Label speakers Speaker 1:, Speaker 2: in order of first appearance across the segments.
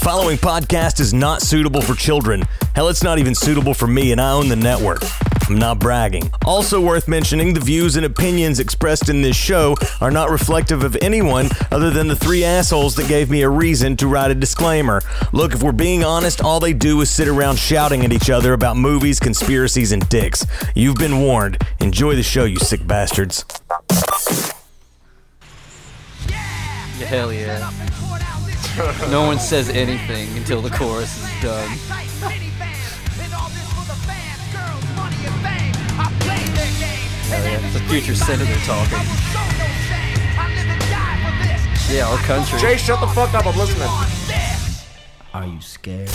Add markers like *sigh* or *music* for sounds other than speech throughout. Speaker 1: following podcast is not suitable for children. Hell, it's not even suitable for me, and I own the network. I'm not bragging. Also, worth mentioning the views and opinions expressed in this show are not reflective of anyone other than the three assholes that gave me a reason to write a disclaimer. Look, if we're being honest, all they do is sit around shouting at each other about movies, conspiracies, and dicks. You've been warned. Enjoy the show, you sick bastards.
Speaker 2: Hell yeah. No one says anything until the chorus is done. yeah, it's the future senator talking. Yeah, our country.
Speaker 3: Jay, shut the fuck up. I'm listening.
Speaker 4: Are you scared?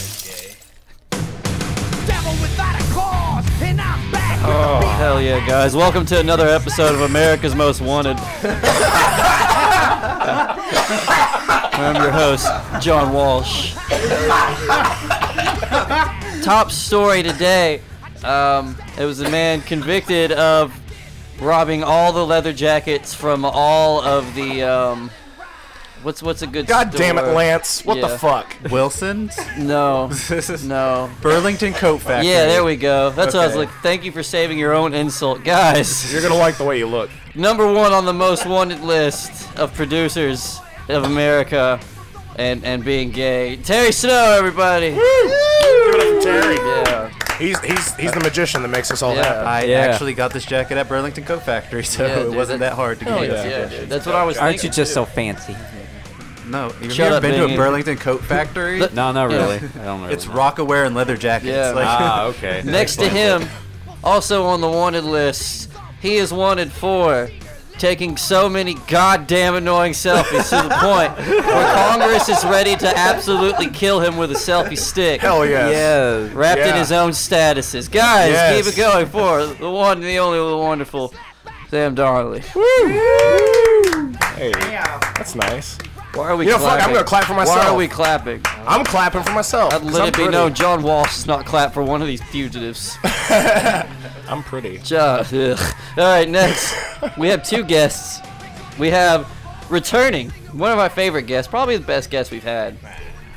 Speaker 2: Oh, hell yeah, guys. Welcome to another episode of America's Most Wanted. I'm your host, John Walsh. Top story today. Um, it was a man convicted of robbing all the leather jackets from all of the. Um, what's what's a good
Speaker 3: God damn it,
Speaker 2: store?
Speaker 3: Lance. What
Speaker 2: Yeah.
Speaker 3: the fuck?
Speaker 4: Wilson's? *laughs*
Speaker 2: No, no.
Speaker 4: Burlington Coat Factory.
Speaker 2: Yeah, there we go. That's what I was
Speaker 3: Okay.
Speaker 2: like. Thank you for saving your own insult, guys.
Speaker 3: You're gonna like the way you look.
Speaker 2: Number one on the most wanted list of producers of America and, and being gay. Terry Snow, everybody.
Speaker 3: Give it up for Terry.
Speaker 2: Yeah.
Speaker 3: He's he's he's the magician that makes us all
Speaker 2: Yeah.
Speaker 3: happy.
Speaker 4: I
Speaker 5: Yeah.
Speaker 4: actually got this jacket at Burlington Coat Factory, *laughs* so
Speaker 2: Yeah,
Speaker 4: it
Speaker 2: dude,
Speaker 4: wasn't
Speaker 2: that-
Speaker 4: that hard to get.
Speaker 2: Yeah, dude. That's what I was
Speaker 5: Aren't you
Speaker 2: thinking.
Speaker 5: just so fancy?
Speaker 4: No, have you
Speaker 2: Shut
Speaker 4: ever
Speaker 2: up,
Speaker 4: been to
Speaker 2: Bingy.
Speaker 4: a Burlington Coat Factory?
Speaker 2: Look-
Speaker 5: No, not
Speaker 2: Yeah.
Speaker 5: really. I don't really.
Speaker 4: *laughs* it's
Speaker 5: know.
Speaker 4: rockaware and leather jackets.
Speaker 2: Yeah.
Speaker 4: Like, *laughs*
Speaker 5: Ah, okay.
Speaker 2: *laughs* Next to him, also on the wanted list, he is wanted for taking so many goddamn annoying selfies to
Speaker 3: *laughs*
Speaker 2: the point where Congress is ready to absolutely kill him with a selfie stick.
Speaker 3: Hell yes.
Speaker 5: Yeah.
Speaker 2: Wrapped in
Speaker 3: Yeah.
Speaker 2: his own statuses. Guys,
Speaker 3: Yes.
Speaker 2: keep it going for the one, the only, the wonderful Sam Darley.
Speaker 3: Hey, that's nice.
Speaker 2: Why are we
Speaker 3: You know, fuck,
Speaker 2: clapping?
Speaker 3: I'm gonna clap for myself.
Speaker 2: Why are we clapping?
Speaker 3: I'm clapping for myself.
Speaker 2: I'd
Speaker 3: 'cause
Speaker 2: let
Speaker 3: I'm
Speaker 2: it be
Speaker 3: pretty.
Speaker 2: known John Walsh does not clap for one of these fugitives.
Speaker 3: *laughs* I'm pretty.
Speaker 2: John, ugh. All right, next. We have two guests. We have returning, one of my favorite guests, probably the best guest we've had,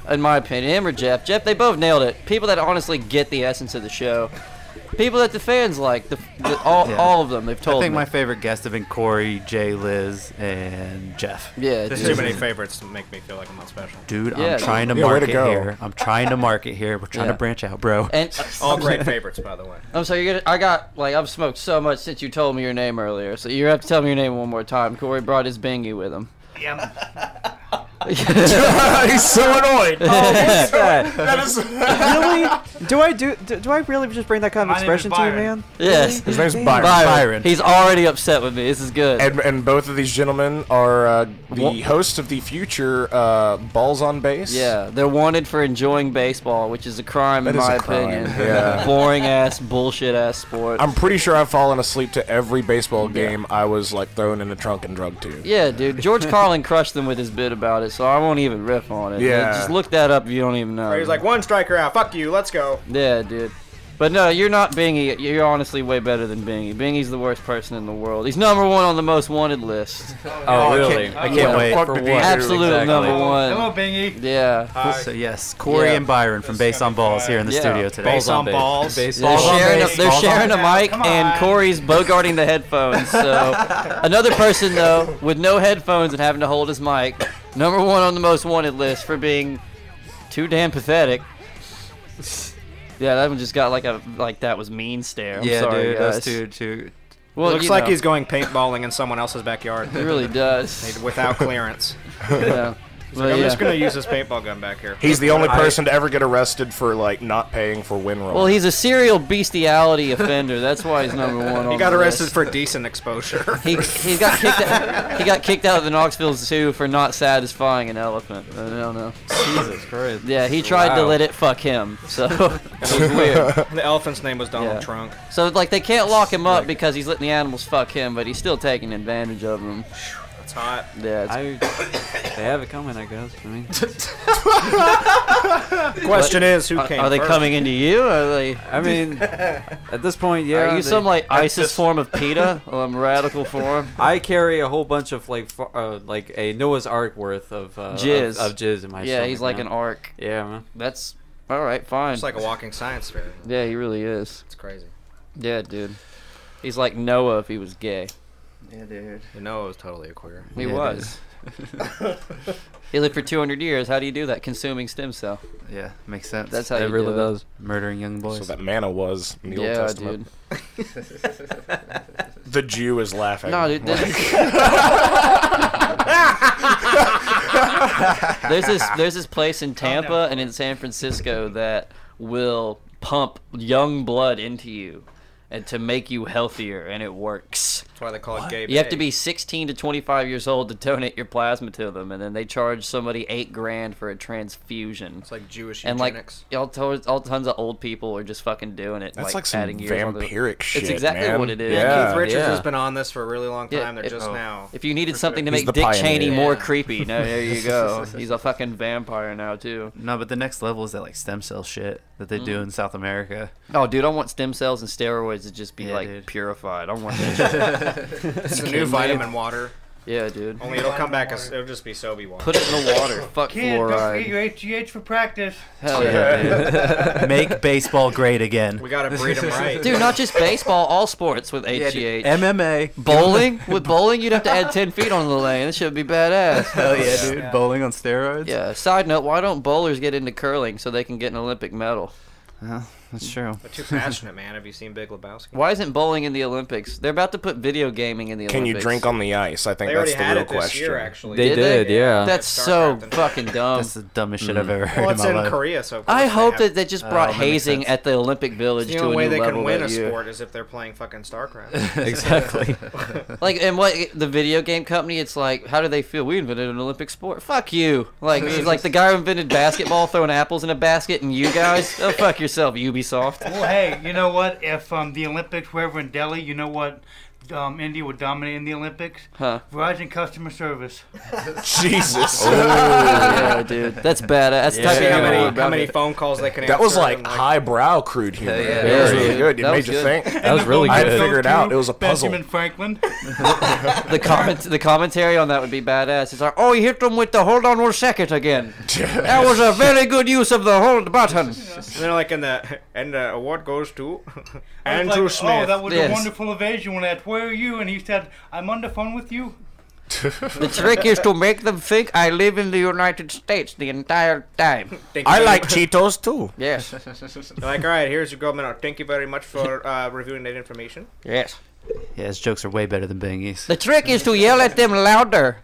Speaker 2: in my opinion. Him or Jeff. Jeff, they both nailed it. People that honestly get the essence of the show. People that the fans like, the, the, all,
Speaker 4: Yeah.
Speaker 2: all of them, they've
Speaker 4: I
Speaker 2: told
Speaker 4: think
Speaker 2: me.
Speaker 4: my favorite guests have been Corey, Jay, Liz, and Jeff.
Speaker 2: yeah,
Speaker 6: There's
Speaker 2: dude.
Speaker 6: too many favorites to make me feel like I'm not special.
Speaker 4: Dude,
Speaker 2: Yeah.
Speaker 4: I'm trying to
Speaker 3: Yeah, way to
Speaker 4: market
Speaker 3: go.
Speaker 4: here. I'm trying to market here. We're trying
Speaker 2: Yeah.
Speaker 4: to branch out, bro.
Speaker 2: And
Speaker 6: *laughs* All great favorites, by the way.
Speaker 2: I'm sorry, you're gonna, I got like I've smoked so much since you told me your name earlier, so you have to tell me your name one more time. Corey brought his bingy
Speaker 6: *laughs*
Speaker 2: with him. *laughs*
Speaker 3: he's so
Speaker 2: *laughs*
Speaker 3: annoyed.
Speaker 4: *laughs*
Speaker 2: Oh,
Speaker 5: Yeah.
Speaker 3: That
Speaker 6: *laughs*
Speaker 3: is-
Speaker 5: really? Do I do, do? Do I really just bring that kind of
Speaker 6: My name is
Speaker 5: expression to you,
Speaker 6: Byron.
Speaker 5: man? *laughs*
Speaker 2: Yes,
Speaker 3: His name's Byron.
Speaker 2: Byron.
Speaker 4: Byron.
Speaker 2: He's already upset with me. This is good.
Speaker 3: And, and both of these gentlemen are uh, the
Speaker 2: Wha-
Speaker 3: hosts of the future uh, Balls on Base.
Speaker 2: yeah, they're wanted for enjoying baseball, which is a crime
Speaker 3: That
Speaker 2: in
Speaker 3: is
Speaker 2: my
Speaker 3: a crime,
Speaker 2: opinion.
Speaker 3: yeah.
Speaker 2: *laughs* Boring ass, bullshit ass sport.
Speaker 3: I'm pretty sure I've fallen asleep to every baseball game I was like thrown in the trunk and drugged to.
Speaker 2: yeah, dude. George Carlin crushed them with his bit about it, so I won't even riff on it.
Speaker 3: Yeah.
Speaker 2: Just look that up if you don't even know.
Speaker 6: Where he's like, one striker out, fuck you, let's go.
Speaker 2: Yeah, dude. But no, you're not Bingy. You're honestly way better than Bingy. Bingy's the worst person in the world. He's number one on the most wanted list.
Speaker 5: Oh, really?
Speaker 4: I can't wait.
Speaker 3: Fuck did you do?
Speaker 2: Absolute number one.
Speaker 6: Bingy.
Speaker 2: Yeah.
Speaker 4: So yes, Corey
Speaker 2: Yeah.
Speaker 4: and Byron from Base on Balls here in the
Speaker 2: Yeah.
Speaker 4: studio today.
Speaker 6: Base on balls.
Speaker 2: They're
Speaker 4: Balls on
Speaker 2: sharing, a,
Speaker 4: base,
Speaker 2: they're
Speaker 4: balls on
Speaker 2: sharing a
Speaker 6: base.
Speaker 2: mic,
Speaker 6: Come
Speaker 2: and
Speaker 6: on.
Speaker 2: Corey's bogarting the headphones.
Speaker 6: *laughs*
Speaker 2: So, another person though with no headphones and having to hold his mic, number one on the most wanted list for being too damn pathetic. Yeah, that one just got like a like that was mean stare. I'm
Speaker 4: yeah,
Speaker 2: sorry,
Speaker 4: dude,
Speaker 2: guys.
Speaker 4: those two, two.
Speaker 2: Well,
Speaker 6: Looks
Speaker 2: you
Speaker 6: like
Speaker 2: know,
Speaker 6: he's going paintballing in someone else's backyard
Speaker 2: He
Speaker 6: *laughs*
Speaker 2: really does.
Speaker 6: without clearance.
Speaker 2: *laughs* yeah. But
Speaker 6: I'm
Speaker 2: yeah.
Speaker 6: just gonna use this paintball gun back here.
Speaker 3: He's the only person to ever get arrested for like not paying for Winroll.
Speaker 2: Well, he's a serial bestiality offender. That's why he's number one.
Speaker 6: *laughs* He
Speaker 2: on
Speaker 6: got
Speaker 2: the
Speaker 6: arrested
Speaker 2: list.
Speaker 6: for decent exposure.
Speaker 2: *laughs* He, he got kicked out. He got kicked out of the Knoxville Zoo for not satisfying an elephant. I don't know.
Speaker 4: Jesus Christ.
Speaker 2: Yeah, he tried to
Speaker 6: Wow.
Speaker 2: let it fuck him. So it was weird.
Speaker 6: the elephant's name was Donald
Speaker 2: Yeah.
Speaker 6: Trump.
Speaker 2: So like they can't lock him up because he's letting the animals fuck him, but he's still taking advantage of them.
Speaker 6: That's hot.
Speaker 2: Yeah, it's,
Speaker 5: I,
Speaker 4: *laughs*
Speaker 2: *coughs*
Speaker 5: they have it coming, I guess. I mean,
Speaker 6: *laughs* Question is, who
Speaker 2: Are,
Speaker 6: came
Speaker 2: are they
Speaker 6: first?
Speaker 2: coming into you? Are
Speaker 4: *laughs*
Speaker 2: they?
Speaker 5: I mean, at this point, yeah.
Speaker 2: Are you
Speaker 5: they-
Speaker 2: some like
Speaker 5: I
Speaker 2: ISIS
Speaker 5: just-
Speaker 2: form
Speaker 5: *laughs*
Speaker 2: of PETA? um, radical form?
Speaker 5: I carry a whole bunch of like, fu- uh, like a Noah's Ark worth of uh,
Speaker 2: Jizz.
Speaker 5: of, of jizz in my.
Speaker 2: Yeah, he's
Speaker 5: stomach,
Speaker 2: like an
Speaker 5: man.
Speaker 2: arc.
Speaker 5: Yeah, man.
Speaker 2: That's all right. Fine.
Speaker 6: It's like a walking science fair.
Speaker 2: yeah, he really is.
Speaker 6: It's crazy.
Speaker 2: Yeah, dude. He's like Noah if he was gay.
Speaker 7: Yeah, dude.
Speaker 6: You know, it was totally a queer.
Speaker 2: He
Speaker 5: Yeah,
Speaker 2: was.
Speaker 6: *laughs*
Speaker 2: he lived for 200 years. How do you do that? Consuming stem cell.
Speaker 5: Yeah, makes sense.
Speaker 2: That's how
Speaker 5: it
Speaker 2: you
Speaker 5: really
Speaker 2: do it.
Speaker 5: does. Murdering young boys.
Speaker 8: So that manna was in the Old
Speaker 2: yeah,
Speaker 8: Testament.
Speaker 2: dude.
Speaker 8: *laughs* The Jew is laughing.
Speaker 2: No, dude. There's,
Speaker 5: *laughs*
Speaker 2: there's this there's this place in Tampa and in San Francisco that will pump young blood into you and to make you healthier and it works.
Speaker 6: That's why they call it gay.
Speaker 2: You have to
Speaker 6: bay.
Speaker 2: be 16 to 25 years old to donate your plasma to them and then they charge somebody 8 grand for a transfusion.
Speaker 6: It's like Jewish
Speaker 2: and like
Speaker 6: eugenics.
Speaker 2: all, to- all tons of old people are just fucking doing it.
Speaker 8: That's like, some
Speaker 2: adding years onto the-
Speaker 8: vampiric shit.
Speaker 2: It's exactly
Speaker 8: man.
Speaker 2: what it is.
Speaker 8: Yeah.
Speaker 6: Keith Richards
Speaker 5: yeah.
Speaker 6: has been on this for a really long time.
Speaker 2: Yeah,
Speaker 6: They're
Speaker 2: it-
Speaker 6: just
Speaker 2: oh.
Speaker 6: now.
Speaker 2: If you needed something to
Speaker 8: He's
Speaker 2: make
Speaker 8: the
Speaker 2: Dick
Speaker 8: pioneer.
Speaker 2: Cheney more
Speaker 6: Yeah.
Speaker 2: creepy, no, there you
Speaker 6: *laughs*
Speaker 2: *laughs* go. He's a fucking vampire now too.
Speaker 5: no, but the next level is that like stem cell shit that they
Speaker 2: Mm.
Speaker 5: do in South America.
Speaker 2: Oh, dude, I want stem cells and steroids to just be
Speaker 5: Yeah,
Speaker 2: like
Speaker 5: dude.
Speaker 2: purified. I
Speaker 6: *laughs*
Speaker 2: want that. shit.
Speaker 6: It's a new vitamin water.
Speaker 2: yeah, dude.
Speaker 6: Only it'll come back as it'll just be Sobe water.
Speaker 2: Put it in
Speaker 9: *laughs*
Speaker 2: the water. Fuck
Speaker 9: Kid, don't
Speaker 2: fluoride.
Speaker 9: forget your HGH for practice.
Speaker 2: Hell yeah,
Speaker 6: *laughs*
Speaker 2: dude.
Speaker 5: Make baseball great again.
Speaker 6: we gotta
Speaker 5: *laughs*
Speaker 6: breed them right.
Speaker 2: Dude, not just baseball, all sports with E HGH.
Speaker 5: MMA.
Speaker 2: bowling? With bowling, you'd have to add 10 feet on the lane. This should be badass.
Speaker 5: Hell yeah, dude. Bowling on steroids.
Speaker 2: Yeah, side note, why don't bowlers get into curling so they can get an Olympic medal?
Speaker 5: that's true.
Speaker 6: They're too passionate, man. Have you seen Big Lebowski?
Speaker 2: Why isn't bowling in the Olympics? They're about to put video gaming in the
Speaker 8: Can you
Speaker 2: Olympics.
Speaker 8: drink on the ice? I think
Speaker 6: They
Speaker 8: that's
Speaker 6: already
Speaker 8: the
Speaker 6: had
Speaker 8: real
Speaker 6: it this
Speaker 8: question.
Speaker 6: year, actually.
Speaker 5: They did, yeah.
Speaker 2: That's
Speaker 6: Star
Speaker 2: so
Speaker 6: Captain. *laughs*
Speaker 2: fucking dumb.
Speaker 5: That's the dumbest shit I've ever heard
Speaker 6: Hmm. Well,
Speaker 5: in
Speaker 6: it's
Speaker 5: my
Speaker 6: in
Speaker 5: life.
Speaker 6: Korea, so of
Speaker 2: I
Speaker 6: course they
Speaker 2: hope
Speaker 6: have
Speaker 2: that
Speaker 6: it.
Speaker 2: they just
Speaker 5: Oh,
Speaker 2: brought
Speaker 5: that makes
Speaker 2: hazing
Speaker 5: sense.
Speaker 2: at the Olympic Village
Speaker 6: the
Speaker 2: to a
Speaker 6: only way
Speaker 2: new
Speaker 6: they
Speaker 2: level
Speaker 6: can win a
Speaker 2: that year.
Speaker 6: sport is if they're playing fucking
Speaker 5: *laughs*
Speaker 2: *laughs*
Speaker 6: StarCraft.
Speaker 5: exactly.
Speaker 2: Like, and what the video game company? It's like, how do they feel? We invented an Olympic sport. Fuck you. Like, it's like the guy who invented basketball throwing apples in a basket, and you guys, oh fuck yourself, Ubisoft. *laughs*
Speaker 9: Well, hey, you know what? If um, the Olympics were ever in Delhi, you know what? Um, India would dominate in the Olympics.
Speaker 2: Huh?
Speaker 9: Verizon customer service.
Speaker 8: *laughs*
Speaker 6: *laughs*
Speaker 8: Jesus.
Speaker 6: Oh,
Speaker 2: *laughs* yeah, dude, that's badass. That's the type
Speaker 6: See
Speaker 2: of
Speaker 6: how
Speaker 2: humor
Speaker 6: many,
Speaker 2: we're
Speaker 6: how many
Speaker 2: about.
Speaker 6: phone calls they can
Speaker 8: That was
Speaker 6: answer
Speaker 8: like,
Speaker 6: and,
Speaker 8: highbrow crude humor.
Speaker 5: yeah,
Speaker 8: That was
Speaker 2: yeah.
Speaker 8: really good. It
Speaker 2: That
Speaker 8: made
Speaker 2: was
Speaker 8: you
Speaker 2: good.
Speaker 8: think.
Speaker 5: That was really
Speaker 8: I
Speaker 5: good.
Speaker 8: figured it out. It was a puzzle.
Speaker 9: Benjamin Franklin.
Speaker 2: the comment, the commentary on that would be badass. It's like, oh, you hit them with the hold on one second again. That was a very good *laughs* use of the hold button.
Speaker 6: and they're like in the and the award goes to Andrew
Speaker 9: like,
Speaker 6: Smith.
Speaker 9: Oh, that was
Speaker 2: Yes.
Speaker 9: a wonderful evasion when I asked, where are you? And he said, I'm on the phone with you.
Speaker 2: *laughs* The trick is to make them think I live in the United States the entire time.
Speaker 6: Thank
Speaker 8: I
Speaker 6: you.
Speaker 8: like Cheetos too.
Speaker 2: *laughs* Yes,
Speaker 6: They're like all right, here's your government. out. Thank you very much
Speaker 2: *laughs*
Speaker 6: for uh, reviewing that information.
Speaker 2: yes.
Speaker 5: Yeah, his jokes are way better than Bingy's.
Speaker 2: The trick is to yell at them louder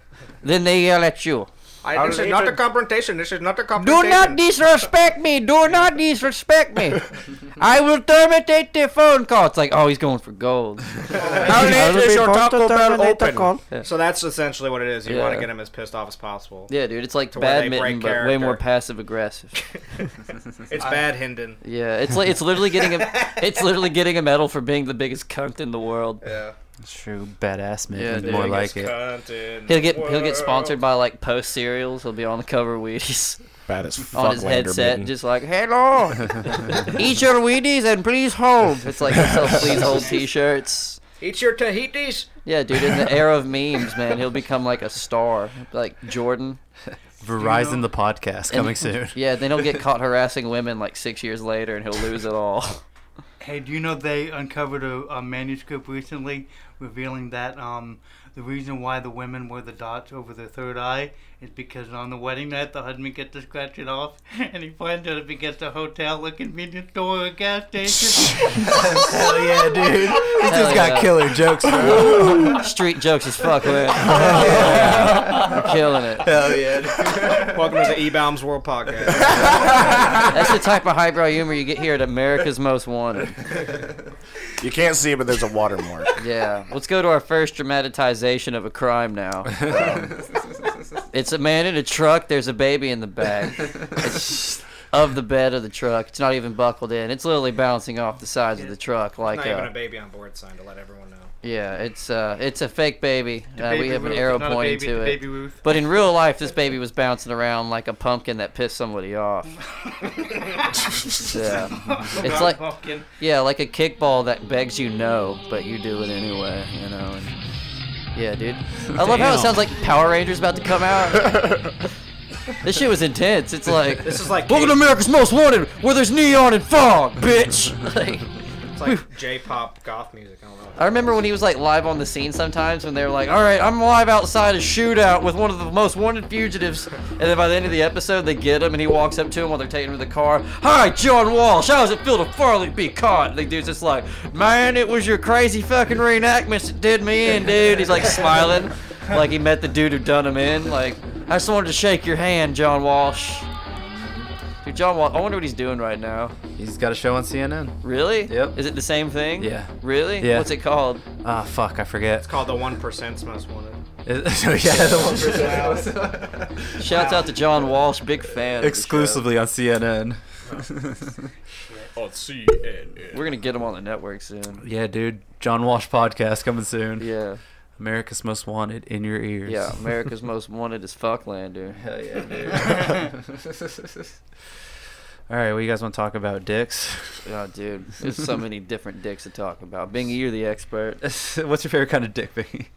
Speaker 2: than they yell at you.
Speaker 6: I, this is not a confrontation. This is not a
Speaker 2: Do
Speaker 6: confrontation.
Speaker 2: not disrespect me. Do not disrespect me.
Speaker 6: *laughs*
Speaker 2: I will terminate the phone call. It's like, oh, he's going for *laughs* gold.
Speaker 6: How late is your Taco Bell open?
Speaker 7: call.
Speaker 6: So that's essentially what it is. You
Speaker 2: Yeah.
Speaker 6: want to get them as pissed off as possible.
Speaker 2: Yeah, dude, it's like
Speaker 6: To where they
Speaker 2: badminton,
Speaker 6: break
Speaker 2: but way more
Speaker 6: character.
Speaker 2: passive aggressive.
Speaker 6: *laughs*
Speaker 2: *laughs*
Speaker 6: It's bad, Hinden.
Speaker 2: Yeah, it's like it's literally
Speaker 6: *laughs*
Speaker 2: getting a it's literally getting a medal for being the biggest cunt in the world.
Speaker 6: Yeah.
Speaker 5: That's true. Badass man.
Speaker 2: Yeah, dude.
Speaker 5: more like it.
Speaker 2: He'll get he'll get sponsored by like Post cereals. He'll be on the cover of Wheaties.
Speaker 8: Bad as fuck.
Speaker 2: on his
Speaker 8: Lander
Speaker 2: headset,
Speaker 8: Mitten.
Speaker 2: just
Speaker 5: *laughs*
Speaker 2: like, "Hello, eat your Wheaties and please hold."
Speaker 5: *laughs*
Speaker 2: It's like they sell "Please Hold" T-shirts.
Speaker 6: Eat your Tahitis.
Speaker 2: Yeah, dude,
Speaker 6: *laughs*
Speaker 2: in the era of memes, man, he'll become like a star, like Jordan.
Speaker 5: *laughs* Verizon the podcast coming soon.
Speaker 2: *laughs* Yeah, then he'll get caught harassing women like six years later, and he'll lose
Speaker 5: *laughs*
Speaker 2: it all.
Speaker 9: Hey, do you know they uncovered a, a manuscript recently revealing that um, the reason why the women wear the dots over their third eye is because on the wedding night the husband gets to scratch it off, *laughs* and he finds out if he gets a hotel, a convenience store, or a gas station.
Speaker 5: Hell yeah,
Speaker 9: *laughs*
Speaker 5: dude.
Speaker 2: *laughs*
Speaker 6: *laughs*
Speaker 5: This
Speaker 2: Hell
Speaker 5: dude's got
Speaker 2: yeah.
Speaker 5: killer jokes, bro.
Speaker 2: *laughs* Street jokes as
Speaker 5: *laughs*
Speaker 2: fuck, man. You're killing it.
Speaker 5: Hell yeah.
Speaker 6: *laughs* Welcome to the E-Bombs World Podcast.
Speaker 2: That's the type of highbrow humor you get here at America's Most Wanted.
Speaker 8: You can't see it, but there's a watermark.
Speaker 2: Yeah. Let's go to our first dramatization of a crime now. Um, it's a man in a truck. There's a baby in the back. It's- of the bed of the truck. It's not even buckled in. It's literally bouncing off the sides of the truck *laughs* like
Speaker 6: Not
Speaker 2: uh,
Speaker 6: even a baby on board sign to let everyone know.
Speaker 2: yeah. It's uh, it's a fake baby. Uh, we
Speaker 9: Baby
Speaker 2: have an
Speaker 9: Ruth,
Speaker 2: arrow
Speaker 9: not a
Speaker 2: pointing
Speaker 9: baby,
Speaker 2: to
Speaker 9: the
Speaker 2: it.
Speaker 9: Baby Ruth.
Speaker 2: But in real life, this baby was bouncing around like a pumpkin that pissed somebody off.
Speaker 6: *laughs*
Speaker 2: yeah. uh, It's like
Speaker 9: Pumpkin.
Speaker 2: yeah, like a kickball that begs you no, but you do it anyway, you know. And yeah, dude. I love how it
Speaker 9: Damn.
Speaker 2: sounds like Power Rangers about to come out.
Speaker 10: *laughs*
Speaker 2: this shit was intense. It's like
Speaker 6: This is like
Speaker 2: Welcome to
Speaker 6: K-
Speaker 2: America's Most Wanted, where there's neon and fog, bitch.
Speaker 6: *laughs*
Speaker 2: *laughs* like,
Speaker 6: it's
Speaker 2: *laughs*
Speaker 6: like J-pop goth music. I don't know.
Speaker 2: I remember when he was like live on the scene sometimes when they were like, "All right, I'm live outside a shootout with one of the most wanted fugitives," and then by the end of the episode they get him and he walks up to him while they're taking him to the car. Hi, John Walsh. How does it feel to finally be caught? And the dude's just like, "Man, it was your crazy fucking reenactments that did me in, dude." He's like smiling, like he met the dude who done him in. Like, I just wanted to shake your hand, John Walsh. Dude, John Walsh. I wonder what he's doing right now.
Speaker 11: He's got a show on CNN.
Speaker 2: Really?
Speaker 11: Yep.
Speaker 2: Is it the same thing?
Speaker 11: Yeah.
Speaker 2: Really?
Speaker 11: Yeah.
Speaker 2: What's it called?
Speaker 11: Ah, fuck, I forget.
Speaker 6: It's called the One Percent's Most Wanted.
Speaker 11: Is- so, yeah, the one percent.
Speaker 2: *laughs* Shouts out to John Walsh, big fan. of the show.
Speaker 11: exclusively on CNN.
Speaker 2: We're gonna get him on the network soon.
Speaker 11: *laughs* Yeah, dude. John Walsh podcast coming soon.
Speaker 2: Yeah,
Speaker 11: America's Most Wanted in your ears.
Speaker 2: yeah. America's most wanted is Fucklander.
Speaker 11: Hell yeah,
Speaker 2: *laughs*
Speaker 11: dude. *laughs* All right, well, you guys want to talk *laughs* about dicks?
Speaker 2: Oh, dude, there's so many different dicks to talk about. Uh, Bingy, you're the expert.
Speaker 11: *laughs* What's your favorite kind of dick,
Speaker 2: *laughs*
Speaker 11: Vicky?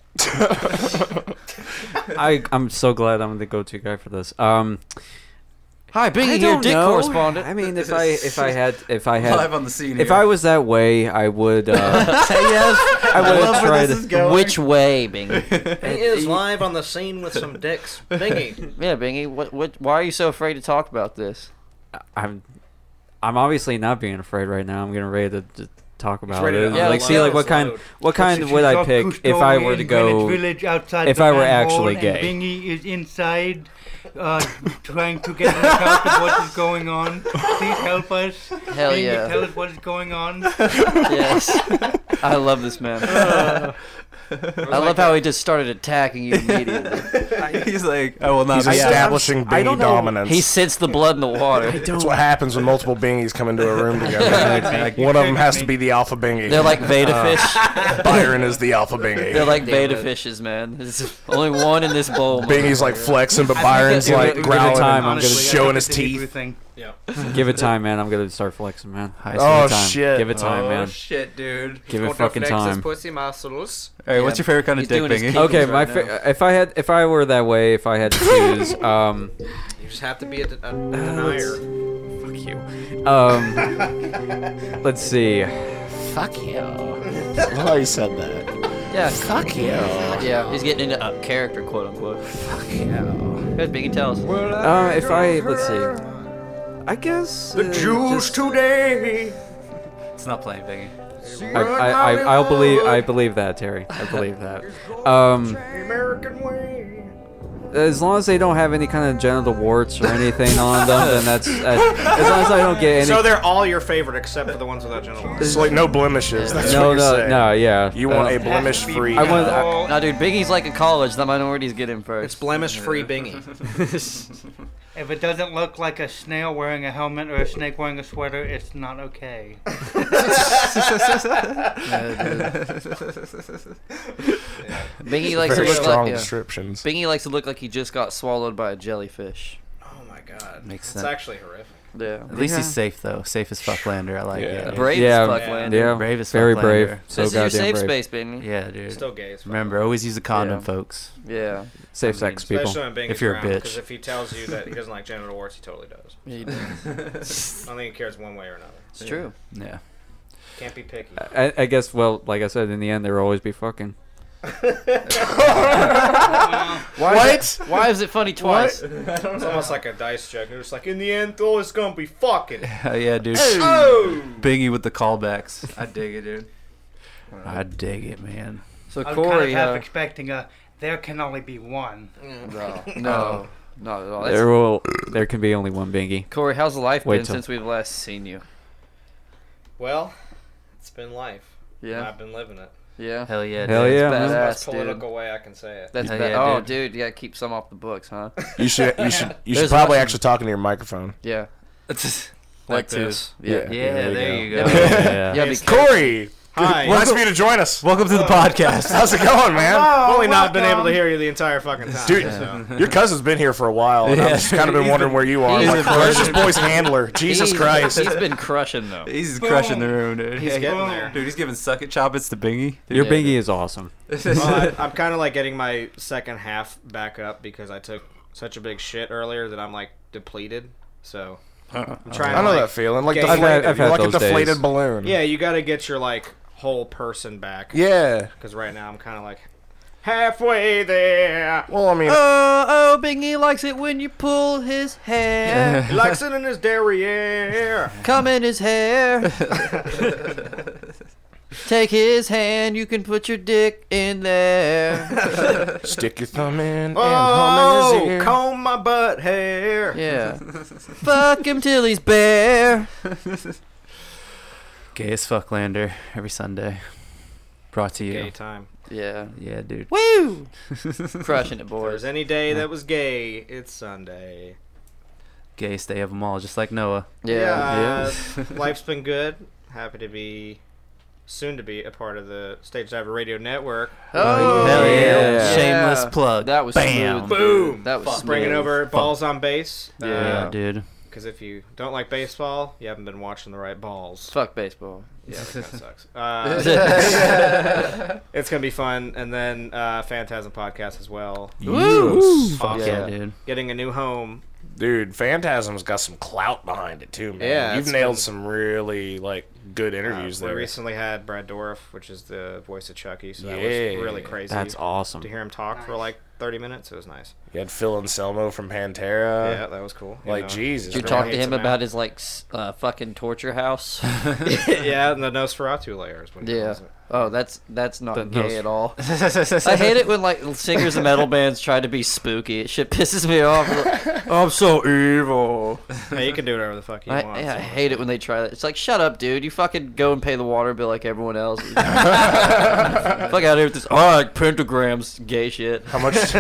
Speaker 5: I I'm so glad I'm the go-to guy for this. Um,
Speaker 2: Hi,
Speaker 5: I
Speaker 2: Bingy, your
Speaker 5: don't
Speaker 2: dick
Speaker 5: know.
Speaker 2: correspondent.
Speaker 5: I mean, if I if I had if I had
Speaker 11: on the scene
Speaker 5: if I was that way, I would. Uh, yes, I would
Speaker 11: love
Speaker 5: have
Speaker 11: where
Speaker 5: tried.
Speaker 11: this is going.
Speaker 2: Which way,
Speaker 11: *laughs*
Speaker 2: Bingy?
Speaker 6: He is live on the scene with some dicks. Bingy.
Speaker 2: *laughs* yeah, Bingy. What? What? Why are you so afraid to talk about this?
Speaker 5: I'm I'm obviously not being afraid right now. I'm getting ready to, to talk about
Speaker 6: ready to
Speaker 5: it.
Speaker 2: Yeah,
Speaker 5: like
Speaker 2: let's
Speaker 5: see
Speaker 2: go.
Speaker 5: like what kind
Speaker 6: Let's
Speaker 5: what kind
Speaker 9: She's
Speaker 5: would I
Speaker 9: off
Speaker 5: pick if
Speaker 9: Cousteau
Speaker 5: I were to
Speaker 9: in Greenwich
Speaker 5: go?
Speaker 9: Village outside
Speaker 5: if
Speaker 9: the
Speaker 5: I were
Speaker 9: Van Hall,
Speaker 5: actually gay.
Speaker 9: And Bingy is inside, uh, trying to get an account of what is going on. Please help us.
Speaker 2: Hell
Speaker 9: Bingy,
Speaker 2: yeah.
Speaker 9: Tell us what is going on. *laughs*
Speaker 2: Yes, *laughs* I love this man.
Speaker 9: Uh,
Speaker 2: I love how he just started attacking you immediately.
Speaker 11: He's like, I
Speaker 3: *laughs*
Speaker 11: will not
Speaker 8: He's
Speaker 11: be out.
Speaker 8: establishing bingy dominance.
Speaker 2: He sensed the blood in
Speaker 6: *laughs*
Speaker 2: the water.
Speaker 8: That's what happens when multiple bingies come into a room together.
Speaker 11: Like,
Speaker 8: One of them has to be the alpha bingy. Uh,
Speaker 2: They're like beta fish.
Speaker 8: *laughs* Byron is the alpha
Speaker 2: They're
Speaker 8: bingy.
Speaker 2: like beta fishes, man. There's only one in this bowl. man.
Speaker 8: Bingy's like flexing, but
Speaker 9: I think
Speaker 2: *laughs*
Speaker 8: Byron's
Speaker 9: that's-
Speaker 8: like
Speaker 5: Give it- give it
Speaker 8: growling,
Speaker 5: time, I'm
Speaker 8: and
Speaker 5: gonna-
Speaker 9: Honestly, I
Speaker 8: showing
Speaker 9: think
Speaker 8: his
Speaker 9: it's a Hebrew
Speaker 8: teeth.
Speaker 9: Thing.
Speaker 5: *laughs* Give it time, man. I'm gonna start flexing, man. I just
Speaker 8: Oh,
Speaker 5: need time.
Speaker 8: shit.
Speaker 5: Give it
Speaker 2: Oh,
Speaker 6: Oh,
Speaker 5: time, man.
Speaker 11: shit, dude.
Speaker 5: Give it fucking time.
Speaker 6: pussy muscles.
Speaker 11: All right, what's your favorite kind of
Speaker 2: He's
Speaker 11: dick,
Speaker 2: doing his
Speaker 11: Bingy?
Speaker 2: kegels
Speaker 5: Okay, my fa- if I had if I were that way, if I had to
Speaker 2: *laughs*
Speaker 5: choose, um,
Speaker 6: You just have to be
Speaker 5: *sighs*
Speaker 6: a, de- a denier.
Speaker 5: fuck you. Um,
Speaker 11: *laughs*
Speaker 5: let's see.
Speaker 8: Oh, he said that.
Speaker 2: Yeah. Fuck you. Yeah, he's getting into a character, quote unquote. Fuck you. That's Biggie tells.
Speaker 5: Um, if I let's see. I guess the
Speaker 8: Jews today.
Speaker 11: It's not playing, Bingy.
Speaker 5: I, I, I, I'll believe I believe that Terry. I believe that. Um,
Speaker 6: American way.
Speaker 5: as long as they don't have any kind of genital warts or anything on them, then
Speaker 6: *laughs*
Speaker 5: that's that's- as long as I don't get any.
Speaker 6: *laughs* So they're all your favorite except for the ones without genital warts.
Speaker 8: It's like no blemishes. That's what
Speaker 5: no,
Speaker 8: you're
Speaker 5: no,
Speaker 8: saying.
Speaker 5: no, yeah.
Speaker 8: You want
Speaker 5: Uh,
Speaker 8: a blemish-free.
Speaker 5: I want. I,
Speaker 2: Nah, dude, Biggie's like a college. The minorities get him
Speaker 6: It's
Speaker 2: first.
Speaker 6: blemish free bingy.
Speaker 2: *laughs*
Speaker 9: If it doesn't look like a snail wearing a helmet or a snake wearing a sweater, it's not
Speaker 2: *laughs*
Speaker 9: okay. *laughs*
Speaker 2: Biggie likes to
Speaker 8: Very
Speaker 2: look
Speaker 8: strong
Speaker 2: like. Yeah.
Speaker 8: descriptions.
Speaker 2: Bingy likes to look like he just got swallowed by a jellyfish.
Speaker 6: Oh my god.
Speaker 11: Makes
Speaker 6: It's
Speaker 11: sense.
Speaker 6: actually horrific.
Speaker 2: Yeah.
Speaker 11: At least he's safe though. Safe as fuck, Lander. I like
Speaker 8: Yeah.
Speaker 11: it.
Speaker 2: Brave
Speaker 5: Yeah,
Speaker 2: as fuck,
Speaker 6: yeah.
Speaker 2: Landon.
Speaker 5: yeah,
Speaker 11: Brave as fuck
Speaker 5: very
Speaker 11: Lander.
Speaker 5: brave.
Speaker 11: This
Speaker 5: So
Speaker 2: This is your
Speaker 5: goddamn
Speaker 2: safe
Speaker 5: brave.
Speaker 2: space, Bingy.
Speaker 11: Yeah, dude.
Speaker 6: Still gay as *laughs* fuck.
Speaker 11: Remember, always use a condom,
Speaker 2: Yeah.
Speaker 11: folks.
Speaker 2: Yeah.
Speaker 5: Safe sex, people.
Speaker 6: Especially when Bingy's
Speaker 11: if you're a bitch.
Speaker 6: Because if he tells you that he
Speaker 5: *laughs*
Speaker 6: doesn't like genital warts, he totally does. *laughs*
Speaker 2: He does.
Speaker 6: I don't think he cares one way or another.
Speaker 2: It's true.
Speaker 11: Yeah.
Speaker 6: Can't be picky.
Speaker 5: I, I guess. Well, like I said, in the end, there will always be fucking.
Speaker 2: *laughs* Why what? It, why is it
Speaker 6: *laughs*
Speaker 2: funny twice?
Speaker 6: It's almost like a dice joke. They're just like, in the end, though, it's gonna be fucking.
Speaker 11: Hell yeah, dude.
Speaker 6: Oh!
Speaker 11: Bingy with the callbacks. I dig it, dude. I dig it, man.
Speaker 2: So
Speaker 9: I'm kind of
Speaker 2: Corey.
Speaker 9: half
Speaker 2: Uh,
Speaker 9: expecting a. There can only be one.
Speaker 2: *laughs* no, no, not at all. That's-
Speaker 5: There will. There can be only one bingy.
Speaker 2: Corey, how's life
Speaker 5: Wait
Speaker 2: been
Speaker 5: till-
Speaker 2: since we've last seen you?
Speaker 6: Well, it's been life.
Speaker 2: Yeah.
Speaker 6: I've been living it.
Speaker 2: Yeah.
Speaker 11: Hell yeah.
Speaker 5: Hell
Speaker 11: dude.
Speaker 5: yeah. man.
Speaker 2: That's badass.
Speaker 6: Best
Speaker 2: dude.
Speaker 6: political way I can say it.
Speaker 2: That's
Speaker 11: Hell
Speaker 2: bad.
Speaker 11: yeah,
Speaker 2: oh, *laughs*
Speaker 11: dude.
Speaker 2: dude, you gotta keep some off the books, huh?
Speaker 8: You should. You should. You
Speaker 2: *laughs* There's
Speaker 8: should probably
Speaker 2: nothing-
Speaker 8: actually talk into your microphone.
Speaker 2: Yeah.
Speaker 4: like
Speaker 2: *laughs* too.
Speaker 4: this.
Speaker 2: Yeah.
Speaker 4: Yeah, there you go.
Speaker 6: *laughs*
Speaker 2: Yeah.
Speaker 4: Yeah.
Speaker 2: Yeah, because-
Speaker 3: Corey,
Speaker 6: Hi.
Speaker 3: nice of you to join us.
Speaker 4: Welcome to the podcast.
Speaker 3: How's it going, man?
Speaker 6: I've only not been able to hear you the entire fucking time.
Speaker 3: Dude,
Speaker 6: so.
Speaker 3: your cousin's been here for a while, and
Speaker 4: Yeah.
Speaker 3: I've just kind of been
Speaker 4: He's
Speaker 3: wondering
Speaker 4: been-
Speaker 3: where you are. I'm
Speaker 2: *laughs* he's
Speaker 3: like,
Speaker 2: been-
Speaker 3: where's this boy's
Speaker 2: *laughs*
Speaker 3: handler? Jesus
Speaker 2: He's-
Speaker 3: Christ.
Speaker 2: He's been crushing though.
Speaker 4: He's crushing the room, dude.
Speaker 6: He's getting there.
Speaker 4: Dude, he's giving suck it chop it's to Bingy.
Speaker 5: Your
Speaker 2: Yeah.
Speaker 5: bingy
Speaker 11: *laughs*
Speaker 5: is awesome.
Speaker 6: *laughs* Well, I, I'm kind of like getting my second half back up because I took such a big shit earlier that I'm like depleted. So I'm trying
Speaker 3: I
Speaker 6: to
Speaker 3: know
Speaker 6: like,
Speaker 3: that feeling. Like
Speaker 6: I've
Speaker 3: deflated.
Speaker 5: had- I've
Speaker 3: You're
Speaker 5: had
Speaker 3: like a
Speaker 5: those days.
Speaker 3: deflated balloon.
Speaker 6: Yeah, you got to get your like whole person back
Speaker 3: Yeah.
Speaker 6: because right now I'm kind of like halfway there.
Speaker 3: Well, I mean,
Speaker 2: Oh, oh, Bingy likes it when you pull his
Speaker 10: *laughs*
Speaker 2: hair.
Speaker 6: He likes it in his derriere.
Speaker 2: Come in his hair. Take his hand. You can put your dick in there.
Speaker 3: stick your thumb in and hum in
Speaker 6: Oh,
Speaker 3: his ear.
Speaker 6: comb my butt hair.
Speaker 2: Yeah. Fuck him till he's bare.
Speaker 4: Gay as fuck lander every Sunday. Brought to you.
Speaker 6: Gay time.
Speaker 2: Yeah.
Speaker 4: Yeah, dude.
Speaker 2: Woo! *laughs* Crushing it,
Speaker 6: If there's
Speaker 2: boys.
Speaker 6: any day that was gay, it's Sunday.
Speaker 4: Gayest day of them all, just like Noah.
Speaker 2: Yeah. *laughs*
Speaker 6: uh, life's been good. Happy to be, soon to be a part of the Stage Diver Radio Network.
Speaker 2: Oh,
Speaker 4: Hell yeah.
Speaker 2: yeah.
Speaker 4: Shameless plug.
Speaker 2: That was
Speaker 4: Bam.
Speaker 2: smooth.
Speaker 6: Boom.
Speaker 2: That was smooth.
Speaker 6: Bringing over balls on base.
Speaker 4: Yeah, dude.
Speaker 6: Because if you don't like baseball, you haven't been watching the right balls.
Speaker 2: Fuck baseball.
Speaker 6: Yeah, that kind of sucks.
Speaker 2: *laughs*
Speaker 6: Uh, *laughs* it's gonna be phan and then uh, Phantasm podcast as well.
Speaker 4: Woo! Fuck
Speaker 6: Awesome.
Speaker 4: yeah, dude.
Speaker 6: Getting a new home.
Speaker 3: *laughs* Dude, Phantasm's got some clout behind it too, man.
Speaker 6: Yeah,
Speaker 3: you've
Speaker 6: it's
Speaker 3: nailed
Speaker 6: been-
Speaker 3: some really like good
Speaker 6: Uh,
Speaker 3: interviews
Speaker 6: we
Speaker 3: there.
Speaker 6: recently had Brad Dorff, which is the voice of Chucky, so that
Speaker 3: Yeah.
Speaker 6: was really crazy.
Speaker 5: That's awesome.
Speaker 6: to hear him talk for like 30 minutes. It was
Speaker 2: *laughs*
Speaker 6: nice.
Speaker 3: You had Phil Anselmo from Pantera.
Speaker 6: yeah, that was cool. you
Speaker 3: like
Speaker 6: know.
Speaker 3: Jesus,
Speaker 2: Did you
Speaker 3: man.
Speaker 2: talk to
Speaker 6: hates
Speaker 2: him
Speaker 6: him
Speaker 2: about
Speaker 6: out.
Speaker 2: his like s- uh, fucking
Speaker 3: *laughs*
Speaker 2: torture house?
Speaker 6: yeah, and the Nosferatu layers. When he
Speaker 2: yeah.
Speaker 6: calls it.
Speaker 2: Oh, that's that's not
Speaker 5: That-
Speaker 2: gay
Speaker 5: those-
Speaker 3: *laughs*
Speaker 2: at all. I hate it when like singers and metal bands try to be spooky. It shit pisses
Speaker 3: *laughs*
Speaker 2: me off.
Speaker 4: I'm so evil.
Speaker 6: *laughs* Hey, you can do whatever the fuck you
Speaker 2: I,
Speaker 6: want.
Speaker 2: yeah, I
Speaker 6: so-
Speaker 2: hate it when they try that. It's like, shut up, dude. You fucking go and pay the water bill like everyone
Speaker 5: *laughs*
Speaker 2: else. Fuck out of here with this. Oh, like pentagrams, gay shit.
Speaker 3: How
Speaker 2: *laughs*
Speaker 3: much?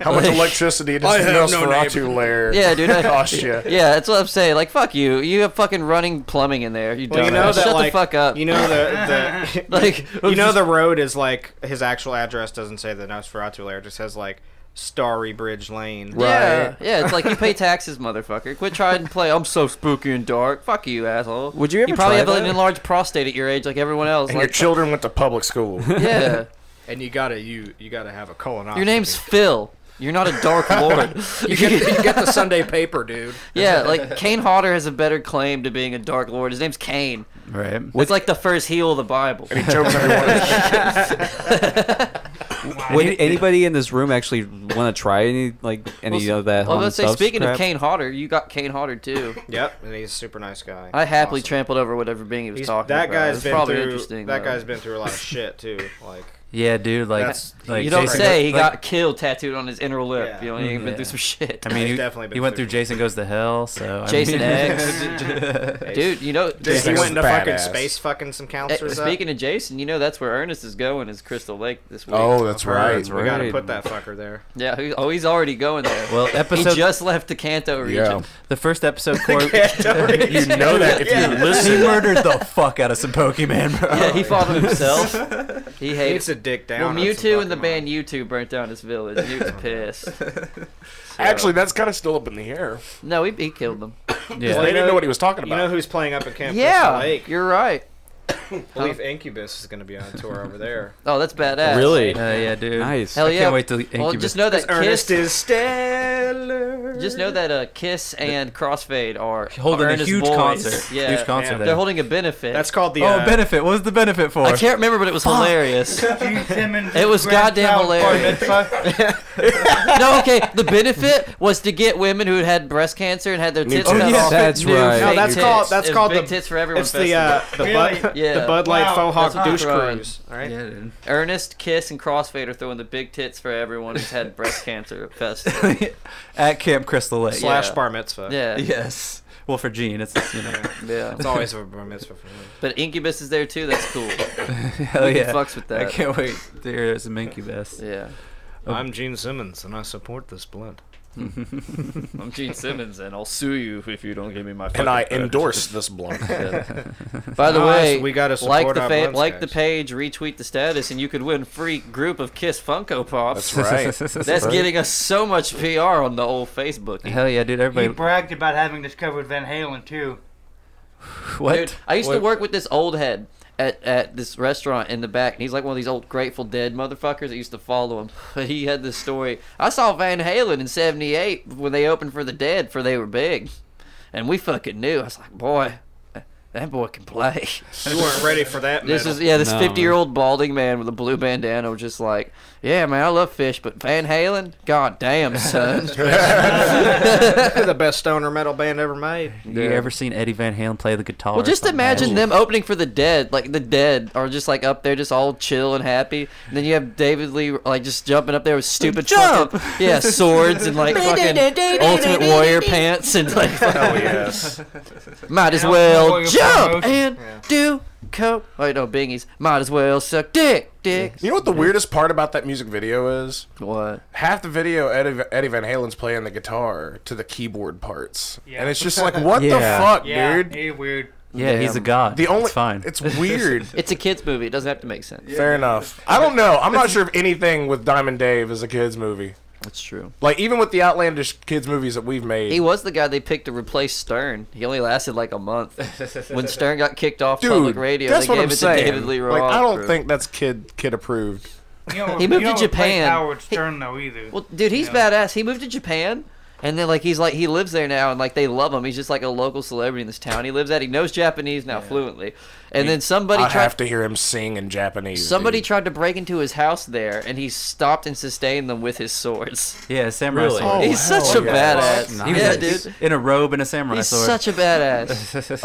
Speaker 3: how much electricity does the Nosferatu layer
Speaker 2: Yeah, dude. I,
Speaker 3: *laughs* cost you?
Speaker 2: Yeah, that's what I'm saying. Like, fuck you. You have fucking running plumbing in there. You
Speaker 6: Well,
Speaker 2: dumbass.
Speaker 6: you know that,
Speaker 2: Shut
Speaker 6: like,
Speaker 2: the fuck up.
Speaker 6: You know
Speaker 2: *laughs*
Speaker 6: the, *laughs* the
Speaker 2: Like,
Speaker 6: you know the road is like his actual address doesn't say the Nosferatu layer. It just says like Starry Bridge Lane.
Speaker 2: Yeah, yeah. It's like you pay taxes, motherfucker. Quit trying to play. I'm so spooky and dark. Fuck you, asshole.
Speaker 5: Would you ever
Speaker 2: You probably
Speaker 5: try
Speaker 2: have an
Speaker 5: that?
Speaker 2: enlarged prostate at your age, like everyone else.
Speaker 3: And your
Speaker 2: Like,
Speaker 3: children went to public school.
Speaker 2: *laughs* yeah.
Speaker 6: And you gotta you you gotta have a colonoscopy.
Speaker 2: Your name's Phil. You're not a
Speaker 6: *laughs*
Speaker 2: dark lord.
Speaker 6: you get, you get the Sunday paper, dude.
Speaker 2: yeah,
Speaker 4: *laughs*
Speaker 2: like Kane Hodder has a better claim to being a dark lord. His name's Kane.
Speaker 4: Right.
Speaker 2: It's like the first heel of the Bible.
Speaker 3: he chokes everyone.
Speaker 2: *laughs*
Speaker 5: Would anybody in this room actually want to try any like any
Speaker 2: Well,
Speaker 5: of that?
Speaker 2: Well,
Speaker 5: hum
Speaker 2: let's say
Speaker 5: stuff
Speaker 2: speaking
Speaker 5: crap?
Speaker 2: of Kane Hodder, you got Kane Hodder too.
Speaker 6: Yep, and he's a super nice guy.
Speaker 2: I happily
Speaker 6: Awesome.
Speaker 2: trampled over whatever being he was
Speaker 6: He's,
Speaker 2: talking
Speaker 6: that
Speaker 2: about.
Speaker 6: guy's
Speaker 2: It's
Speaker 6: been
Speaker 2: probably
Speaker 6: through
Speaker 2: interesting.
Speaker 6: that
Speaker 2: though.
Speaker 6: guy's been through a lot of shit too. Like
Speaker 4: Yeah, dude. Like,
Speaker 6: That's-
Speaker 4: like
Speaker 2: you don't
Speaker 4: Jason-
Speaker 2: say he
Speaker 4: like-
Speaker 2: got killed tattooed on his inner lip.
Speaker 6: Yeah.
Speaker 2: You know, he ain't been
Speaker 4: Yeah.
Speaker 2: through some shit.
Speaker 4: I mean,
Speaker 6: He's
Speaker 4: he,
Speaker 6: definitely been
Speaker 4: he went through
Speaker 6: through-
Speaker 4: Jason Goes to Hell, so. I *laughs*
Speaker 2: Jason
Speaker 4: mean,
Speaker 2: X. Dude, you know,
Speaker 6: Dude, he
Speaker 3: Jason's
Speaker 6: went into fucking
Speaker 3: badass.
Speaker 6: space, fucking some
Speaker 2: eh,
Speaker 6: counselors. up.
Speaker 2: speaking of Jason, you know that's where Ernest is going is Crystal Lake this week.
Speaker 3: oh, that's right.
Speaker 6: we gotta
Speaker 5: right.
Speaker 6: put that fucker there.
Speaker 2: yeah. He, oh, he's already going there.
Speaker 4: Well,
Speaker 2: he
Speaker 4: episode
Speaker 2: just left the Kanto region.
Speaker 3: Yeah.
Speaker 4: the first episode, Corey. *laughs*
Speaker 3: You know that if you
Speaker 4: he
Speaker 3: listen.
Speaker 4: murdered the fuck out of some Pokemon,
Speaker 3: Oh,
Speaker 4: bro.
Speaker 2: Yeah, he fought him
Speaker 6: *laughs*
Speaker 2: himself. He
Speaker 6: He
Speaker 2: hates
Speaker 6: needs to dick down.
Speaker 2: Well,
Speaker 6: on
Speaker 2: Mewtwo
Speaker 6: some
Speaker 2: and the
Speaker 6: Pokemon.
Speaker 2: band U2 burnt down his village. He
Speaker 6: *laughs*
Speaker 2: was pissed.
Speaker 3: *laughs* Actually, that's kind of still up in the air.
Speaker 2: No, he, he
Speaker 3: *laughs*
Speaker 2: killed them.
Speaker 3: They
Speaker 4: Yeah.
Speaker 3: didn't know what he was talking
Speaker 6: You
Speaker 3: about.
Speaker 6: know who's playing up in Camp Crystal
Speaker 2: yeah,
Speaker 6: Lake?
Speaker 2: you're right.
Speaker 6: I *coughs* believe Incubus is going to be on tour over there.
Speaker 2: Oh, that's badass.
Speaker 5: really
Speaker 4: Uh, yeah, dude.
Speaker 5: nice.
Speaker 2: Hell
Speaker 4: I
Speaker 2: yeah.
Speaker 4: can't wait till
Speaker 2: Well,
Speaker 4: Incubus-
Speaker 2: just know that
Speaker 6: Ernest
Speaker 2: Kiss,
Speaker 6: is stellar.
Speaker 2: just know that uh, Kiss and Crossfade are
Speaker 4: Holding
Speaker 2: are
Speaker 4: a
Speaker 2: Ernest
Speaker 4: huge
Speaker 2: boys.
Speaker 4: concert.
Speaker 2: Yeah,
Speaker 4: Huge concert.
Speaker 2: They're
Speaker 4: there.
Speaker 2: holding a benefit.
Speaker 6: That's called the.
Speaker 4: Oh,
Speaker 6: uh,
Speaker 4: benefit. What was the benefit for?
Speaker 2: I can't remember, but it
Speaker 6: *laughs*
Speaker 2: was hilarious. It was goddamn hilarious. *laughs* no, okay. The benefit was to get women who had had breast cancer and had their tits
Speaker 3: tits.
Speaker 2: cut
Speaker 4: Oh, yeah.
Speaker 2: off.
Speaker 5: That's
Speaker 2: new
Speaker 5: right.
Speaker 2: fake
Speaker 6: No, that's
Speaker 2: tits.
Speaker 6: called. That's
Speaker 2: It was
Speaker 6: called
Speaker 2: big
Speaker 6: the.
Speaker 2: tits for everyone.
Speaker 6: it's the uh, the Bud
Speaker 12: Really?
Speaker 2: Yeah.
Speaker 6: the Bud Light
Speaker 12: Wow,
Speaker 6: Faux
Speaker 2: that's
Speaker 6: Hawk
Speaker 2: what
Speaker 6: douche
Speaker 2: they're on.
Speaker 6: cruise. All right.
Speaker 4: Yeah, dude.
Speaker 2: Ernest, Kiss, and Crossfade are throwing the big tits for everyone who's had breast cancer at festival.
Speaker 4: *laughs* *laughs* At Camp Crystal Lake.
Speaker 6: Slash
Speaker 2: Yeah.
Speaker 6: bar mitzvah.
Speaker 2: Yeah,
Speaker 4: Yes. Well, for Gene, it's you know.
Speaker 2: *laughs* yeah.
Speaker 6: It's always a bar mitzvah for me.
Speaker 2: But Incubus is there too. That's
Speaker 4: *laughs*
Speaker 2: cool.
Speaker 4: Hell
Speaker 2: Who
Speaker 4: yeah.
Speaker 2: fucks with
Speaker 4: I
Speaker 2: that?
Speaker 4: can't wait to hear some Incubus.
Speaker 2: Yeah.
Speaker 4: Oh.
Speaker 6: *laughs* I'm Gene Simmons, and I support this blend.
Speaker 4: I'm
Speaker 13: Gene Simmons, and I'll sue you if you don't give me my.
Speaker 3: And I
Speaker 13: fucking credit.
Speaker 3: endorse
Speaker 6: *laughs*
Speaker 3: this
Speaker 4: *laughs*
Speaker 3: blunt.
Speaker 2: *laughs* By
Speaker 6: Nice,
Speaker 2: the way,
Speaker 6: we gotta
Speaker 2: like
Speaker 6: support
Speaker 2: the
Speaker 6: our
Speaker 2: fa-
Speaker 6: Bloods
Speaker 2: like the
Speaker 6: guys.
Speaker 2: page, retweet the status, and you could win free group of Kiss Funko Pops.
Speaker 3: That's right.
Speaker 2: *laughs* That's getting us so much PR on the old Facebook.
Speaker 4: Hell yeah, dude!
Speaker 9: He
Speaker 4: Everybody,
Speaker 9: bragged about having discovered Van Halen too.
Speaker 4: *laughs* what?
Speaker 2: Dude, I used to work with this old head at, at this restaurant in the back, and he's like one of these old Grateful Dead motherfuckers that used to follow him. *laughs* But he had this story. I saw Van Halen in '78 when they opened for the Dead, for they were big, and we fucking knew. I was like, boy, that boy can play.
Speaker 6: You
Speaker 2: *laughs*
Speaker 6: weren't ready for that.
Speaker 2: This
Speaker 6: metal.
Speaker 2: is yeah, this
Speaker 10: No,
Speaker 2: fifty-year-old balding man with a blue bandana, was just like, yeah, man, I love fish, but Van Halen, god
Speaker 4: *laughs*
Speaker 6: *laughs*
Speaker 2: damn, son.
Speaker 6: the best stoner metal band ever made.
Speaker 4: You ever seen Eddie Van Halen play the guitar?
Speaker 2: Well, just imagine them opening for the dead. Like the dead are just like up there, just all chill and happy. And then you have David Lee like just jumping up there with stupid
Speaker 14: Jump!
Speaker 2: fucking yeah swords
Speaker 9: *laughs*
Speaker 2: and like fucking Ultimate Warrior pants and like
Speaker 6: Oh yes.
Speaker 2: *laughs* might as
Speaker 9: Yeah,
Speaker 2: well
Speaker 9: warrior
Speaker 2: jump
Speaker 9: pose.
Speaker 2: and do coke. Wait, no bingies. Might as well suck dick, *laughs* dick.
Speaker 3: You know what the weirdest part about that music video is?
Speaker 2: What?
Speaker 3: Half the video, Eddie, Eddie Van Halen's playing the guitar to the keyboard parts, and it's just like,
Speaker 4: *laughs*
Speaker 3: what
Speaker 4: Yeah.
Speaker 3: the fuck,
Speaker 9: Yeah,
Speaker 3: dude?
Speaker 9: he weird.
Speaker 4: Yeah, he's a god.
Speaker 3: The only
Speaker 4: it's fine. *laughs*
Speaker 3: It's weird.
Speaker 2: *laughs* It's a kids movie. It doesn't have to make sense.
Speaker 3: Fair enough. I don't know.
Speaker 4: *laughs*
Speaker 3: I'm not sure if anything with Diamond Dave is a kids movie.
Speaker 2: That's true.
Speaker 3: Like even with the outlandish kids movies that we've made,
Speaker 2: He was the guy they picked to replace Stern. He only lasted like
Speaker 4: *laughs*
Speaker 2: a month. when Stern got kicked off
Speaker 3: dude,
Speaker 2: public radio,
Speaker 3: that's
Speaker 2: they
Speaker 3: what
Speaker 2: gave
Speaker 3: I'm
Speaker 2: it
Speaker 3: saying.
Speaker 2: to David Lee Roth.
Speaker 3: like I don't
Speaker 2: bro.
Speaker 3: think that's kid kid approved.
Speaker 9: You don't-
Speaker 2: He moved
Speaker 9: you don't
Speaker 2: to
Speaker 9: replace
Speaker 2: Japan.
Speaker 9: Oh, Howard
Speaker 2: He-
Speaker 9: Stern though either.
Speaker 2: Well, dude, he's badass. He moved to Japan, and then like he's like he lives there now, and like they love him. He's just like a local celebrity in this town he lives at. He knows Japanese now fluently, and then somebody
Speaker 3: I
Speaker 2: tried
Speaker 3: have to hear him sing in Japanese.
Speaker 2: somebody
Speaker 3: dude.
Speaker 2: tried to break into his house there, and he stopped and sustained them with his swords.
Speaker 4: yeah, samurai
Speaker 13: Really?
Speaker 4: sword.
Speaker 2: he's
Speaker 3: Oh, hell
Speaker 2: such a
Speaker 3: yeah.
Speaker 2: badass.
Speaker 4: He was
Speaker 2: Oh, Yeah,
Speaker 4: like,
Speaker 2: dude.
Speaker 4: in a robe and a samurai
Speaker 2: He's
Speaker 4: sword.
Speaker 2: such a badass.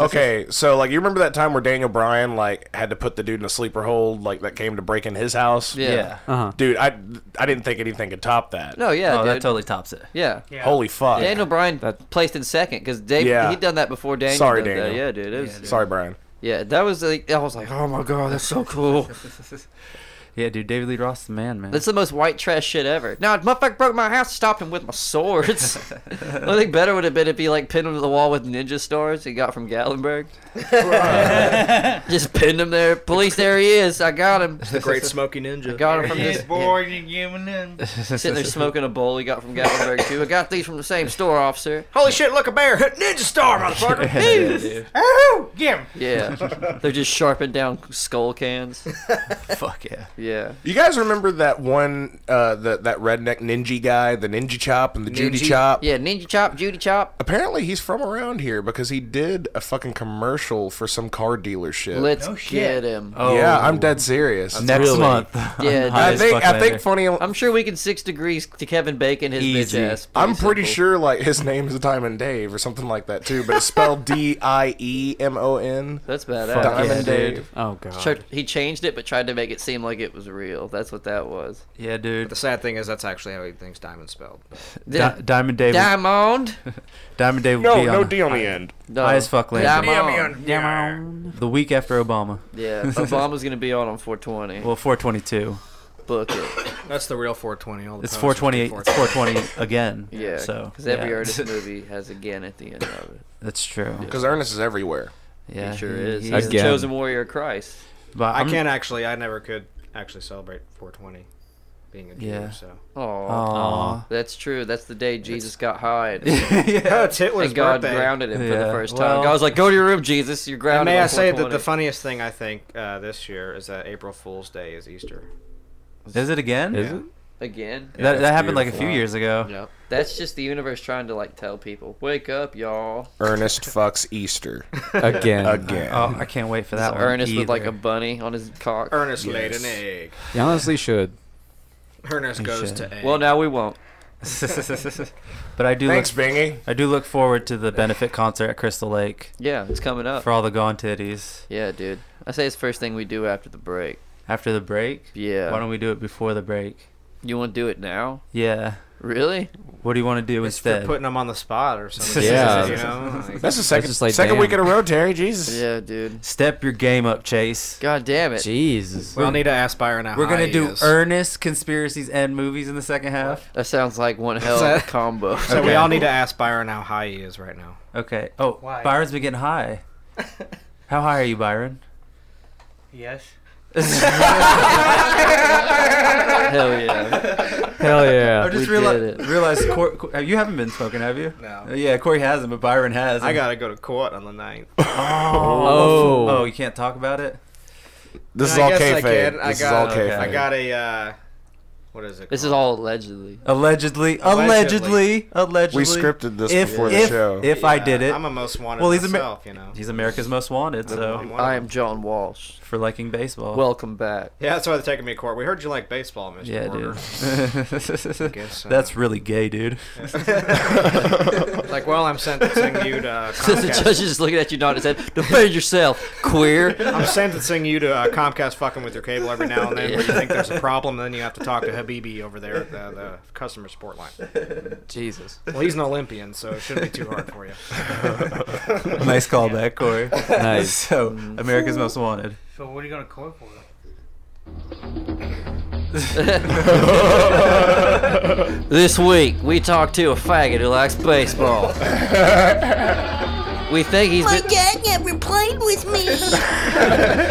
Speaker 4: *laughs*
Speaker 3: okay, so like you remember that time where Daniel Bryan like had to put the dude in a sleeper hold, like that came to break in his house.
Speaker 2: Yeah. Uh-huh.
Speaker 4: yeah.
Speaker 10: Uh huh.
Speaker 3: dude, I I didn't think anything could top that.
Speaker 2: No, yeah,
Speaker 4: oh,
Speaker 2: dude.
Speaker 4: that totally tops it.
Speaker 2: yeah.
Speaker 9: Yeah.
Speaker 3: Holy fuck!
Speaker 2: Daniel Bryan placed in second because Dave
Speaker 3: Yeah.
Speaker 2: he'd done that before Daniel.
Speaker 3: Sorry,
Speaker 2: did that.
Speaker 3: Daniel.
Speaker 2: Yeah, dude. It was,
Speaker 3: Sorry, Brian.
Speaker 2: yeah, that was like I was like, oh my god, that's so cool.
Speaker 4: *laughs* Yeah, dude, David Lee Roth's the man, man.
Speaker 2: That's the most white trash shit ever. No, motherfucker broke my house, stopped him with my
Speaker 6: *laughs*
Speaker 2: swords. I think better would have been if he like pinned him to the wall with ninja stars he got from Gallenberg. *laughs* Just pinned him there. Police, there he is. I got him.
Speaker 6: The Great Smoky Ninja.
Speaker 2: Got him from
Speaker 9: He's
Speaker 2: this.
Speaker 9: bored and giving in.
Speaker 2: yeah, sitting there smoking a bowl he got from Gallenberg too. I got these from the same store, officer.
Speaker 6: Holy shit! Look a
Speaker 2: *laughs*
Speaker 6: bear! Ninja star, motherfucker!
Speaker 9: Oh, yeah.
Speaker 2: Yeah,
Speaker 4: *laughs*
Speaker 6: *laughs*
Speaker 2: they're just sharpened down skull cans.
Speaker 4: Fuck yeah.
Speaker 2: Yeah,
Speaker 3: You guys remember that one, uh, the, that redneck ninja guy, the ninja chop and the Judy
Speaker 6: Ninji?
Speaker 3: chop?
Speaker 2: yeah. Ninja chop, Judy chop.
Speaker 3: Apparently, he's from around here because he did a fucking commercial for some car dealership.
Speaker 2: Let's
Speaker 9: No
Speaker 2: get
Speaker 9: shit.
Speaker 2: him.
Speaker 3: yeah, I'm dead serious.
Speaker 4: Next
Speaker 3: Really.
Speaker 4: month.
Speaker 2: Yeah,
Speaker 4: high
Speaker 3: I
Speaker 4: as
Speaker 3: think
Speaker 4: fuck
Speaker 3: I think
Speaker 4: later.
Speaker 3: funny.
Speaker 2: I'm sure we can six degrees to Kevin Bacon his
Speaker 4: Easy.
Speaker 2: bitch ass.
Speaker 3: I'm pretty
Speaker 2: simple.
Speaker 3: sure like his name is Diamond Dave or something like that too, but it's spelled
Speaker 2: *laughs*
Speaker 3: D I E M O N.
Speaker 2: That's badass.
Speaker 3: Diamond
Speaker 4: yeah,
Speaker 3: Dave.
Speaker 4: dude.
Speaker 10: Oh god.
Speaker 2: Tried- he changed it, but tried to make it seem like it was real. That's what that was.
Speaker 4: Yeah, dude.
Speaker 6: The sad *laughs* thing is that's actually how he thinks diamond spelled.
Speaker 4: Di- Diamond Dave.
Speaker 2: Diamond.
Speaker 4: *laughs* Diamond Dave.
Speaker 3: No,
Speaker 4: will be
Speaker 3: no
Speaker 4: on
Speaker 3: D on the end.
Speaker 2: No.
Speaker 4: High as fuck land.
Speaker 2: Diamond.
Speaker 4: the week after Obama.
Speaker 2: Yeah, Obama's gonna be on on 420.
Speaker 4: Well, 422.
Speaker 2: Book it.
Speaker 6: *coughs* That's the real 420. All the
Speaker 4: It's
Speaker 6: times.
Speaker 4: 428. It's 420 again.
Speaker 2: *coughs* Yeah.
Speaker 4: So.
Speaker 2: because every
Speaker 4: yeah.
Speaker 2: artist
Speaker 4: *laughs*
Speaker 2: movie has again at the end of it.
Speaker 4: That's true.
Speaker 3: Because Ernest is everywhere.
Speaker 4: Yeah.
Speaker 2: It sure is.
Speaker 4: he-
Speaker 2: He's
Speaker 4: he
Speaker 2: the
Speaker 10: Again.
Speaker 2: chosen warrior of Christ.
Speaker 4: But
Speaker 6: I
Speaker 4: I'm-
Speaker 6: can't actually. I never could actually celebrate 420, being a Jew.
Speaker 4: Yeah.
Speaker 6: So.
Speaker 2: Oh,
Speaker 4: Aw.
Speaker 2: that's true. That's the day Jesus got
Speaker 4: *laughs*
Speaker 2: high. And
Speaker 6: *laughs* Yeah, it's Hitler's
Speaker 2: and God
Speaker 6: birthday.
Speaker 2: grounded him for the
Speaker 4: Yeah.
Speaker 2: first
Speaker 4: Well-
Speaker 2: time. God was like, "Go to your room, Jesus. You're
Speaker 6: And
Speaker 2: grounded."
Speaker 6: may
Speaker 2: on
Speaker 6: I say that the
Speaker 2: 420."
Speaker 6: funniest thing I think uh, this year is that April Fool's Day is Easter.
Speaker 4: Is it again?
Speaker 10: Is it?
Speaker 2: again?
Speaker 4: That, that
Speaker 3: that's
Speaker 4: happened like a
Speaker 3: beautiful.
Speaker 4: few years ago.
Speaker 2: No, that's just the universe trying to like tell people, "Wake up, y'all."
Speaker 3: Ernest fucks Easter
Speaker 10: Again.
Speaker 3: again.
Speaker 4: Oh, I can't wait for that one.
Speaker 2: Ernest with like a
Speaker 4: either.
Speaker 2: bunny on his cock.
Speaker 6: Ernest
Speaker 3: Yes.
Speaker 6: laid an egg.
Speaker 10: You honestly should.
Speaker 6: Ernest goes
Speaker 4: should.
Speaker 6: to egg.
Speaker 2: Well, now
Speaker 4: *laughs*
Speaker 2: we won't.
Speaker 4: but I do.
Speaker 3: Thanks,
Speaker 4: Look,
Speaker 3: Bingy.
Speaker 4: I do look forward to the benefit concert at Crystal Lake
Speaker 2: Yeah, it's coming up.
Speaker 4: for all the gone titties.
Speaker 2: Yeah, dude. I say it's first thing we do after the break.
Speaker 4: After the break,
Speaker 2: Yeah.
Speaker 4: why don't we do it before the break?
Speaker 2: you want to do it now?
Speaker 4: Yeah.
Speaker 2: Really?
Speaker 4: What do you want to do
Speaker 6: It's for
Speaker 4: instead?
Speaker 6: putting them on the spot
Speaker 4: *laughs*
Speaker 6: or something.
Speaker 9: Yeah.
Speaker 6: you know, like-
Speaker 10: That's the second
Speaker 9: just like,
Speaker 10: second
Speaker 9: damn.
Speaker 10: week in a row, Terry. Jesus.
Speaker 2: Yeah, dude.
Speaker 4: Step your game up, Chase.
Speaker 2: God damn it.
Speaker 9: Jesus.
Speaker 6: we all need to aspire now.
Speaker 4: We're gonna do earnest conspiracies and movies in the second half.
Speaker 2: That sounds like one hell of a combo.
Speaker 6: *laughs* So we
Speaker 4: Okay.
Speaker 6: all need to ask Byron how high he is right now.
Speaker 4: Okay. Oh,
Speaker 5: Why?
Speaker 4: Byron's been getting
Speaker 6: *laughs*
Speaker 4: high. How high are you, Byron?
Speaker 2: *laughs*
Speaker 5: Yes.
Speaker 2: hell yeah.
Speaker 9: Hell yeah.
Speaker 2: just We reali- did it.
Speaker 4: realized Cor- Cor- you haven't been smoking, have you?
Speaker 6: No.
Speaker 4: Uh, Yeah, Corey hasn't, but Byron has.
Speaker 6: I gotta go to court on
Speaker 4: *laughs*
Speaker 6: the ninth.
Speaker 4: Oh. Oh, you can't talk about it.
Speaker 10: This is
Speaker 6: I
Speaker 10: all
Speaker 6: guess I
Speaker 10: kayfabe.
Speaker 6: can. I
Speaker 10: This is
Speaker 6: got-
Speaker 10: all
Speaker 4: okay.
Speaker 10: kayfabe.
Speaker 6: I got a uh, what is it?
Speaker 2: This is
Speaker 6: called?
Speaker 2: all allegedly.
Speaker 4: Allegedly, allegedly,
Speaker 6: Allegedly.
Speaker 4: allegedly.
Speaker 10: We scripted this
Speaker 4: if,
Speaker 10: before the
Speaker 4: if,
Speaker 10: show.
Speaker 4: If I did it,
Speaker 6: I'm a most wanted
Speaker 4: Well,
Speaker 6: well,
Speaker 4: he's
Speaker 6: he's
Speaker 4: Amer-
Speaker 6: myself, you know.
Speaker 4: he's America's most wanted.
Speaker 6: I'm
Speaker 4: So
Speaker 6: one of
Speaker 2: I
Speaker 6: them.
Speaker 2: am John Walsh.
Speaker 4: for liking baseball.
Speaker 2: Welcome back.
Speaker 6: Yeah, that's why they're taking me to court. We heard you like baseball, Mr.
Speaker 4: yeah, *laughs*
Speaker 6: Porter. *laughs*
Speaker 4: dude.
Speaker 6: Guess,
Speaker 4: *laughs*
Speaker 6: uh,
Speaker 4: That's really gay,
Speaker 6: *laughs*
Speaker 4: dude. *laughs*
Speaker 6: like, well, I'm sentencing you to uh,
Speaker 2: So *laughs* the
Speaker 6: Comcast.
Speaker 2: judge is looking at you nodding his head. Defend yourself, queer.
Speaker 6: *laughs* I'm sentencing you to uh, Comcast fucking with your cable every now and then where you think there's a problem, then you have to talk to Habibi over there at the, the customer support line.
Speaker 9: Jesus.
Speaker 6: Well, he's an Olympian, so it shouldn't be too hard for you.
Speaker 4: *laughs* nice callback,
Speaker 6: *laughs*
Speaker 4: Corey.
Speaker 9: Nice.
Speaker 4: so, America's most wanted.
Speaker 5: So what are you gonna court for?
Speaker 6: *laughs*
Speaker 2: This week, we talked to a faggot who likes
Speaker 6: *laughs*
Speaker 2: baseball. We think he's
Speaker 7: My
Speaker 2: been,
Speaker 7: dad never played with me.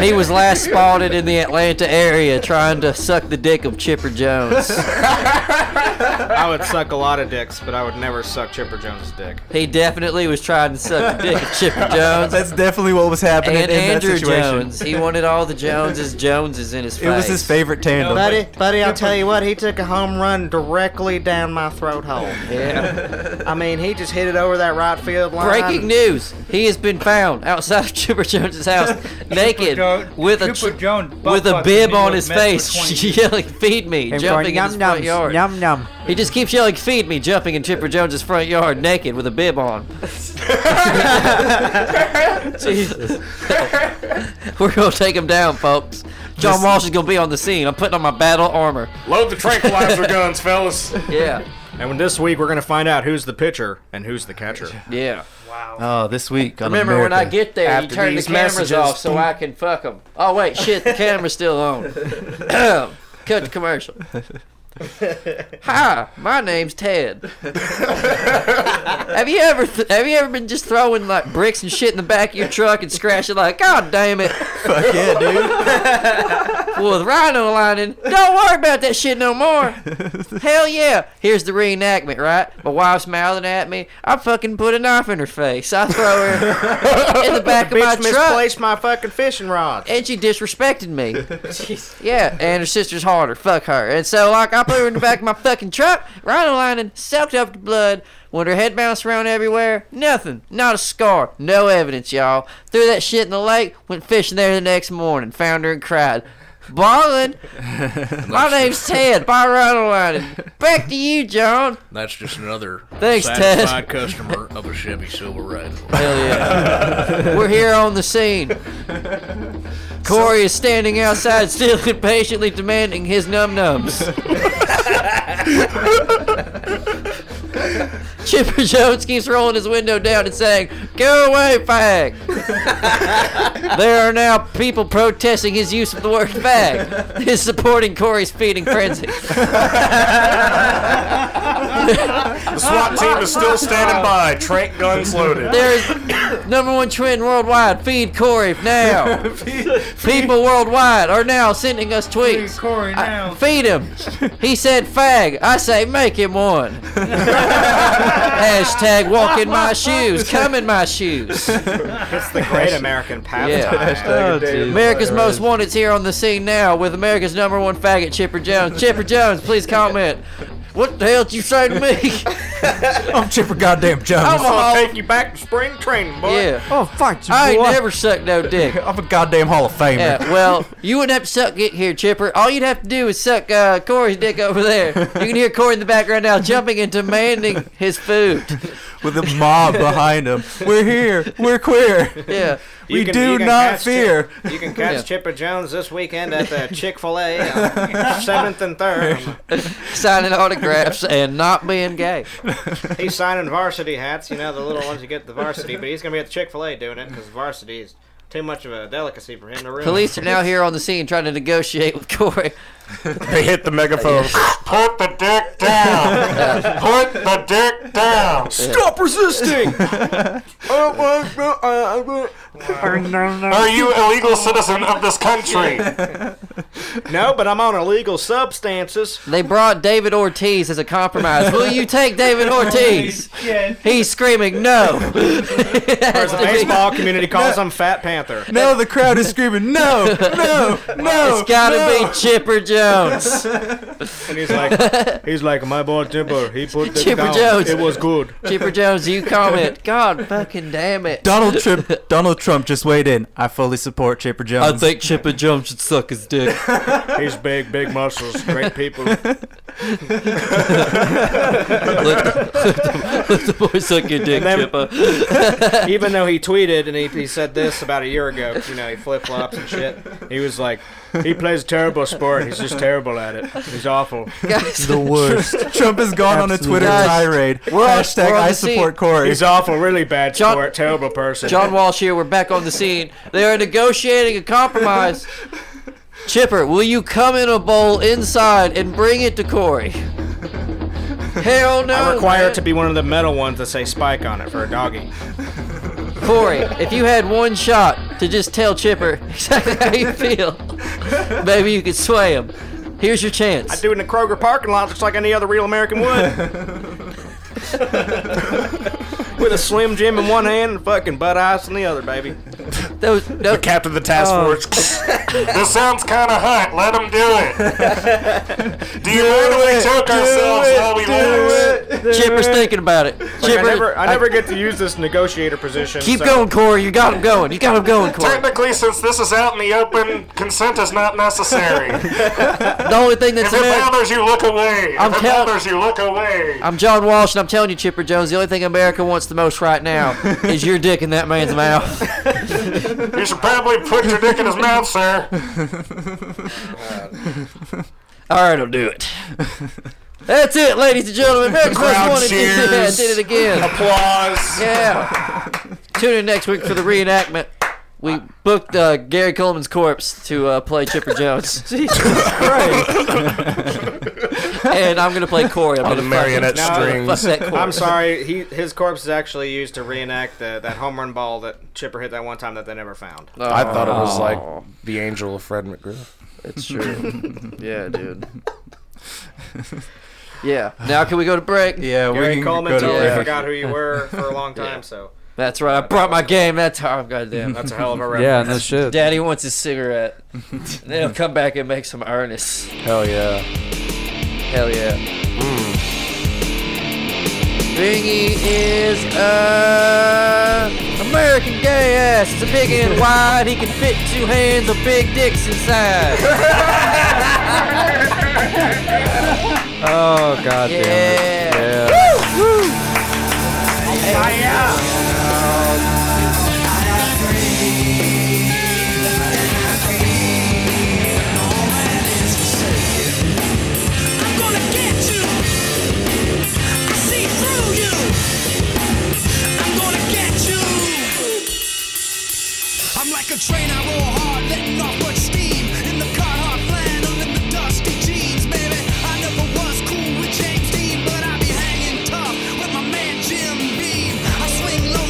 Speaker 2: *laughs* he was last spotted in the Atlanta area trying to suck the dick of Chipper Jones.
Speaker 6: I would suck a lot of dicks, but I would never suck Chipper Jones' dick.
Speaker 2: He definitely was trying to suck the dick of Chipper Jones.
Speaker 4: That's definitely what was happening
Speaker 2: and
Speaker 4: in
Speaker 2: Andrew
Speaker 4: that situation.
Speaker 2: Jones. He wanted all the Joneses. Joneses in his face.
Speaker 4: It was his favorite tandem.
Speaker 6: buddy, I'll tell you what, he took a home run directly down my throat hole.
Speaker 2: Yeah.
Speaker 6: I mean, he just hit it over that right field line.
Speaker 2: Breaking news: He has been found outside of Chipper
Speaker 5: *laughs*
Speaker 2: Jones's house, naked, with a
Speaker 5: Cooper
Speaker 2: tr-
Speaker 5: Jones
Speaker 2: with
Speaker 5: butt-fucking
Speaker 2: a bib
Speaker 5: video
Speaker 2: on his
Speaker 5: messed with
Speaker 2: face, *laughs*
Speaker 5: 20.
Speaker 2: yelling "Feed me!" jumping in his front yard.
Speaker 15: Yum yum.
Speaker 2: He just keeps yelling "Feed me!" jumping in Chipper Jones's front yard, naked with a bib on. Jesus, *laughs* we're gonna take him down, folks. John Walsh is gonna be on the scene. I'm putting on my battle armor.
Speaker 10: Load the tranquilizer guns, fellas.
Speaker 2: Yeah,
Speaker 6: And when this week, we're going to find out who's the pitcher and who's the catcher.
Speaker 2: yeah.
Speaker 4: Oh, this week on
Speaker 2: Remember when I
Speaker 4: America.
Speaker 2: get there, you
Speaker 10: After
Speaker 2: turn the
Speaker 10: these
Speaker 2: cameras
Speaker 10: messages,
Speaker 2: off so
Speaker 10: boom.
Speaker 2: I can fuck them. Oh wait, shit, the camera's still on. Cut the commercial. Hi, my name's Ted. have you ever th- have you ever been just throwing like bricks and shit in the back of your truck and scratching like, God damn it,
Speaker 4: Fuck yeah, dude.
Speaker 2: *laughs* with rhino lining? Don't worry about that shit no more. *laughs* Hell yeah! Here's the reenactment, right? My wife's mouthing at me. I fucking put a knife in her face. I throw her in the
Speaker 6: *laughs*
Speaker 2: back of my
Speaker 6: Bitch
Speaker 2: truck.
Speaker 6: misplaced my fucking fishing rod.
Speaker 2: and she disrespected
Speaker 6: *laughs*
Speaker 2: me. yeah, and her sister's harder. Fuck her. And so, like, I put her in the back of my fucking truck, rhino lining, soaked up to blood. When her head bounced around everywhere, nothing, not a scar, no evidence, y'all. Threw that shit in the lake, went fishing there the next morning, found her and cried. Ballin'.
Speaker 16: *laughs*
Speaker 2: My name's Ted. By rhino lining. Back to you, John.
Speaker 16: That's just another
Speaker 2: Thanks, Ted. *laughs*
Speaker 16: satisfied customer of a Chevy Silverado.
Speaker 2: Hell
Speaker 6: *laughs*
Speaker 2: yeah. We're here on the scene. Corey is standing outside, still *laughs* impatiently demanding his
Speaker 16: *laughs*
Speaker 2: num nums. Chipper Jones keeps rolling his window down and saying, Go away,
Speaker 16: *laughs*
Speaker 2: fag! there are now people protesting his use of the word fag. His supporting Corey's feeding frenzy.
Speaker 10: The SWAT team is still standing by, trank guns loaded.
Speaker 2: There is number one trend worldwide. Feed Corey
Speaker 10: *laughs*
Speaker 2: now. People worldwide are now sending us tweets.
Speaker 5: Feed Corey
Speaker 2: I-
Speaker 5: now.
Speaker 2: feed him. He said fag. I say make him one.
Speaker 5: *laughs*
Speaker 2: Hashtag walk in my shoes. Come in my shoes.
Speaker 6: That's the great
Speaker 4: *laughs*
Speaker 6: American *laughs* pastime.
Speaker 9: Oh, Jesus.
Speaker 2: America's Most Wanted's here on the scene now with America's number one faggot, Chipper Jones. Chipper Jones, please comment. What the hell did you say to me?
Speaker 4: I'm Chipper Goddamn Jones.
Speaker 6: I'm gonna take you back to spring training, boy.
Speaker 2: Yeah.
Speaker 4: Oh, fuck you,
Speaker 2: I ain't
Speaker 4: boy.
Speaker 2: never sucked no dick.
Speaker 4: *laughs* I'm a goddamn Hall of Famer.
Speaker 2: Yeah,
Speaker 4: *laughs*
Speaker 2: well, you wouldn't have to suck it here, Chipper. All you'd have to do is suck uh, Corey's dick over there. You can hear Corey in the background now jumping and demanding his food.
Speaker 4: *laughs* with a mob Ah, behind him. We're here. We're queer.
Speaker 6: *laughs*
Speaker 2: Yeah.
Speaker 4: We
Speaker 6: You can-
Speaker 4: do
Speaker 6: you can
Speaker 4: not
Speaker 6: catch
Speaker 4: fear.
Speaker 6: Chip- you can catch
Speaker 2: Yeah.
Speaker 6: Chipper Jones this weekend at the Chick Fil A,
Speaker 4: *laughs*
Speaker 6: seventh and third.
Speaker 2: *laughs* Signing autographs and not being gay.
Speaker 6: He's signing varsity hats, you know, the little ones you get at the varsity. But he's gonna be at the Chick Fil A doing it because varsity is too much of a delicacy for him to ruin.
Speaker 2: Police
Speaker 6: *laughs*
Speaker 2: are now here on the scene trying to negotiate with Corey.
Speaker 8: They hit the
Speaker 2: *laughs*
Speaker 8: megaphone. Put the dick down. Put the dick
Speaker 2: *laughs*
Speaker 8: down.
Speaker 4: Stop resisting.
Speaker 10: Oh, uh,
Speaker 8: Are you illegal citizen of this country?
Speaker 6: No, but I'm on illegal substances.
Speaker 2: They brought David Ortiz as a compromise. Will you take David *laughs* Ortiz?
Speaker 6: Yes.
Speaker 2: He's
Speaker 6: *laughs*
Speaker 2: screaming no.
Speaker 6: Whereas the baseball
Speaker 2: *laughs*
Speaker 6: community calls him Fat Panther.
Speaker 4: Now the *laughs* crowd is screaming, no, no, no.
Speaker 2: *laughs* It's gotta
Speaker 4: no.
Speaker 2: be Chipper Jones.
Speaker 6: *laughs* And he's like, he's like, my boy Chipper. He put the
Speaker 2: Chipper
Speaker 6: down.
Speaker 2: Jones.
Speaker 6: It was good.
Speaker 2: Chipper Jones, you comment. God fucking damn it.
Speaker 4: Donald Trump. Donald Trump just weighed in. I fully support Chipper Jones.
Speaker 2: Chipper Jones should suck
Speaker 4: *laughs*
Speaker 2: his dick.
Speaker 6: *laughs* He's big, big muscles, great people.
Speaker 2: *laughs*
Speaker 6: *laughs*
Speaker 2: let, the, let the boy suck your dick,
Speaker 6: And
Speaker 2: Chipper.
Speaker 6: *laughs* Even though he tweeted and he, he said this about a year ago, you know, he flip flops and shit. He was like, he plays a terrible sport. He's just terrible at it. He's awful.
Speaker 2: Guys,
Speaker 4: the worst. Trump has gone on a
Speaker 5: Absolutely.
Speaker 4: Twitter
Speaker 2: Guys,
Speaker 4: tirade.
Speaker 2: *laughs* we're on-
Speaker 4: Hashtag
Speaker 2: we're on
Speaker 4: I
Speaker 2: the scene.
Speaker 4: support Corey.
Speaker 6: He's awful, really bad
Speaker 2: John-
Speaker 6: sport, terrible person.
Speaker 2: John Walsh here. We're back on the scene. They are negotiating a compromise. Chipper, will you come in a bowl inside and bring it to
Speaker 6: *laughs*
Speaker 2: Corey? Hell no.
Speaker 6: I require
Speaker 2: man.
Speaker 6: it to be one of the metal ones that say Spike on it for a doggy.
Speaker 2: *laughs* Corey, if you had one shot to just tell Chipper *laughs* exactly how you feel, maybe you could sway him. Here's your chance.
Speaker 6: I do it in a Kroger parking lot just like any other *laughs* real American
Speaker 2: *laughs*
Speaker 6: would. With a Slim Jim in one hand and fucking Bud Ice in the other, baby.
Speaker 2: Those, Oh, no,
Speaker 8: Captain of the task force. this sounds kind of hot. Let him
Speaker 6: *laughs*
Speaker 8: do it. Do you mind if we choke ourselves while we lose?
Speaker 2: Chipper's thinking about it.
Speaker 6: Like, I
Speaker 2: Chipper,
Speaker 6: never, I never get to use this negotiator position.
Speaker 2: keep
Speaker 6: so-
Speaker 2: going, Corey. You got him going. You got him going, Corey.
Speaker 8: Technically, since this is out in the open, consent is not
Speaker 2: *laughs*
Speaker 8: necessary. if
Speaker 2: The only thing that's
Speaker 8: it
Speaker 2: American.
Speaker 8: bothers you, look away. If
Speaker 2: I'm
Speaker 8: it
Speaker 2: tell-
Speaker 8: bothers you, look away.
Speaker 2: I'm John Walsh, and I'm telling you, Chipper Jones, the only thing America wants the most right now is your dick in that man's mouth.
Speaker 8: You should probably put your dick in his mouth, sir.
Speaker 2: *laughs* All right, I'll do it. That's it, ladies and gentlemen. America's Most
Speaker 8: Crowd
Speaker 2: Wanted did, *laughs* yeah,
Speaker 8: cheers.
Speaker 2: did it again.
Speaker 8: Applause.
Speaker 2: Yeah. Tune in next week for the reenactment. We booked uh, Gary Coleman's corpse to uh, play Chipper
Speaker 6: *laughs*
Speaker 2: Jones, *laughs* and I'm gonna play Corey. I'm
Speaker 8: On
Speaker 2: gonna
Speaker 8: the marionette
Speaker 2: fucking- I'm gonna
Speaker 8: strings.
Speaker 2: fuck that Corey.
Speaker 6: I'm sorry. He his corpse is actually used to reenact the, that home run ball that Chipper hit that one time that they never found.
Speaker 8: I thought it
Speaker 2: Oh.
Speaker 8: was like the angel of Fred McGriff.
Speaker 17: It's
Speaker 3: *laughs*
Speaker 2: *laughs*
Speaker 17: true.
Speaker 6: *laughs*
Speaker 17: yeah, dude.
Speaker 2: Yeah. Now can we go to break?
Speaker 4: yeah, we
Speaker 6: Gary
Speaker 4: can
Speaker 6: Coleman
Speaker 4: go to
Speaker 6: totally
Speaker 4: break.
Speaker 6: forgot who you were for a
Speaker 2: *laughs*
Speaker 6: long time, so
Speaker 2: That's right. I brought my game that time. Goddamn.
Speaker 6: that's a hell
Speaker 5: *laughs*
Speaker 6: of a reference.
Speaker 5: Yeah, no shit.
Speaker 2: Daddy wants
Speaker 5: *laughs*
Speaker 2: his cigarette. then he'll come back and make some earnest.
Speaker 8: Hell yeah.
Speaker 2: Hell yeah. Mm. Bingy is a American gay ass. It's a big
Speaker 5: *laughs*
Speaker 2: and wide. He can fit two hands or big dicks inside.
Speaker 5: *laughs* Oh god
Speaker 2: Yeah.
Speaker 5: damn it. Yeah.
Speaker 10: I'm gonna get you. I see through you. I'm gonna get you. I'm like a train, I roll hard, letting off much steam. In the car, hard flying under the dusty jeans, baby. I never was cool with James Dean, but I be hanging tough with my man Jim Beam. I swing low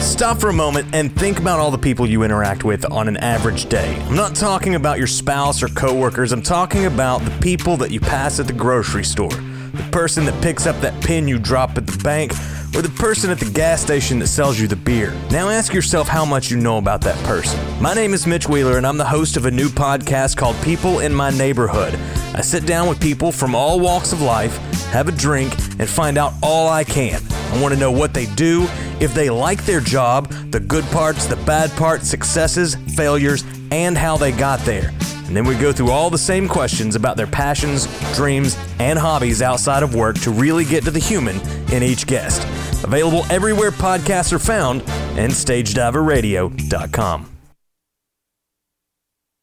Speaker 1: Stop for a moment and think about all the people you interact with on an average day. I'm not talking about your spouse or coworkers, I'm talking about the people that you pass at the grocery store. The person that picks up that pin you drop at the bank, or the person at the gas station that sells you the beer. Now ask yourself how much you know about that person. My name is Mitch Wheeler, and I'm the host of a new podcast called People in My Neighborhood. I sit down with people from all walks of life, have a drink, and find out all I can. I want to know what they do, if they like their job, the good parts, the bad parts, successes, failures, and how they got there. And then we go through all the same questions about their passions, dreams, and hobbies outside of work to really get to the human in each guest. Available everywhere podcasts are found and stagediverradio.com.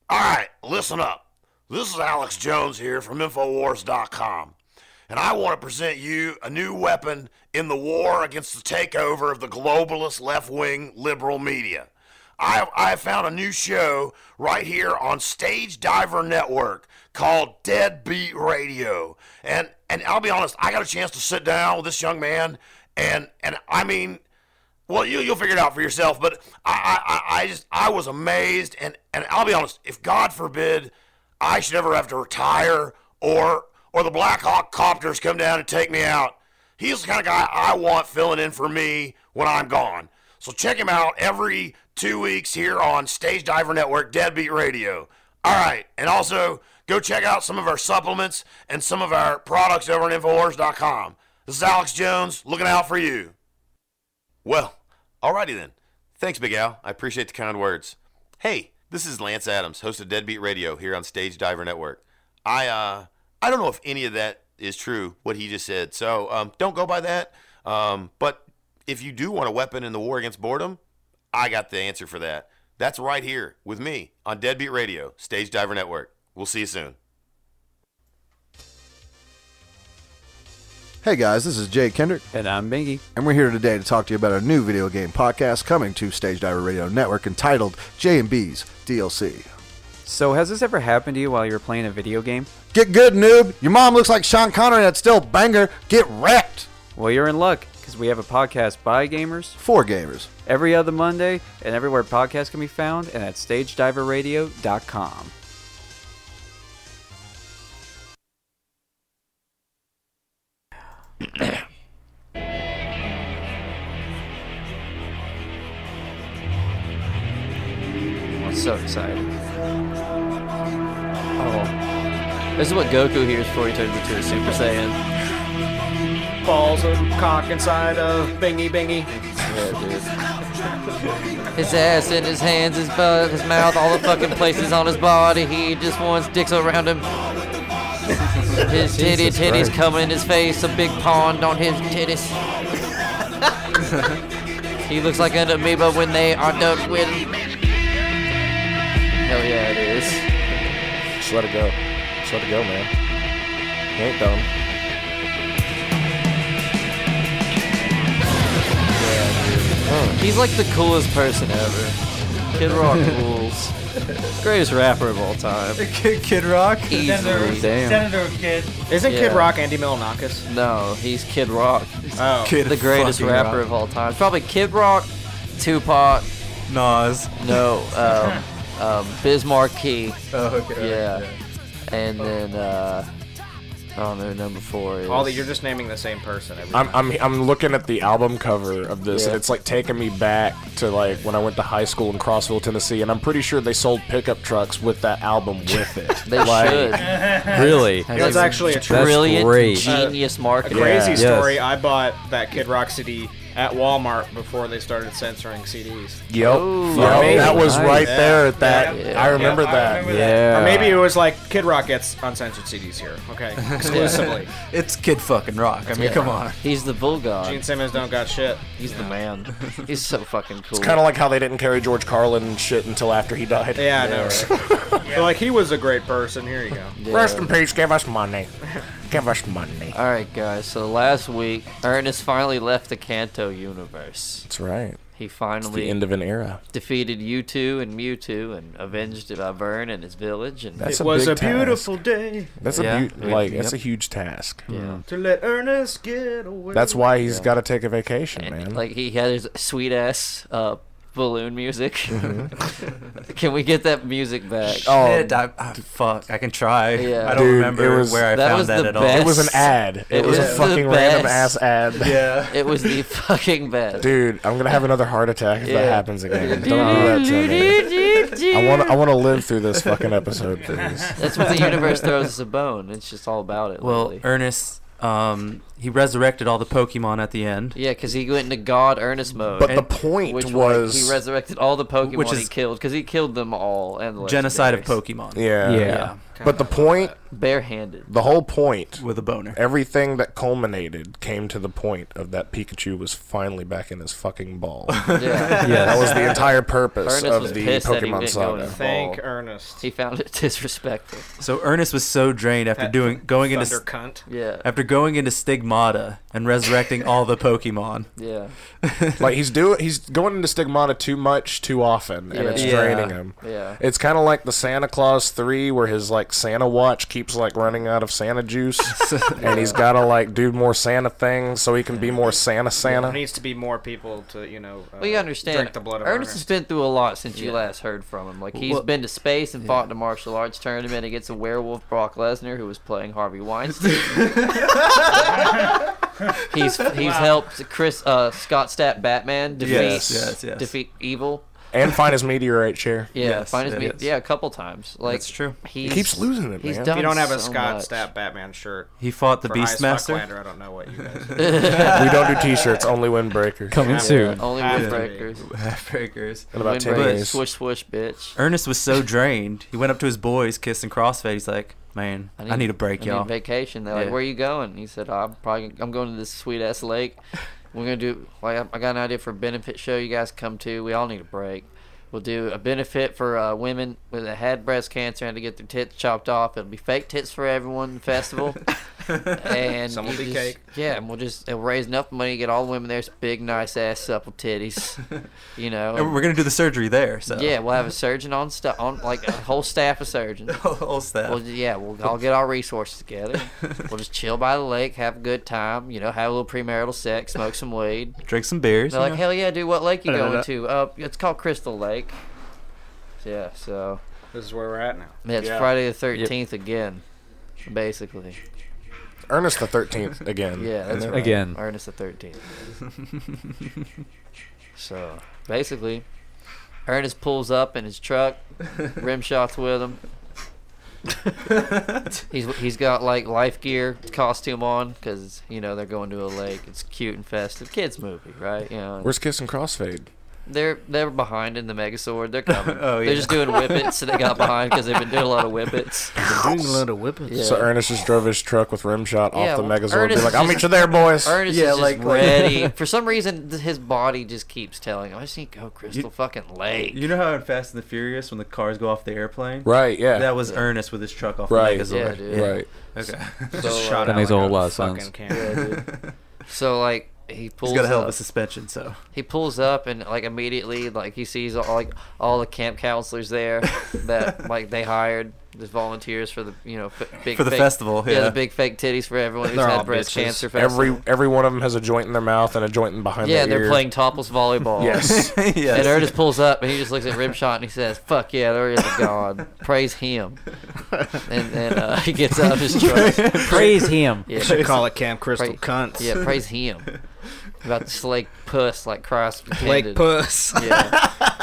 Speaker 18: All right, listen up. This is Alex Jones here from Infowars.com, and I want to present you a new weapon in the war against the takeover of the globalist left wing liberal media. I, I have found a new show right here on Stage Diver Network called Deadbeat Radio. And, and I'll be honest, I got a chance to sit down with this young man, and, and I mean, well, you, you'll figure it out for yourself, but I, I, I- I just, I was amazed, and, and I'll be honest, if God forbid I should ever have to retire or, or the Black Hawk copters come down and take me out, he's the kind of guy I want filling in for me when I'm gone. So check him out every two weeks here on Stage Diver Network Deadbeat Radio. All right, and also go check out some of our supplements and some of our products over at Infowars.com. This is Alex Jones looking out for you.
Speaker 19: Well, alrighty then. Thanks, Big Al. I appreciate the kind words. Hey, this is Lance Adams, host of Deadbeat Radio here on Stage Diver Network. I uh, I don't know if any of that is true what he just said, so um, don't go by that. Um, but if you do want a weapon in the war against boredom, I got the answer for that. That's right here with me on Deadbeat Radio, Stage Diver Network. We'll see you soon.
Speaker 20: Hey guys, this is Jake Kendrick.
Speaker 5: And I'm Bingy.
Speaker 20: And we're here today to talk to you about our new video game podcast coming to Stage Diver Radio Network entitled J&B's DLC.
Speaker 5: So has this ever happened to you while you were playing a video game?
Speaker 20: Get good, noob. Your mom looks like Sean Connery that's still a banger. Get wrecked.
Speaker 5: Well, you're in luck because we have a podcast by gamers
Speaker 20: for gamers
Speaker 5: every other Monday and everywhere podcasts can be found and at
Speaker 2: *laughs*
Speaker 5: stagediverradio.com.
Speaker 2: I'm so excited. Oh. This is what Goku hears before he turns into a Super Saiyan.
Speaker 6: Balls of cock inside of bingy bingy.
Speaker 2: His ass in his hands, his butt, his mouth, all the fucking places on his body. He just wants dicks around him. His titty
Speaker 10: Jesus
Speaker 2: titties
Speaker 10: Christ.
Speaker 2: coming in his face, a big pond on his
Speaker 10: *laughs*
Speaker 2: titties. he looks like an amoeba when they are done with. Hell yeah, it is.
Speaker 3: Just let it go. Just let it go, man. He ain't dumb.
Speaker 2: He's like the coolest person ever. Kid Rock rules. Greatest rapper of
Speaker 6: *laughs*
Speaker 2: all time.
Speaker 11: Kid, Kid Rock?
Speaker 2: Easily, damn.
Speaker 9: Kid.
Speaker 6: Isn't Kid
Speaker 2: Yeah.
Speaker 6: Rock Andy Milonakis?
Speaker 2: No, he's Kid Rock.
Speaker 6: Oh. Kid
Speaker 2: the greatest
Speaker 6: fucking
Speaker 2: rapper
Speaker 6: Rock.
Speaker 2: of all time. Probably Kid Rock, Tupac,
Speaker 11: Nas.
Speaker 2: No, um, um, Biz Markie.
Speaker 11: Oh, okay,
Speaker 2: Yeah,
Speaker 11: alright,
Speaker 2: and then uh, I don't know number four is.
Speaker 6: Ollie, you're just naming the same person. Every
Speaker 3: I'm, I'm, I'm looking at the album cover of this,
Speaker 6: Yeah.
Speaker 3: and it's like taking me back to like when I went to high school in Crossville, Tennessee, and I'm pretty sure they sold pickup trucks with that album with it.
Speaker 2: *laughs* They
Speaker 3: Like- *laughs*
Speaker 2: should. *laughs*
Speaker 3: Really?
Speaker 2: Like,
Speaker 3: That's actually a That's
Speaker 2: brilliant,
Speaker 3: great.
Speaker 2: genius
Speaker 6: Uh,
Speaker 2: marketing.
Speaker 6: A crazy story. I bought that Kid Rock CD at Walmart before they started censoring CDs.
Speaker 3: Yep. Yep,
Speaker 6: Or maybe-
Speaker 3: that was right
Speaker 6: Yeah.
Speaker 3: there at that.
Speaker 6: Yeah.
Speaker 3: I remember
Speaker 6: Yeah, I
Speaker 3: that.
Speaker 6: remember that. Or maybe it was like Kid Rock gets uncensored CDs here.
Speaker 3: *laughs*
Speaker 6: Okay,
Speaker 4: *laughs*
Speaker 6: exclusively.
Speaker 11: it's Kid fucking Rock. I mean,
Speaker 6: Yeah.
Speaker 11: come on.
Speaker 2: He's the bull god.
Speaker 6: Gene Simmons don't got shit.
Speaker 2: He's
Speaker 6: *laughs*
Speaker 2: the man. He's so fucking cool.
Speaker 3: It's kind of like how they didn't carry George Carlin and shit until after he died.
Speaker 6: Yeah, I know. Right? But, like he was a great person. Here you go.
Speaker 3: Rest in peace. Give us money. Give us money.
Speaker 2: All right, guys. So last week, Ernest finally left the Kanto universe.
Speaker 3: That's right.
Speaker 2: He finally
Speaker 3: end of an era.
Speaker 2: Defeated U2 and Mewtwo and avenged uh, Vern and his village. And
Speaker 3: That's It a was big a task. beautiful
Speaker 6: day.
Speaker 3: That's a
Speaker 2: Yeah.
Speaker 3: beau- like that's a
Speaker 2: Yep.
Speaker 3: huge task.
Speaker 6: To let Ernest get away.
Speaker 3: That's why he's got to take a vacation, man.
Speaker 2: Like he had his sweet ass uh, balloon music. *laughs*
Speaker 4: *laughs*
Speaker 2: Can we get that music back?
Speaker 4: Mm-hmm.
Speaker 3: Oh,
Speaker 4: Shit, I, I- fuck, I can try. *laughs*
Speaker 2: Yeah.
Speaker 4: I don't
Speaker 2: Dude,
Speaker 4: remember
Speaker 2: it was-
Speaker 4: where I
Speaker 2: uh, that
Speaker 4: found
Speaker 2: was
Speaker 4: that
Speaker 2: the
Speaker 4: at all.
Speaker 2: best. It was an ad.
Speaker 3: It It was a was the fucking random best. ass ad. *laughs*
Speaker 4: Yeah.
Speaker 2: *laughs* It was the fucking best.
Speaker 3: Dude, I'm gonna have another heart attack if
Speaker 2: Yeah.
Speaker 3: that happens
Speaker 2: *laughs*
Speaker 3: again. Don't do that to me. I want I want to live through this fucking episode, please.
Speaker 2: That's what the universe throws us a bone. It's just all about it.
Speaker 4: Well,
Speaker 2: lately.
Speaker 4: Ernest, um, he resurrected all the Pokemon at the end.
Speaker 2: Yeah, because he went into God earnest mode.
Speaker 4: But the
Speaker 2: And-
Speaker 4: point
Speaker 2: which
Speaker 4: was-
Speaker 2: he resurrected all the Pokemon
Speaker 4: Which
Speaker 2: he
Speaker 4: is-
Speaker 2: killed because he killed them all and the
Speaker 4: Genocide of
Speaker 2: legendaries.
Speaker 4: Pokemon.
Speaker 3: Yeah. But the point
Speaker 2: barehanded.
Speaker 3: The whole point
Speaker 4: with a boner.
Speaker 3: Everything that culminated came to the point of that Pikachu was finally back in his fucking ball.
Speaker 2: *laughs* Yeah.
Speaker 3: That was the entire purpose
Speaker 2: Ernest was
Speaker 3: of the
Speaker 2: pissed that he
Speaker 3: Pokemon
Speaker 2: didn't go in
Speaker 3: saga.
Speaker 2: the
Speaker 6: Thank
Speaker 2: ball.
Speaker 6: Ernest.
Speaker 2: He found it *laughs* disrespectful.
Speaker 4: So Ernest was so drained after
Speaker 6: That
Speaker 4: doing going into
Speaker 6: thunder cunt.
Speaker 2: Yeah.
Speaker 4: after going into Stigmata and resurrecting all the Pokemon. *laughs*
Speaker 2: Yeah.
Speaker 3: like he's doing he's going into stigmata too much too often and it's
Speaker 4: Yeah.
Speaker 3: draining him
Speaker 4: Yeah.
Speaker 3: it's kind of like the santa claus 3 where his like santa watch keeps like running out of santa
Speaker 4: *laughs*
Speaker 3: juice and he's gotta like do more santa things so he can be more santa
Speaker 6: There
Speaker 3: santa
Speaker 6: needs to be more people to, you know, uh,
Speaker 2: We understand.
Speaker 6: drink the blood of Ernest.
Speaker 2: Ernest, has been through a lot since you last heard from him. Like he's
Speaker 6: Well-
Speaker 2: been to space and fought in a martial arts tournament against a werewolf Brock Lesnar who was playing Harvey
Speaker 6: *laughs*
Speaker 2: Weinstein. he's he's helped Chris uh, Scott Stapp Batman defeat
Speaker 3: Yes, yes, yes.
Speaker 2: defeat evil.
Speaker 3: and find his meteorite chair
Speaker 2: Yeah, find his me- yeah a couple times. Like
Speaker 4: That's true.
Speaker 2: He's,
Speaker 3: He keeps losing it,
Speaker 2: he's
Speaker 3: man.
Speaker 2: Done
Speaker 6: If you don't have a
Speaker 2: so
Speaker 6: Scott
Speaker 2: much.
Speaker 6: Stapp Batman shirt.
Speaker 4: He fought the
Speaker 6: for highest fuck
Speaker 4: Beastmaster?
Speaker 6: lander, I don't know what you
Speaker 2: *laughs*
Speaker 6: guys.
Speaker 3: we don't do t-shirts only windbreakers
Speaker 4: Coming soon.
Speaker 2: Only
Speaker 4: Yeah.
Speaker 2: windbreakers.
Speaker 4: Windbreakers.
Speaker 3: In about 10
Speaker 2: Windbreakers,
Speaker 3: years.
Speaker 2: Swish swish, bitch.
Speaker 4: Ernest was so drained. He went up to his boys, kissed and crossfade. He's like, "Man, I need, a break,
Speaker 2: I
Speaker 4: y'all."
Speaker 2: Need vacation. They're
Speaker 4: Yeah.
Speaker 2: like, "Where you going?" He said, "I'm probably I'm going to this sweet
Speaker 4: *laughs*
Speaker 2: ass lake. We're gonna do like I- I got an idea for a benefit show. You guys come to. We all need a break. We'll do a benefit for uh, women with that had breast cancer and to get their tits chopped off. It'll be fake tits for
Speaker 4: *laughs*
Speaker 2: everyone festival." and
Speaker 6: Some will
Speaker 2: you
Speaker 6: be
Speaker 2: just-
Speaker 6: cake.
Speaker 2: Yeah, and we'll just and raise enough money to get all the women there's big, nice ass, supple
Speaker 4: *laughs*
Speaker 2: titties. You know,
Speaker 4: And we're gonna do the surgery there. So
Speaker 2: yeah, we'll have a surgeon on sta on like a whole staff of surgeons.
Speaker 4: *laughs* whole staff.
Speaker 2: Well, yeah, we'll all get our
Speaker 4: *laughs*
Speaker 2: resources together. we'll just chill by the lake, have a good time, you know, have a little premarital sex, smoke some weed.
Speaker 4: drink some beers.
Speaker 2: They're
Speaker 4: you
Speaker 2: like,
Speaker 4: know?
Speaker 2: hell yeah, dude, what lake you
Speaker 4: Da, da, da,
Speaker 2: going
Speaker 4: da.
Speaker 2: to? Uh, it's called Crystal Lake. Yeah, so
Speaker 6: This is where we're at now.
Speaker 2: yeah, it's
Speaker 6: Yeah.
Speaker 2: Friday the thirteenth again, basically.
Speaker 3: ernest the 13th again
Speaker 2: Yeah, that's
Speaker 3: And
Speaker 2: right.
Speaker 5: Again.
Speaker 2: Ernest the Thirteenth. so basically, Ernest pulls up in his truck,
Speaker 4: *laughs*
Speaker 2: rim shots with him. he's he's got like life gear costume on because you know they're going to a lake. It's cute and festive, kids movie, right? You know,
Speaker 3: where's kiss and crossfade
Speaker 2: they're they're behind in the Megazord. They're coming.
Speaker 3: *laughs* Oh, yeah.
Speaker 2: They're just doing whippets. so they got behind because they've been doing a lot
Speaker 3: *laughs*
Speaker 2: of whippets.
Speaker 21: doing a lot of whippets.
Speaker 3: So Ernest just drove his truck with rim shot off
Speaker 2: Yeah,
Speaker 3: the
Speaker 2: well,
Speaker 3: Megazord.
Speaker 2: Ernest
Speaker 3: be like,
Speaker 2: is
Speaker 3: "I'll
Speaker 2: just-
Speaker 3: meet you there, boys."
Speaker 2: Ernest
Speaker 4: Yeah,
Speaker 2: is just
Speaker 4: like- like- *laughs*
Speaker 2: ready. For some reason, th- his body just keeps telling him, I just need to go Crystal fucking Lake.
Speaker 4: You know how in Fast and the Furious when the cars go off the airplane?
Speaker 3: Right, yeah.
Speaker 4: That was Ernest with his truck off
Speaker 3: Right,
Speaker 4: the Megazord.
Speaker 2: yeah, dude. Right.
Speaker 4: *laughs* Okay.
Speaker 2: So, Just uh, shot
Speaker 5: That out makes a like whole a lot of fucking sense.
Speaker 2: Yeah,
Speaker 4: *laughs*
Speaker 2: dude. so like he pulls.
Speaker 4: He's got a hell of
Speaker 2: up-
Speaker 4: a suspension, so.
Speaker 2: He pulls up and like immediately like he sees all, like all the camp
Speaker 4: *laughs*
Speaker 2: counselors there that like they hired as volunteers for the you know f- big
Speaker 4: For the
Speaker 2: fake-
Speaker 4: festival, yeah.
Speaker 2: the big fake titties for everyone who's
Speaker 4: They're all
Speaker 2: had breast
Speaker 4: bitches.
Speaker 2: cancer. Festival.
Speaker 3: Every every one of them has a joint in their mouth and a joint in behind
Speaker 2: yeah,
Speaker 3: their
Speaker 2: they're
Speaker 3: ear.
Speaker 2: playing topless
Speaker 6: *laughs*
Speaker 2: volleyball. *laughs*
Speaker 3: Yes. Yes.
Speaker 2: And Ernest pulls up and he just looks at Rimshot and he says, "Fuck yeah, there is a
Speaker 6: *laughs*
Speaker 2: god. Praise him." And then uh, he gets out of his truck.
Speaker 6: Praise him.
Speaker 2: Yeah.
Speaker 6: Should call it Camp Crystal Cunts.
Speaker 2: Yeah,
Speaker 6: *laughs*
Speaker 2: praise him. About to slake puss like Christ
Speaker 6: Lake
Speaker 2: intended.
Speaker 6: puss.
Speaker 2: Yeah.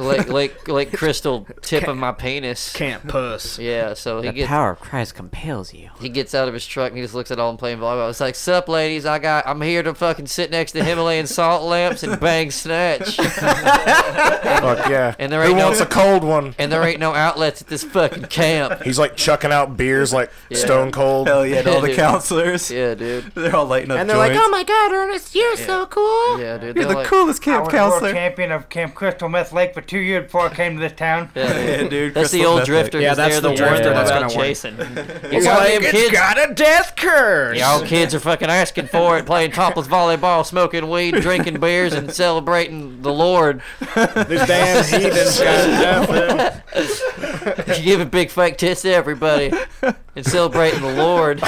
Speaker 2: Lake, lake, lake crystal tip of my penis.
Speaker 6: Camp puss.
Speaker 2: Yeah, so he
Speaker 7: The
Speaker 2: gets
Speaker 7: power of Christ compels you.
Speaker 2: he gets out of his truck and he just looks at all them playing volleyball. It's like, sup, ladies? I got. I'm here to fucking sit next to Himalayan salt lamps and bang snatch.
Speaker 3: Fuck yeah.
Speaker 2: *laughs* And there
Speaker 3: Who
Speaker 2: ain't no-
Speaker 3: wants a cold one?
Speaker 2: and there ain't no outlets at this fucking camp.
Speaker 3: He's like chucking out beers like
Speaker 2: Yeah.
Speaker 3: Stone Cold.
Speaker 4: Hell yeah, and all
Speaker 3: *laughs*
Speaker 2: *laughs*
Speaker 4: the
Speaker 2: dude.
Speaker 4: counselors.
Speaker 2: Yeah, dude.
Speaker 4: *laughs* They're all lighting up
Speaker 2: And
Speaker 4: joints.
Speaker 2: they're like,
Speaker 7: Oh my god, Ernest, you're so cool!
Speaker 2: *laughs* *laughs* Yeah, dude.
Speaker 4: You're
Speaker 2: they're
Speaker 4: the
Speaker 2: like-
Speaker 4: coolest
Speaker 9: I
Speaker 4: camp
Speaker 9: was world
Speaker 4: counselor.
Speaker 9: champion of Camp Crystal Meth Lake for for two years before I came to this town.
Speaker 2: That's the old drifter.
Speaker 9: Yeah,
Speaker 2: who's
Speaker 9: that's
Speaker 2: there
Speaker 9: the
Speaker 2: the
Speaker 9: drifter
Speaker 2: warning
Speaker 9: that's
Speaker 2: about
Speaker 9: gonna work.
Speaker 6: *laughs*
Speaker 2: Jason.
Speaker 9: It's
Speaker 2: Y'all
Speaker 9: like, *laughs*
Speaker 2: damn
Speaker 9: it's
Speaker 2: kids-
Speaker 9: got a death curse.
Speaker 2: Y'all kids are fucking asking for it, playing topless volleyball, smoking weed, drinking beers, and celebrating the Lord.
Speaker 6: This damn heathen's
Speaker 2: *laughs*
Speaker 6: got nothing.
Speaker 2: you giving big fake tits to everybody and celebrating
Speaker 6: *laughs*
Speaker 2: the Lord.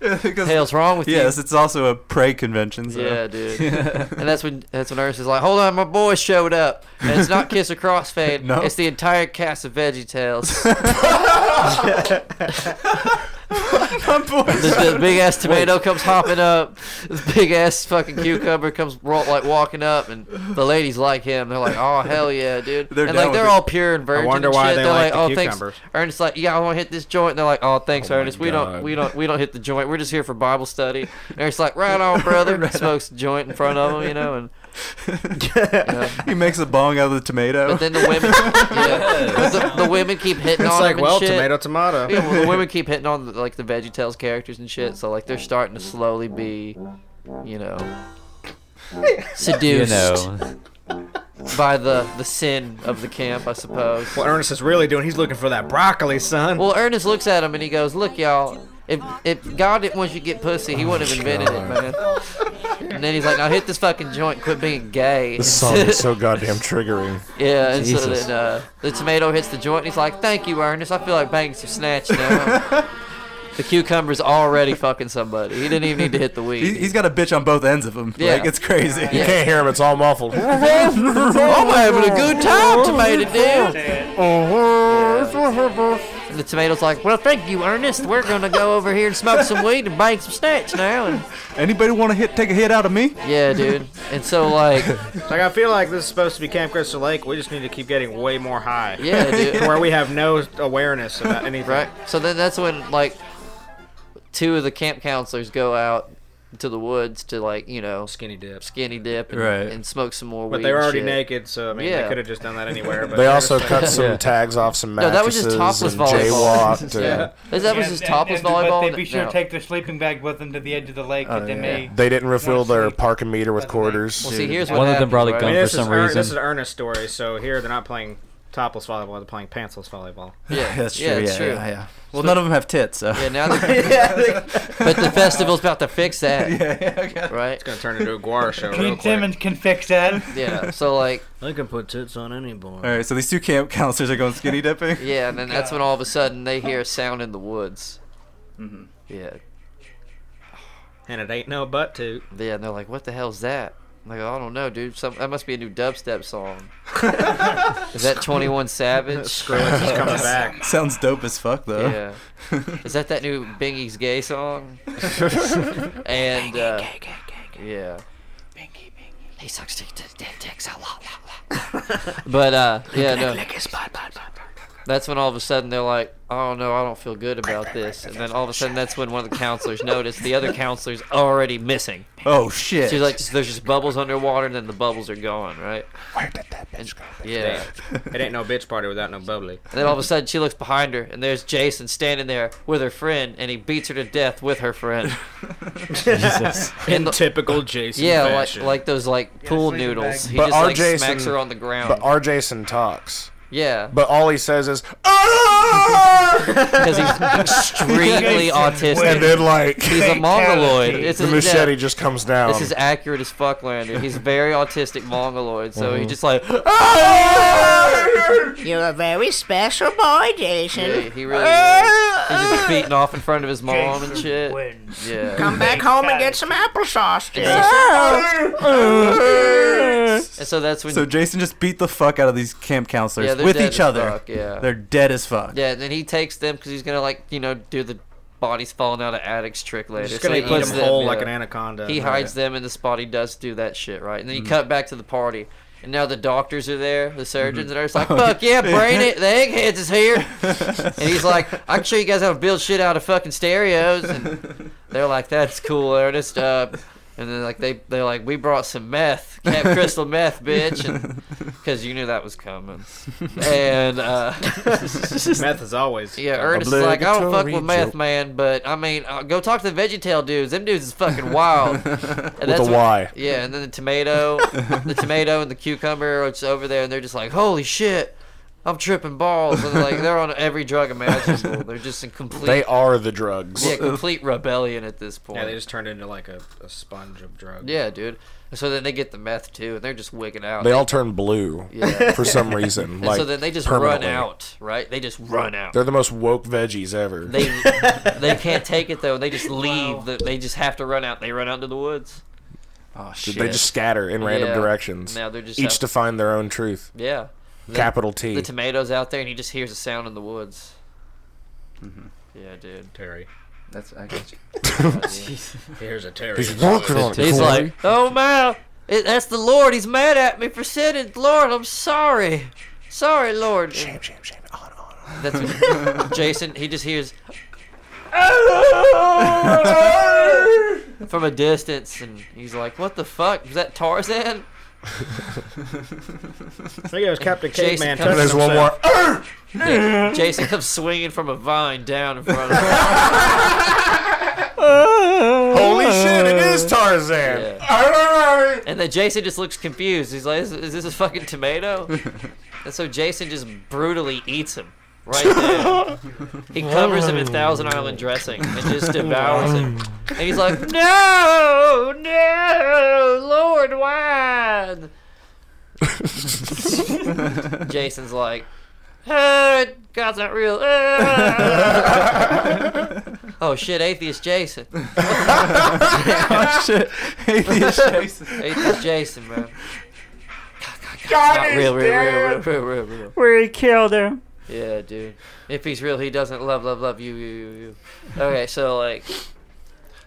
Speaker 2: Hell's wrong with you?
Speaker 4: yes, it's also a prey convention. So. *laughs*
Speaker 2: Yeah, dude. and that's when that's when Ernest is like, "Hold on, my boy showed up." And it's not Kiss or Crossfade.
Speaker 4: *laughs* No.
Speaker 2: It's the entire cast of Veggie
Speaker 4: *laughs*
Speaker 2: Tales. *laughs* *laughs* This, this big ass tomato comes hopping up. This big ass fucking cucumber comes ro- like walking up, and the ladies like him. They're like, "Oh hell yeah, dude!"
Speaker 6: They're
Speaker 2: and
Speaker 6: down
Speaker 2: like
Speaker 6: with
Speaker 2: they're
Speaker 6: it.
Speaker 2: all pure and
Speaker 6: I
Speaker 2: virgin.
Speaker 6: wonder
Speaker 2: and
Speaker 6: why
Speaker 2: shit.
Speaker 6: they
Speaker 2: they're
Speaker 6: like the
Speaker 2: "Oh thanks,
Speaker 6: cucumbers."
Speaker 2: Ernest." Like, "Yeah, I want to hit this joint." And they're like, "Oh thanks,
Speaker 6: Oh my
Speaker 2: Ernest. We don't,
Speaker 6: God.
Speaker 2: we don't, we don't hit the joint. We're just here for Bible study." And Ernest's like, "Right on,
Speaker 6: *laughs*
Speaker 2: brother." Smokes a joint in front of him, you know, and.
Speaker 4: he makes a bong out of the tomato.
Speaker 3: *laughs*
Speaker 2: But then the women,
Speaker 4: *laughs*
Speaker 2: yeah, 'Cause the, the women keep hitting
Speaker 6: It's
Speaker 2: on
Speaker 6: like,
Speaker 2: him and
Speaker 6: well,
Speaker 2: shit.
Speaker 6: tomato, tomato.
Speaker 2: Yeah, well, the women keep hitting on the, like the VeggieTales characters and shit. So like they're starting to slowly be, you know, seduced
Speaker 6: You
Speaker 2: by the the sin of the camp, I suppose.
Speaker 6: What Ernest is really doing, he's looking for that broccoli, son.
Speaker 2: Well, Ernest looks at him and he goes, "Look, y'all, if if God didn't want you to get pussy, He wouldn't have invented it, man." And then he's like, "Now hit this fucking joint, quit being gay."
Speaker 3: This song is
Speaker 2: *laughs*
Speaker 3: so goddamn triggering.
Speaker 2: Yeah, and so
Speaker 3: Jesus.
Speaker 2: then uh, the tomato hits the joint. And he's like, "Thank you, Ernest. I feel like banging some snatch now." the cucumber's already fucking somebody. He didn't even need to hit the weed.
Speaker 4: *laughs* He, he's got a bitch on both ends of him.
Speaker 2: Yeah.
Speaker 4: Like, it's crazy.
Speaker 2: You
Speaker 3: can't hear him. It's all
Speaker 2: *laughs*
Speaker 3: muffled.
Speaker 2: I'm having a good time, tomato dude. And the tomato's like, "Well, thank you, Ernest. We're gonna go over here and smoke some weed and bang some snatch now." And
Speaker 4: Anybody want to hit? Take a hit out of me?
Speaker 2: yeah, dude. And so like,
Speaker 6: *laughs* Like I feel like this is supposed to be Camp Crystal Lake. We just need to keep getting way more high.
Speaker 2: Yeah, dude.
Speaker 6: *laughs* To where we have no awareness about anything.
Speaker 2: Right. So then that's when like two of the camp counselors go out to the woods to like you know
Speaker 6: skinny dip,
Speaker 2: skinny dip, and,
Speaker 6: Right.
Speaker 2: and smoke some more.
Speaker 6: But
Speaker 2: weed
Speaker 6: they were
Speaker 2: and
Speaker 6: already
Speaker 2: shit.
Speaker 6: naked, so I mean,
Speaker 2: Yeah.
Speaker 6: they could have just done that anywhere. But
Speaker 3: They
Speaker 6: they're
Speaker 3: also
Speaker 6: just
Speaker 3: cut
Speaker 6: like-
Speaker 3: some tags off some
Speaker 2: No, that was just
Speaker 3: mattresses
Speaker 2: topless
Speaker 3: and
Speaker 2: *laughs* volleyball.
Speaker 3: jaywalked.
Speaker 2: Yeah.
Speaker 3: and-
Speaker 2: That was just topless
Speaker 9: and, and-
Speaker 2: volleyball.
Speaker 9: But they be sure
Speaker 2: No.
Speaker 9: to take their sleeping bag with them eh? to the edge of the lake.
Speaker 2: Oh,
Speaker 9: that they
Speaker 2: yeah.
Speaker 9: may
Speaker 3: They didn't refill their parking meter with quarters.
Speaker 2: Well, see, here's
Speaker 6: what One of them happened,
Speaker 2: probably right?
Speaker 6: I mean,
Speaker 2: gone for
Speaker 6: this is
Speaker 2: some
Speaker 6: Ern-
Speaker 2: reason.
Speaker 6: This is Ernest's story. So here they're not playing topless volleyball; they're playing pantsless volleyball.
Speaker 4: *laughs*
Speaker 2: Yeah,
Speaker 4: *laughs* That's true.
Speaker 2: Yeah,
Speaker 4: Yeah,
Speaker 2: it's
Speaker 4: yeah,
Speaker 2: true.
Speaker 4: yeah, Well, none of them have tits, so. *laughs*
Speaker 2: Yeah, now they're- but the festival's about to fix that. Yeah, Right? It's
Speaker 6: gonna turn into a guar show.
Speaker 9: Pete Simmons can fix that.
Speaker 2: *laughs* Yeah. So
Speaker 6: *laughs*
Speaker 2: like,
Speaker 6: I can put tits on any boy.
Speaker 4: All right, so these two camp counselors are going skinny dipping.
Speaker 2: *laughs* yeah, and then that's when all of a sudden they hear a sound in the woods.
Speaker 4: Mhm.
Speaker 2: Yeah.
Speaker 6: And it ain't no butt toot.
Speaker 2: Yeah, and they're like, "What the hell's that?" I'm like, I don't know, dude. Some that must be a new
Speaker 4: *laughs*
Speaker 2: dubstep song. Is that Twenty
Speaker 6: *laughs*
Speaker 2: One Savage?
Speaker 4: Skrillex is
Speaker 2: *laughs*
Speaker 4: coming back. Sounds dope as fuck, though. *laughs*
Speaker 2: Yeah. Is that that new Bingy's gay song? and uh, yeah. He sucks dick, dick, dick, dicks a lot, lot, lot. But uh, yeah, no. That's when all of a sudden they're like, "Oh no, I don't feel good about this." And then all of a sudden, that's when one of the counselors noticed the other counselor's already missing.
Speaker 4: Oh, shit.
Speaker 2: She's like, "There's just bubbles underwater, and then the bubbles are gone, right?" Where did that bitch go? Yeah.
Speaker 6: it ain't no bitch party without no bubbly.
Speaker 2: And then all of a sudden she looks behind her, and there's Jason standing there with her friend, and he beats her to death with her friend.
Speaker 6: Jesus. In
Speaker 2: the-
Speaker 6: typical Jason
Speaker 2: Yeah,
Speaker 6: fashion.
Speaker 2: like like those like pool noodles. He
Speaker 3: but
Speaker 2: just
Speaker 3: our
Speaker 2: like
Speaker 3: Jason,
Speaker 2: smacks her on the ground.
Speaker 3: But our Jason talks.
Speaker 2: Yeah.
Speaker 3: But all he says is "Ah!"
Speaker 2: *laughs*
Speaker 3: *laughs*
Speaker 16: *laughs*
Speaker 2: because he's extremely autistic.
Speaker 3: And then like
Speaker 2: he's a mongoloid. It's
Speaker 3: the
Speaker 2: a-
Speaker 3: machete
Speaker 2: yeah.
Speaker 3: just comes down.
Speaker 2: This is accurate as fuck, Lander. He's very autistic mongoloid, so he
Speaker 3: Mhm.
Speaker 2: just like *laughs*
Speaker 16: You're a very special boy, Jason.
Speaker 2: Yeah, *laughs* he really is. He's
Speaker 3: Ah!
Speaker 2: just beating off in front of his mom and shit. Yeah.
Speaker 16: Come back home and get some applesauce, Jason.
Speaker 3: Ah!
Speaker 2: And so that's when
Speaker 4: So Jason just beat the fuck out of these camp counselors
Speaker 2: Yeah, they're
Speaker 4: with
Speaker 2: dead
Speaker 4: each
Speaker 2: as
Speaker 4: other.
Speaker 2: fuck, yeah.
Speaker 4: They're dead as fuck.
Speaker 2: Yeah, and then he takes them because he's gonna like you know do the bodies falling out of attics trick later.
Speaker 6: just
Speaker 2: So
Speaker 6: gonna
Speaker 2: he
Speaker 6: eat
Speaker 2: puts
Speaker 6: them whole like
Speaker 2: yeah.
Speaker 6: an anaconda.
Speaker 2: He
Speaker 6: Yeah.
Speaker 2: hides them in the spot he does do that shit right, and then you
Speaker 4: Mm-hmm.
Speaker 6: Mhm.
Speaker 2: cut back to the party. And now the doctors are there, the surgeons,
Speaker 4: Mm-hmm.
Speaker 2: and
Speaker 4: *laughs*
Speaker 2: they're just like, "Fuck yeah, brain it! The eggheads is here." and he's like, "I can show you guys how to build shit out of fucking stereos." And they're like, "That's cool, Ernest. Uh, And then like they they're like we brought some meth, Camp Crystal Meth, bitch, because you knew that was coming. And uh,
Speaker 6: *laughs* Meth is always
Speaker 2: yeah. Ernest is like I don't fuck
Speaker 6: Obligatory
Speaker 2: with meth,
Speaker 6: joke.
Speaker 2: man, but I mean uh, go talk to the VeggieTale dudes. Them dudes is
Speaker 3: *laughs*
Speaker 2: fucking wild. And
Speaker 3: With a Y.
Speaker 2: Yeah, and then the tomato, the tomato and the cucumber, it's over there, and they're just like holy shit. I'm tripping balls, and like they're on every drug imaginable. They're just in complete.
Speaker 3: They are the drugs.
Speaker 2: Yeah, complete rebellion at this point.
Speaker 6: Yeah, they just turned into like a, a sponge of drugs.
Speaker 2: Yeah, dude. And so then they get the meth too, and they're just wigging out.
Speaker 3: They all turn blue
Speaker 2: Yeah.
Speaker 3: for some reason.
Speaker 2: And
Speaker 3: like
Speaker 2: so then they just run
Speaker 3: permanently.
Speaker 2: out, right? They just run out.
Speaker 3: They're the most woke veggies ever.
Speaker 2: They *laughs* they can't take it though. They just leave. The, they just have to run out. They run out into the woods.
Speaker 4: Oh
Speaker 3: Did They just scatter in random
Speaker 2: Yeah.
Speaker 3: directions.
Speaker 2: Now they're just
Speaker 3: each
Speaker 2: out-
Speaker 3: to find their own truth.
Speaker 2: Yeah. The-
Speaker 3: Capital T.
Speaker 2: The tomatoes out there, and he just hears a sound in the woods.
Speaker 3: Mm-hmm.
Speaker 2: Yeah, dude.
Speaker 6: Terry.
Speaker 4: That's I
Speaker 2: *laughs*
Speaker 4: got you.
Speaker 6: Here's a Terry.
Speaker 3: He's working on it,
Speaker 2: He's
Speaker 3: Corey.
Speaker 2: like, oh man, it, that's the Lord. He's mad at me for sinning. Lord, I'm sorry. Sorry, Lord. Shame, shame, shame.
Speaker 3: *laughs*
Speaker 2: That's what, Jason. He just hears from a distance, and he's like, "What the fuck? Was that Tarzan?"
Speaker 6: I think it was Captain Caveman.
Speaker 2: comes-
Speaker 6: touching himself.
Speaker 2: Yeah, Jason comes swinging from a vine down in front of him.
Speaker 3: Holy shit, it is Tarzan.
Speaker 2: Yeah. and then Jason just looks confused. He's like, is, is this a fucking tomato? and so Jason just brutally eats him right there. he covers him in Thousand Island dressing and just devours him. And he's
Speaker 10: *laughs*
Speaker 2: like, no, no, Lord, why? Jason's like, "Uh, God's not real.
Speaker 16: *laughs*
Speaker 2: uh." oh shit, atheist
Speaker 4: *laughs*
Speaker 2: Jason. *laughs*
Speaker 10: Oh, shit.
Speaker 2: *laughs*
Speaker 10: Atheist Jason.
Speaker 2: Atheist Jason, man.
Speaker 7: God
Speaker 2: Not
Speaker 7: is
Speaker 2: real, real, real,
Speaker 7: dead.
Speaker 2: real, real, real, real.
Speaker 7: Where he killed him.
Speaker 2: Yeah, dude. If he's real, he doesn't love, love, love you, you, you, you. Okay, so like,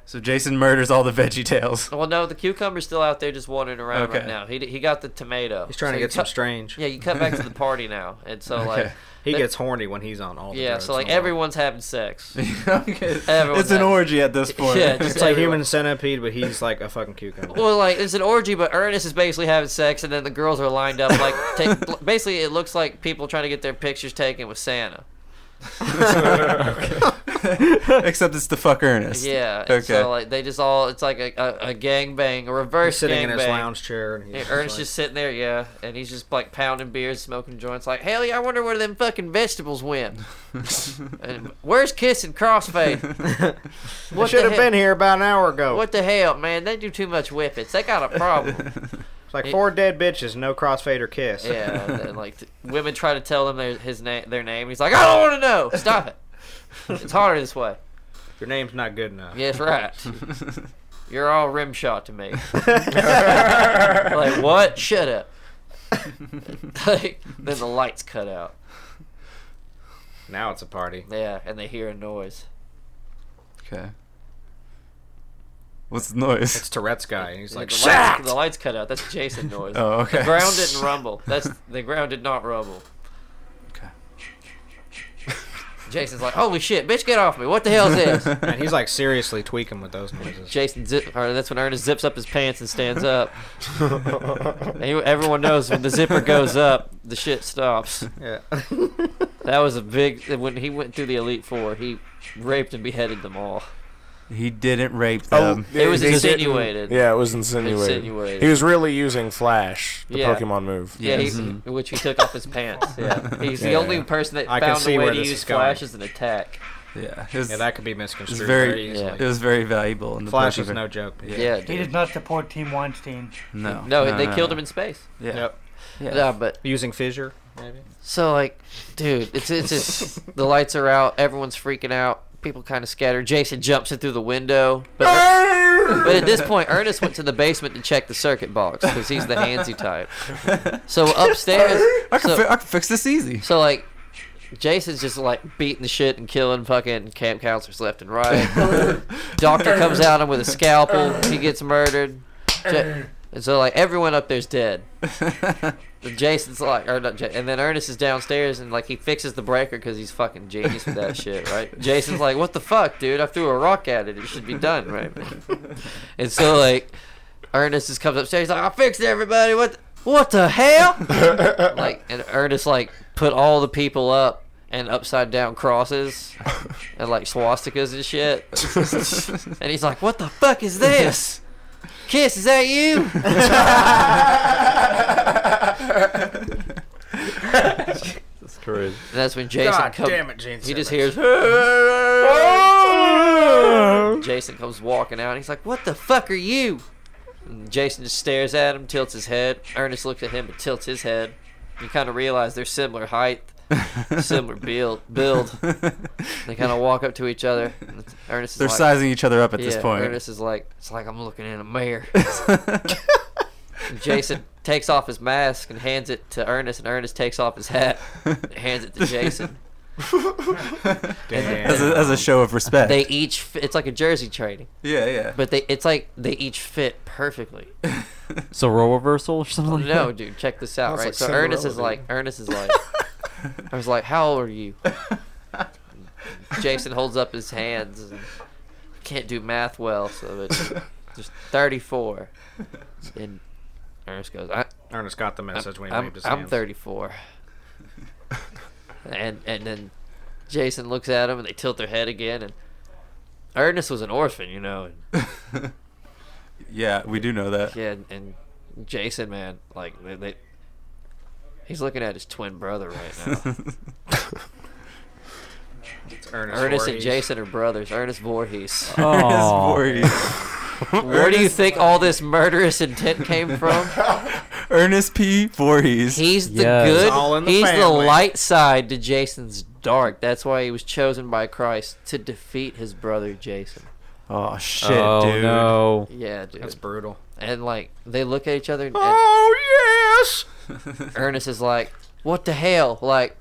Speaker 4: So Jason murders all the Veggie Tales. *laughs*
Speaker 2: well, no, the cucumber's still out there just wandering around right
Speaker 4: Okay.
Speaker 2: now. He he got the tomato.
Speaker 6: He's trying to
Speaker 2: you
Speaker 6: get some
Speaker 2: cut-
Speaker 6: strange.
Speaker 2: Yeah, you cut back to
Speaker 6: *laughs*
Speaker 2: the party now, and so
Speaker 6: Okay.
Speaker 2: like,
Speaker 6: he
Speaker 2: they-
Speaker 6: gets horny when he's on all. The
Speaker 2: Yeah,
Speaker 6: drugs
Speaker 2: so like
Speaker 6: and all.
Speaker 2: everyone's
Speaker 4: *laughs*
Speaker 2: having sex. Everyone's
Speaker 4: It's an
Speaker 2: having-
Speaker 4: orgy at this point.
Speaker 2: *laughs* Yeah,
Speaker 6: it's
Speaker 2: just
Speaker 6: like
Speaker 2: everyone.
Speaker 6: human centipede, but he's like a fucking cucumber.
Speaker 2: Well, like it's an orgy, but Ernest is basically having sex, and then the girls are lined up.
Speaker 6: *laughs*
Speaker 2: Like, take, basically, it looks like people trying to get their pictures taken with Santa.
Speaker 4: Except it's the fuck *laughs* Ernest.
Speaker 2: Yeah. and
Speaker 4: Okay.
Speaker 2: So like they just all it's like a, a, a gang bang, a reverse
Speaker 6: He's sitting in
Speaker 2: gangbang.
Speaker 6: his lounge chair, and he's
Speaker 2: Yeah,
Speaker 6: just
Speaker 2: Ernest
Speaker 6: like-
Speaker 2: just sitting there, yeah, and he's just like pounding beers, smoking joints. Like hell yeah, I wonder where them fucking
Speaker 4: *laughs*
Speaker 2: vegetables went. and where's Kiss and Crossfade?
Speaker 6: I
Speaker 4: *laughs*
Speaker 2: what
Speaker 6: should
Speaker 2: the
Speaker 6: have
Speaker 2: hell-
Speaker 6: been here about an hour ago.
Speaker 2: What the hell, man? They do too much whippets. They got
Speaker 4: *laughs*
Speaker 2: a problem.
Speaker 6: It's like four dead bitches, no crossfade or kiss. *laughs*
Speaker 2: yeah, and then, like th- women try to tell them their his name, their name. He's like, I don't want to know. Stop it. It's harder this way.
Speaker 6: Your
Speaker 4: *laughs*
Speaker 6: name's not good enough. *laughs*
Speaker 2: Yes, right. You're all rim shot to me. like what? Shut up. like, then the lights cut out.
Speaker 6: Now it's a party.
Speaker 2: Yeah, and they hear a noise.
Speaker 4: Okay. What's the noise?
Speaker 6: It's Tourette's guy, and he's like,
Speaker 2: the,
Speaker 6: "Shut!"
Speaker 2: Lights, the lights cut out. That's Jason noise.
Speaker 4: *laughs* Oh, okay.
Speaker 2: The ground didn't rumble. That's the ground did not rumble.
Speaker 4: Okay.
Speaker 2: Jason's like, holy shit, bitch, get off me. What the hell is this?
Speaker 6: *laughs* And he's like seriously tweaking with those noises.
Speaker 2: Jason zip, or that's when Ernest zips up his pants and
Speaker 3: *laughs*
Speaker 2: stands up. and you- everyone knows when the zipper goes up, the shit stops.
Speaker 6: Yeah.
Speaker 2: that was a big when he went through the Elite Four. He raped and beheaded them all.
Speaker 4: He didn't rape
Speaker 3: Oh,
Speaker 4: them.
Speaker 2: It was
Speaker 3: they didn't-
Speaker 2: insinuated.
Speaker 3: Yeah, it was insinuated.
Speaker 2: Insinuated.
Speaker 3: He was really using Flash, the
Speaker 2: Yeah.
Speaker 3: Pokemon move.
Speaker 2: Yeah, he, which he took off
Speaker 6: *laughs*
Speaker 2: his pants. Yeah, he's the
Speaker 3: Yeah.
Speaker 2: only person that
Speaker 6: I can
Speaker 2: found
Speaker 6: see
Speaker 2: a way
Speaker 6: where
Speaker 2: to
Speaker 6: this
Speaker 2: use
Speaker 6: is going.
Speaker 2: flash as an attack.
Speaker 4: Yeah,
Speaker 6: Yeah, that could be misconstrued
Speaker 4: It was
Speaker 6: very
Speaker 4: very,
Speaker 6: easily.
Speaker 4: it was very valuable. In the
Speaker 6: Flash
Speaker 4: Pokemon-
Speaker 6: is no joke.
Speaker 4: Yeah.
Speaker 2: Yeah,
Speaker 9: He did not support Team Weinstein.
Speaker 6: *laughs*
Speaker 4: No.
Speaker 2: No,
Speaker 4: No,
Speaker 2: they
Speaker 4: no,
Speaker 2: killed
Speaker 4: no.
Speaker 2: him in space.
Speaker 4: Yeah.
Speaker 6: Yep.
Speaker 4: Yeah.
Speaker 2: Yeah, but
Speaker 6: Using fissure, maybe.
Speaker 2: So like, dude, it's
Speaker 4: *laughs*
Speaker 2: it's just the lights are out. Everyone's freaking out. People kind of scatter. Jason jumps in through the window, but, but at this point, Ernest went to the basement to check the circuit box because he's the handsy
Speaker 4: *laughs*
Speaker 6: *laughs*
Speaker 2: type. So upstairs,
Speaker 4: I can,
Speaker 2: so-
Speaker 4: fi- I can fix this easy.
Speaker 2: So like, Jason's just like beating the shit and killing fucking camp counselors left
Speaker 4: *laughs*
Speaker 2: and right. Doctor comes out him with
Speaker 4: *laughs*
Speaker 2: a scalpel. He gets murdered. Ja- and so like everyone up there's dead. And Jason's like, or not, Ja- and then Ernest is downstairs and like he fixes the breaker because he's fucking genius
Speaker 4: *laughs*
Speaker 2: with that shit, right? Jason's like, "What the fuck, dude? I threw a rock at it. It should be
Speaker 4: *laughs*
Speaker 2: done, right?" and so like, Ernest just comes upstairs. He's like, "I fixed it, everybody. What? The, what the hell?"
Speaker 10: *laughs*
Speaker 2: like, and Ernest like put all the people up and upside down crosses and like swastikas and shit. and he's like, "What the fuck is this?" Kiss, is that you?
Speaker 22: That's crazy.
Speaker 2: And that's when Jason
Speaker 6: God
Speaker 2: comes.
Speaker 6: damn it, Gene
Speaker 2: He just
Speaker 6: Simmons.
Speaker 2: hears. Jason comes walking out. And he's like, "What the fuck are you?" And Jason just stares at him, tilts his head. Ernest looks at him and tilts his head. You kind of realize they're similar
Speaker 4: *laughs*
Speaker 2: height, similar build. Build. They kind of walk up to each other. And Ernest is
Speaker 4: They're
Speaker 2: like-
Speaker 4: sizing each other up at this
Speaker 2: Yeah,
Speaker 4: point.
Speaker 2: Ernest is like, "It's like I'm looking in a
Speaker 4: *laughs*
Speaker 2: mirror." And Jason takes off his mask and hands it to Ernest, and Ernest takes off his hat and hands
Speaker 4: *laughs*
Speaker 2: it to Jason.
Speaker 4: As a- as a show of respect.
Speaker 2: They each fit, it's like a jersey trading.
Speaker 4: Yeah, yeah.
Speaker 2: But they it's like they each fit
Speaker 4: *laughs*
Speaker 2: perfectly.
Speaker 5: *laughs* It's a role reversal or something like *laughs*
Speaker 2: *laughs* no,
Speaker 5: that?
Speaker 2: dude, check this out,
Speaker 5: Sounds
Speaker 2: right?
Speaker 5: like
Speaker 2: so
Speaker 5: Cinderella,
Speaker 2: Ernest is
Speaker 5: dude.
Speaker 2: like Ernest is like I was like, How old are you? Jason holds up his hands and can't do math well, so it's just thirty four. And Ernest goes, I
Speaker 6: Ernest got the message
Speaker 2: I'm,
Speaker 6: when he
Speaker 2: I'm,
Speaker 6: waved his
Speaker 2: I'm
Speaker 6: hands.
Speaker 2: 34. and and then Jason looks at him and they tilt their head again. And Ernest was an orphan, you know. And
Speaker 4: *laughs* yeah, we do know that.
Speaker 2: yeah, and, and Jason, man, like they, they, he's looking at his twin brother right
Speaker 4: *laughs*
Speaker 2: now.
Speaker 6: It's
Speaker 2: Ernest, and
Speaker 6: Voorhees.
Speaker 2: Jason are brothers. Ernest Voorhees.
Speaker 4: Aw. Voorhees.
Speaker 2: Where do you think all this murderous intent came from?
Speaker 4: Ernest P. Voorhees.
Speaker 2: He's the good. he's the light side to Jason's dark. That's why he was chosen by Christ to defeat his brother Jason.
Speaker 4: Oh shit,
Speaker 5: Oh,
Speaker 4: dude.
Speaker 5: no.
Speaker 2: Yeah, dude.
Speaker 6: That's brutal.
Speaker 2: And like they look at each other. And,
Speaker 6: Oh yes.
Speaker 2: *laughs* Ernest is like, "What the hell?" Like,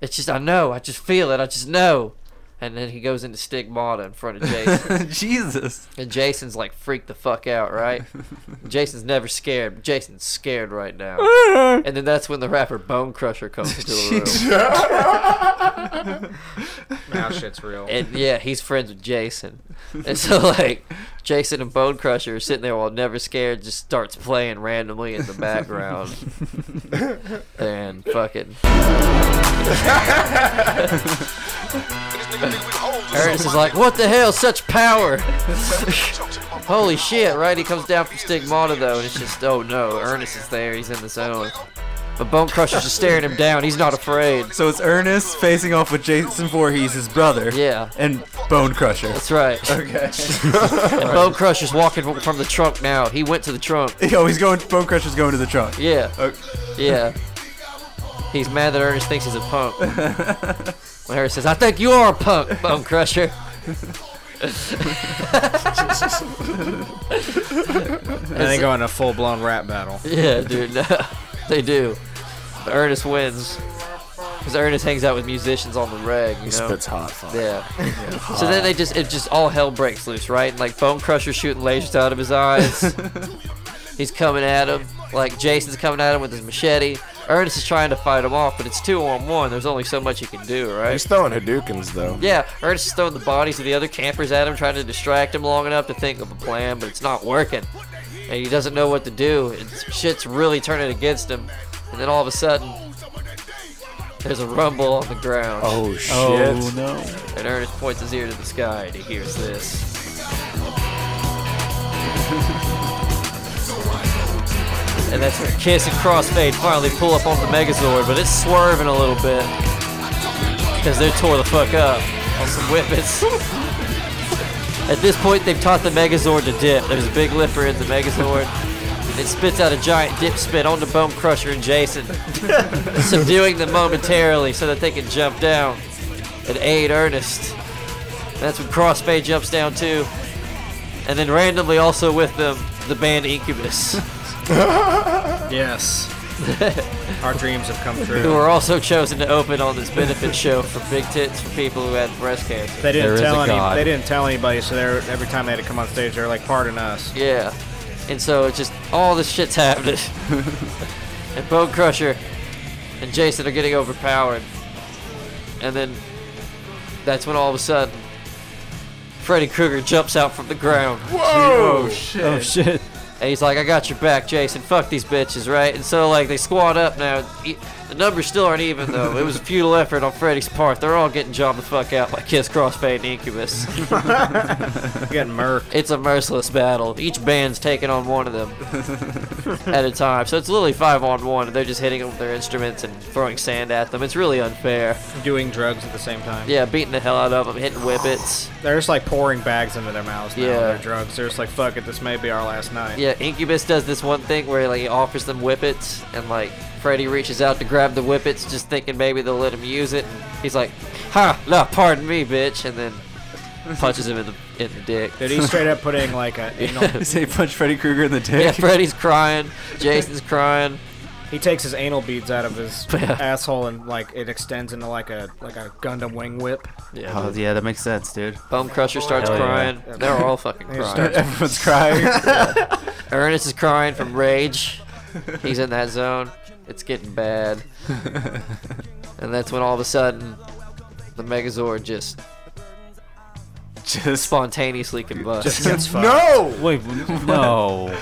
Speaker 2: it's just I know. I just feel it. I just know. And then he goes into stigmata in front of Jason.
Speaker 4: Jesus.
Speaker 2: And Jason's like freaked the fuck out, right? Jason's never scared. But Jason's scared
Speaker 5: *laughs*
Speaker 2: right now. and then that's when the rapper Bone Crusher comes into the room.
Speaker 6: Now shit's real.
Speaker 2: And yeah, he's friends with Jason. And so like Jason and Bone Crusher are sitting there while Never Scared just starts playing randomly in the *laughs* background. and fucking *laughs* Ernest is like, What the hell? Such power *laughs* Holy shit, right? He comes down from Stigmata though, and it's just oh no, Ernest is there, he's in the zone. But Bone Crusher's just staring him down, he's not afraid.
Speaker 4: So it's Ernest facing off with Jason Voorhees, his brother.
Speaker 2: Yeah.
Speaker 4: And Bone Crusher.
Speaker 2: That's right. *laughs*
Speaker 4: Okay. *laughs*
Speaker 2: and Bone Crusher's walking from- from the trunk now. He went to
Speaker 4: *laughs*
Speaker 2: the trunk.
Speaker 4: Yo, he's going. Bone Crusher's going to the trunk.
Speaker 2: Yeah.
Speaker 4: Okay.
Speaker 2: Yeah. He's mad that Ernest thinks he's a punk. when Ernest says, I think you are a punk, Bone Crusher.
Speaker 6: *laughs* And *laughs* they go into full blown rap battle.
Speaker 2: Yeah, dude. *laughs* No, they do. But Ernest wins. Because Ernest hangs out with musicians on the reg. You
Speaker 3: He
Speaker 2: know?
Speaker 3: spits hot fire.
Speaker 2: Yeah.
Speaker 3: *laughs* Yeah.
Speaker 2: *laughs* So then they just, it just all hell breaks loose, right? And like Bone Crusher shooting lasers out of
Speaker 3: *laughs*
Speaker 2: his eyes. He's coming at him. Like Jason's coming at him with his machete. Ernest is trying to fight him off, but it's two on one. There's only so much he can do, right?
Speaker 3: He's throwing Hadoukens though.
Speaker 2: Yeah, Ernest is throwing the bodies of the other campers at him, trying to distract him long enough to think of a plan, but it's not working. And he doesn't know what to do. It's, shit's really turning against him. And then all of a sudden, there's a rumble on the ground.
Speaker 3: Oh, shit. Oh,
Speaker 4: no.
Speaker 2: And Ernest points his ear to the sky and he hears this. And that's where Kiss and Crossfade finally pull up on the Megazord, but it's swerving a little bit. Because they tore the fuck up on some whippets. At this point, they've taught the Megazord to dip. There's a big lipper in the Megazord. It spits out a giant dip spit onto Bone Crusher and Jason, subduing them momentarily so that they can jump down and aid Ernest. That's when Crossfade jumps down too. And then randomly also with them, the band
Speaker 6: *laughs*
Speaker 2: Incubus. *laughs*
Speaker 6: Yes. Our dreams have come true.
Speaker 2: who *laughs* were also chosen to open on this benefit show for big tits for people who had breast cancer.
Speaker 6: They didn't tell any, They didn't tell anybody, so they were, every time they had to come on stage, they were like, "Pardon us."
Speaker 10: *laughs*
Speaker 2: Yeah. And so it's just all this shit's happening. and Bone Crusher and Jason are getting overpowered. And then that's when all of a sudden Freddy Krueger jumps out from the ground.
Speaker 10: Whoa! Oh, shit.
Speaker 7: Oh, shit.
Speaker 2: *laughs* And he's like, I got your back, Jason. Fuck these bitches, right? And so, like, they squad up now. E- The numbers still aren't even,
Speaker 6: *laughs*
Speaker 2: though. it was a futile effort on Freddy's part. They're all getting jobbed the fuck out by Kiss, Crossfade, and Incubus.
Speaker 6: *laughs* Getting murked.
Speaker 2: It's a merciless battle. Each band's taking on one
Speaker 6: *laughs*
Speaker 2: of them at a time. So it's literally five on one, and they're just hitting them with their instruments and throwing sand at them. It's really unfair.
Speaker 6: Doing drugs at the same time.
Speaker 2: Yeah, beating the hell out of them, hitting whippets.
Speaker 6: They're just like pouring bags into their mouths now.
Speaker 2: Yeah.
Speaker 6: Yeah. Their drugs. They're just like, fuck it, this may be our last night.
Speaker 2: Yeah, Incubus does this one thing where like he offers them whippets, and like Freddy reaches out to grab the whippets, just thinking maybe they'll let him use it. And he's like, "Ha, no, pardon me, bitch," and
Speaker 6: *laughs*
Speaker 2: then punches him in the in the dick.
Speaker 6: Dude, he's straight up putting like
Speaker 2: *laughs*
Speaker 6: a
Speaker 4: *laughs*
Speaker 6: anal.
Speaker 2: Say
Speaker 4: punch Freddy Krueger in the dick.
Speaker 2: Yeah, Freddy's crying. Jason's crying.
Speaker 6: He takes his anal beads out of
Speaker 2: *laughs*
Speaker 6: his asshole and like it extends into like a like a Gundam wing whip.
Speaker 4: Yeah, oh, yeah, that makes sense, dude.
Speaker 2: Bone Crusher starts
Speaker 4: Hell yeah.
Speaker 2: crying. They're all fucking
Speaker 4: They
Speaker 2: crying.
Speaker 4: start- everyone's
Speaker 3: *laughs*
Speaker 4: crying.
Speaker 2: Yeah. Ernest is crying from rage. He's in that zone. It's getting bad. and that's when all of a sudden the Megazord just just spontaneously combusts.
Speaker 3: Just gets fucked. *laughs* No!
Speaker 2: Wait,
Speaker 3: no.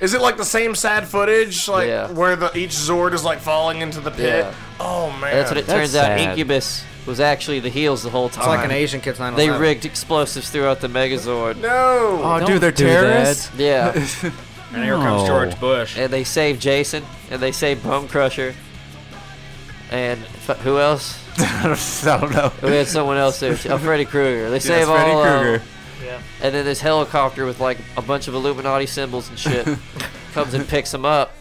Speaker 3: Is it like the same sad footage, like
Speaker 2: Yeah.
Speaker 3: where the each Zord is like falling into the pit?
Speaker 2: Yeah.
Speaker 3: Oh man,
Speaker 2: That's what it turns out. Incubus was actually the heels the whole time.
Speaker 6: like an Asian Kids 911.
Speaker 2: They rigged explosives throughout the Megazord.
Speaker 3: No.
Speaker 4: Oh, dude, they're
Speaker 2: do
Speaker 4: terrorists?
Speaker 2: that.
Speaker 4: *laughs*
Speaker 2: Yeah.
Speaker 4: And here comes No. George
Speaker 6: Bush.
Speaker 2: And they save Jason. And they save Bone Crusher. And f- who else?
Speaker 4: *laughs* I don't know.
Speaker 2: We had someone
Speaker 4: *laughs*
Speaker 2: else there. too. Oh, Freddy Krueger. They
Speaker 4: Yeah,
Speaker 2: save
Speaker 4: it's Freddy
Speaker 2: all. uh,
Speaker 4: Krueger.
Speaker 2: yeah. And then this helicopter with like a bunch of Illuminati symbols and shit comes and picks them up.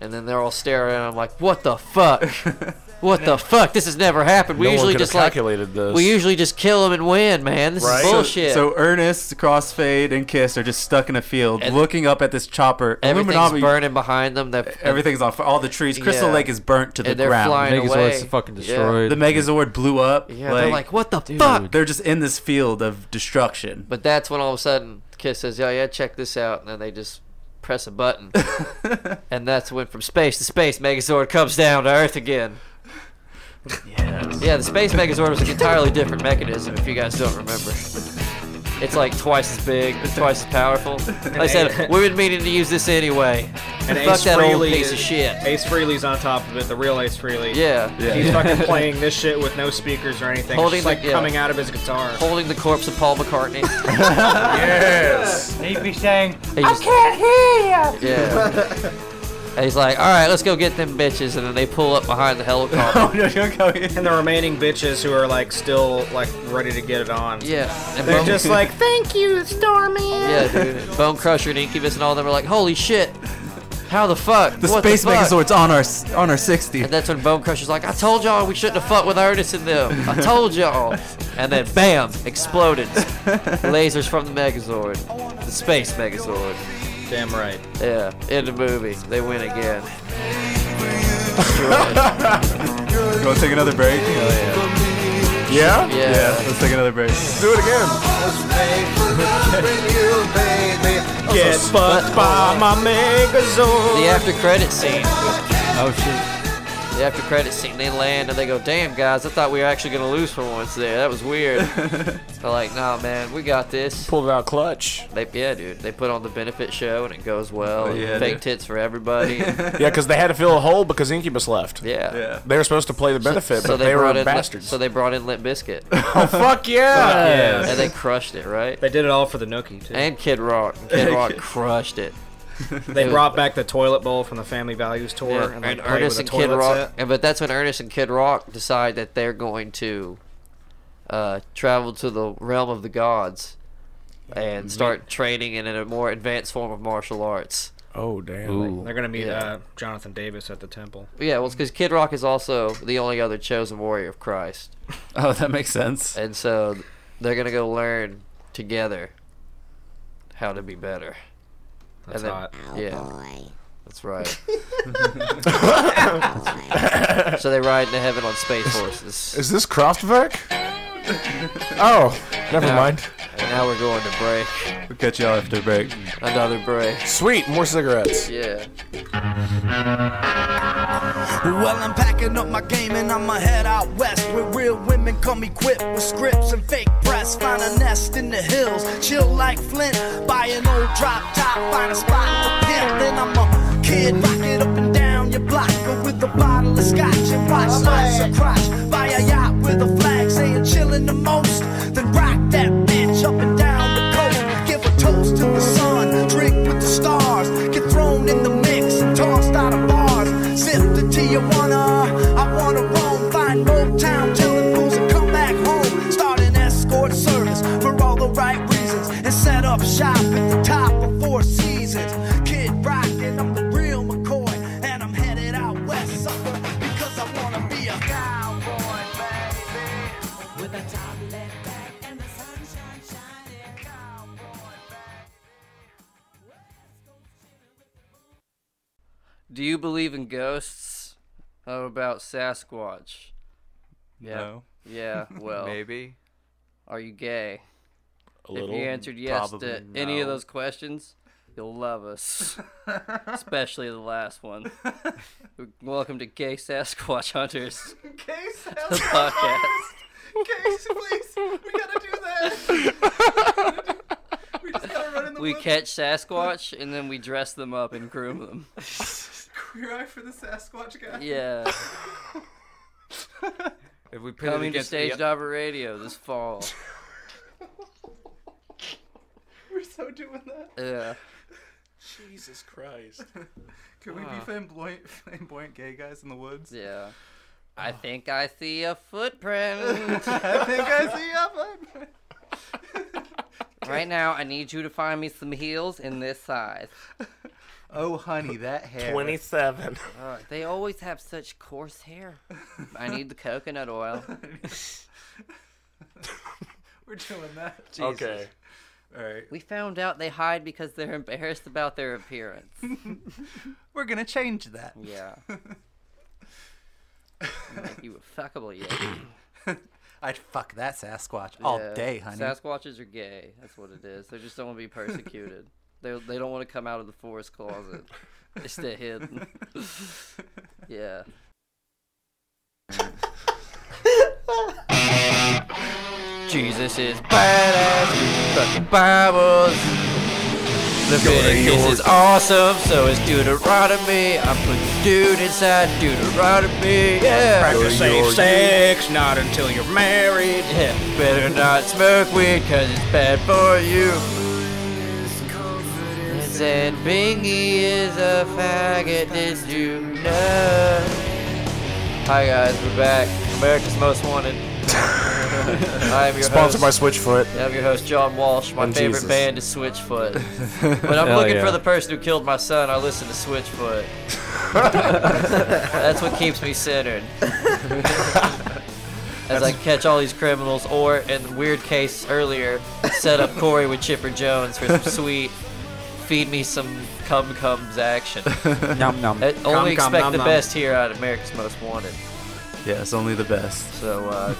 Speaker 2: And then they're all staring at him like, "What the fuck? *laughs* What the fuck? This has never happened. We
Speaker 3: No one
Speaker 2: usually
Speaker 3: could have
Speaker 2: just like
Speaker 3: calculated this.
Speaker 2: we usually just kill him and win, man. This is bullshit."
Speaker 4: So, so Ernest, Crossfade, and Kiss are just stuck in a field,
Speaker 2: And
Speaker 4: looking up at this chopper.
Speaker 2: everything's
Speaker 4: Illuminati- e,
Speaker 2: burning behind them. That
Speaker 4: Everything's on fire. All the trees. Crystal
Speaker 2: Yeah.
Speaker 4: Lake is burnt to the
Speaker 2: And they're
Speaker 4: ground.
Speaker 2: flying Megazord's away. fucking Yeah. destroyed.
Speaker 4: The Megazord blew up.
Speaker 2: Yeah, they're like, "What the fuck?"
Speaker 4: They're just in this field of destruction.
Speaker 2: But that's when all of a sudden Kiss says, "Oh, "Yeah, yeah, check this out," and then they just press
Speaker 6: *laughs*
Speaker 2: a button, and that's when from space to space Megazord comes down to Earth again. Yeah, the space Megazord was an entirely different mechanism. If you guys don't remember, it's like twice
Speaker 6: *laughs*
Speaker 2: as big, twice as powerful. Like I said, we've been meaning to use this anyway.
Speaker 6: And
Speaker 2: Fuck
Speaker 6: Ace
Speaker 2: that old
Speaker 6: Frehley
Speaker 2: piece
Speaker 6: is-
Speaker 2: of shit.
Speaker 6: Ace Frehley's on top of it, the real Ace Frehley.
Speaker 2: Yeah. Yeah.
Speaker 6: He's
Speaker 4: *laughs*
Speaker 2: Yeah.
Speaker 6: fucking playing this shit with no speakers or anything. Holding
Speaker 2: Holding
Speaker 6: just,
Speaker 2: the-
Speaker 6: like
Speaker 2: yeah.
Speaker 6: coming out of his guitar.
Speaker 2: Holding the corpse of Paul
Speaker 4: *laughs*
Speaker 2: McCartney.
Speaker 6: Yes.
Speaker 9: He'd be saying,
Speaker 2: He
Speaker 9: I
Speaker 2: just-
Speaker 9: can't hear you.
Speaker 2: Yeah. And he's like, all right, let's go get them bitches. And then they pull up behind
Speaker 6: *laughs*
Speaker 2: the helicopter.
Speaker 6: and the remaining bitches who are like still like ready to get it on.
Speaker 2: Yeah. And
Speaker 6: *laughs* They're
Speaker 2: Bone-
Speaker 6: just like
Speaker 16: Thank you, Stormy.
Speaker 2: yeah, dude. Bone Crusher and Incubus and all them are like, holy shit. How the fuck?
Speaker 4: The
Speaker 2: What
Speaker 4: space
Speaker 2: fuck?"
Speaker 4: Megazord's on our
Speaker 2: *laughs*
Speaker 4: s- on our sixty.
Speaker 2: And that's when Bone Crusher's like, I told y'all we shouldn't have fucked with Ernest and them. I told y'all. And then bam,
Speaker 4: *laughs*
Speaker 2: exploded. Lasers from the Megazord. The space Megazord.
Speaker 6: Damn right.
Speaker 2: Yeah, in the movie. They win
Speaker 4: *laughs*
Speaker 2: again.
Speaker 4: You want to take another break?
Speaker 3: Yeah?
Speaker 4: Yeah.
Speaker 3: Yeah.
Speaker 4: Let's take another break.
Speaker 3: Do it
Speaker 6: *laughs*
Speaker 3: again.
Speaker 6: Get fucked by my Megazord.
Speaker 2: The after credit scene.
Speaker 4: *laughs* Oh shit.
Speaker 2: The after credit scene, they land and they go, "Damn guys, I thought we were actually gonna lose for once there. That
Speaker 6: *laughs*
Speaker 2: was weird." They're like, "Nah, man, we got this."
Speaker 3: Pulled it out clutch.
Speaker 2: They, yeah, dude. They put on the benefit show and it goes well.
Speaker 3: Oh,
Speaker 2: and
Speaker 3: yeah,
Speaker 2: fake
Speaker 3: dude.
Speaker 2: tits for
Speaker 6: *laughs*
Speaker 4: *laughs*
Speaker 2: everybody.
Speaker 3: Yeah, because they had to fill a hole because Incubus left.
Speaker 2: Yeah. Yeah.
Speaker 3: They were supposed to play the benefit, but they, were
Speaker 2: brought in Limp-
Speaker 3: bastards.
Speaker 2: so they brought in Limp Biscuit.
Speaker 3: *laughs* oh,
Speaker 6: *laughs*
Speaker 3: fuck yeah.
Speaker 2: And they crushed it, right?
Speaker 6: They did it all for the Nookie too.
Speaker 2: And Kid Rock.
Speaker 6: *laughs*
Speaker 2: Kid Rock crushed it. It
Speaker 6: They
Speaker 2: was-
Speaker 6: brought back the toilet bowl from the Family Values tour
Speaker 2: Yeah,
Speaker 6: and, like,
Speaker 2: and
Speaker 6: played
Speaker 2: Ernest
Speaker 6: with
Speaker 2: and
Speaker 6: a
Speaker 2: Kid
Speaker 6: toilet
Speaker 2: Rock,
Speaker 6: set.
Speaker 2: and but that's when Ernest and Kid Rock decide that they're going to uh, travel to the realm of the gods
Speaker 6: Mm-hmm.
Speaker 2: and start training in a more advanced form of martial arts.
Speaker 3: Oh damn!
Speaker 6: They're gonna meet
Speaker 2: Yeah.
Speaker 6: uh, Jonathan Davis at the temple.
Speaker 2: Yeah, well, because Kid Rock is also the only other chosen warrior of Christ,
Speaker 4: *laughs* Oh, that makes sense.
Speaker 2: and so they're gonna go learn together how to be better.
Speaker 6: That's hot.
Speaker 2: Yeah, that's right. *laughs* so they ride into heaven on space horses. *laughs*
Speaker 3: Is this Kraftwerk? oh, never
Speaker 2: No.
Speaker 3: mind.
Speaker 2: Now we're going to break.
Speaker 4: We'll catch y'all after the break.
Speaker 2: Another break.
Speaker 3: Sweet, more cigarettes.
Speaker 2: Yeah.
Speaker 10: Well, I'm packing up my game and I'ma head out west where real women come equipped with scripts and fake press. Find a nest in the hills, chill like Flint. Buy an old drop top, find a spot for pimp. Then I'm a kid, rock it up and down your block or with a bottle of scotch and watch lots of crotch. Buy a yacht with a flag saying chillin' the most. Then rock that bitch up and down the coast. Give a toast to the sun, drink with the stars. Get thrown in the mix and tossed out of bars. Sip the Tijuana, I wanna roam. Find Old Town, telling fools to come back home. Start an escort service for all the right reasons. And set up shop at the top of Four Seasons. Kid rockin', I'm the real McCoy. And I'm headed out west, sucker, because I wanna be a cowboy, baby. With a top left back and the sunshine shining cowboy.
Speaker 2: Do you believe in ghosts? How about Sasquatch? Yeah.
Speaker 4: No.
Speaker 10: *laughs*
Speaker 2: Yeah, well.
Speaker 4: Maybe.
Speaker 2: Are you gay?
Speaker 4: A
Speaker 2: if
Speaker 4: little.
Speaker 2: you answered yes to
Speaker 4: Probably
Speaker 2: any of
Speaker 4: no.
Speaker 2: those questions, you'll love
Speaker 10: *laughs*
Speaker 2: us. Especially the last one. Welcome to Gay Sasquatch Hunters.
Speaker 10: *laughs* Gay
Speaker 2: The
Speaker 10: Sasquatch
Speaker 2: podcast.
Speaker 10: Case, please. We gotta do *laughs* that. we just gotta run in the
Speaker 2: We
Speaker 10: woods.
Speaker 2: catch
Speaker 10: *laughs*
Speaker 2: Sasquatch and then we dress them up and groom them.
Speaker 10: Queer eye for the Sasquatch guy.
Speaker 2: Yeah.
Speaker 5: *laughs* If we pit it
Speaker 2: Coming to
Speaker 5: against the
Speaker 2: Stage
Speaker 5: oth-
Speaker 2: Diver Radio
Speaker 5: *laughs*
Speaker 2: this fall.
Speaker 10: We're so doing that.
Speaker 2: Yeah.
Speaker 10: Jesus Christ. Could we be
Speaker 2: Ah.
Speaker 10: flamboyant, flamboyant gay guys in the woods?
Speaker 2: Yeah. I think I see a footprint.
Speaker 10: *laughs* *laughs* I think I see a flamboyant.
Speaker 2: *laughs* Right now, I need you to find me some heels in this size.
Speaker 10: *laughs* oh, honey, that hair.
Speaker 3: 27.
Speaker 2: Uh, they always have such coarse hair. I need the coconut
Speaker 10: *laughs*
Speaker 2: oil. *laughs*
Speaker 10: We're doing that.
Speaker 3: Okay.
Speaker 4: All right.
Speaker 2: We found out they hide because they're embarrassed about their appearance.
Speaker 10: We're gonna change that.
Speaker 2: Yeah. Make you a fuckable yeti.
Speaker 17: I'd fuck that Sasquatch all
Speaker 2: Yeah.
Speaker 17: day, honey.
Speaker 2: Sasquatches are gay. That's what it is. They just don't want to be persecuted. they they don't want to come out of the forest closet. They stay hidden. yeah. Jesus is badass. Fucking Bibles. Leviticus is awesome. So is Deuteronomy. I put dude inside Deuteronomy. Yeah.
Speaker 6: Practice safe sex, not until you're married.
Speaker 2: Yeah, better not smoke weed cause it's bad for you. It said Bingy is a faggot, did you know? Hi guys, we're back. America's
Speaker 3: *laughs*
Speaker 2: Most Wanted. I am your
Speaker 3: Sponsored
Speaker 2: host.
Speaker 3: by Switchfoot.
Speaker 2: I'm your host, John Walsh. My
Speaker 3: And
Speaker 2: favorite
Speaker 3: Jesus.
Speaker 2: band is Switchfoot. When I'm
Speaker 3: Hell
Speaker 2: looking
Speaker 3: yeah.
Speaker 2: for the person who killed my son, I listen to Switchfoot. That's what keeps
Speaker 5: *laughs*
Speaker 2: me centered. As I catch all these criminals, or in the weird case earlier, set up Corey with Chipper Jones for some sweet, feed me some cum cums action.
Speaker 5: Nom nom.
Speaker 2: Uh,
Speaker 5: Cum
Speaker 2: Only
Speaker 5: cum
Speaker 2: expect
Speaker 5: nom
Speaker 2: the
Speaker 5: nom.
Speaker 2: best here at America's Most Wanted.
Speaker 4: Yes, only the best.
Speaker 2: So, uh,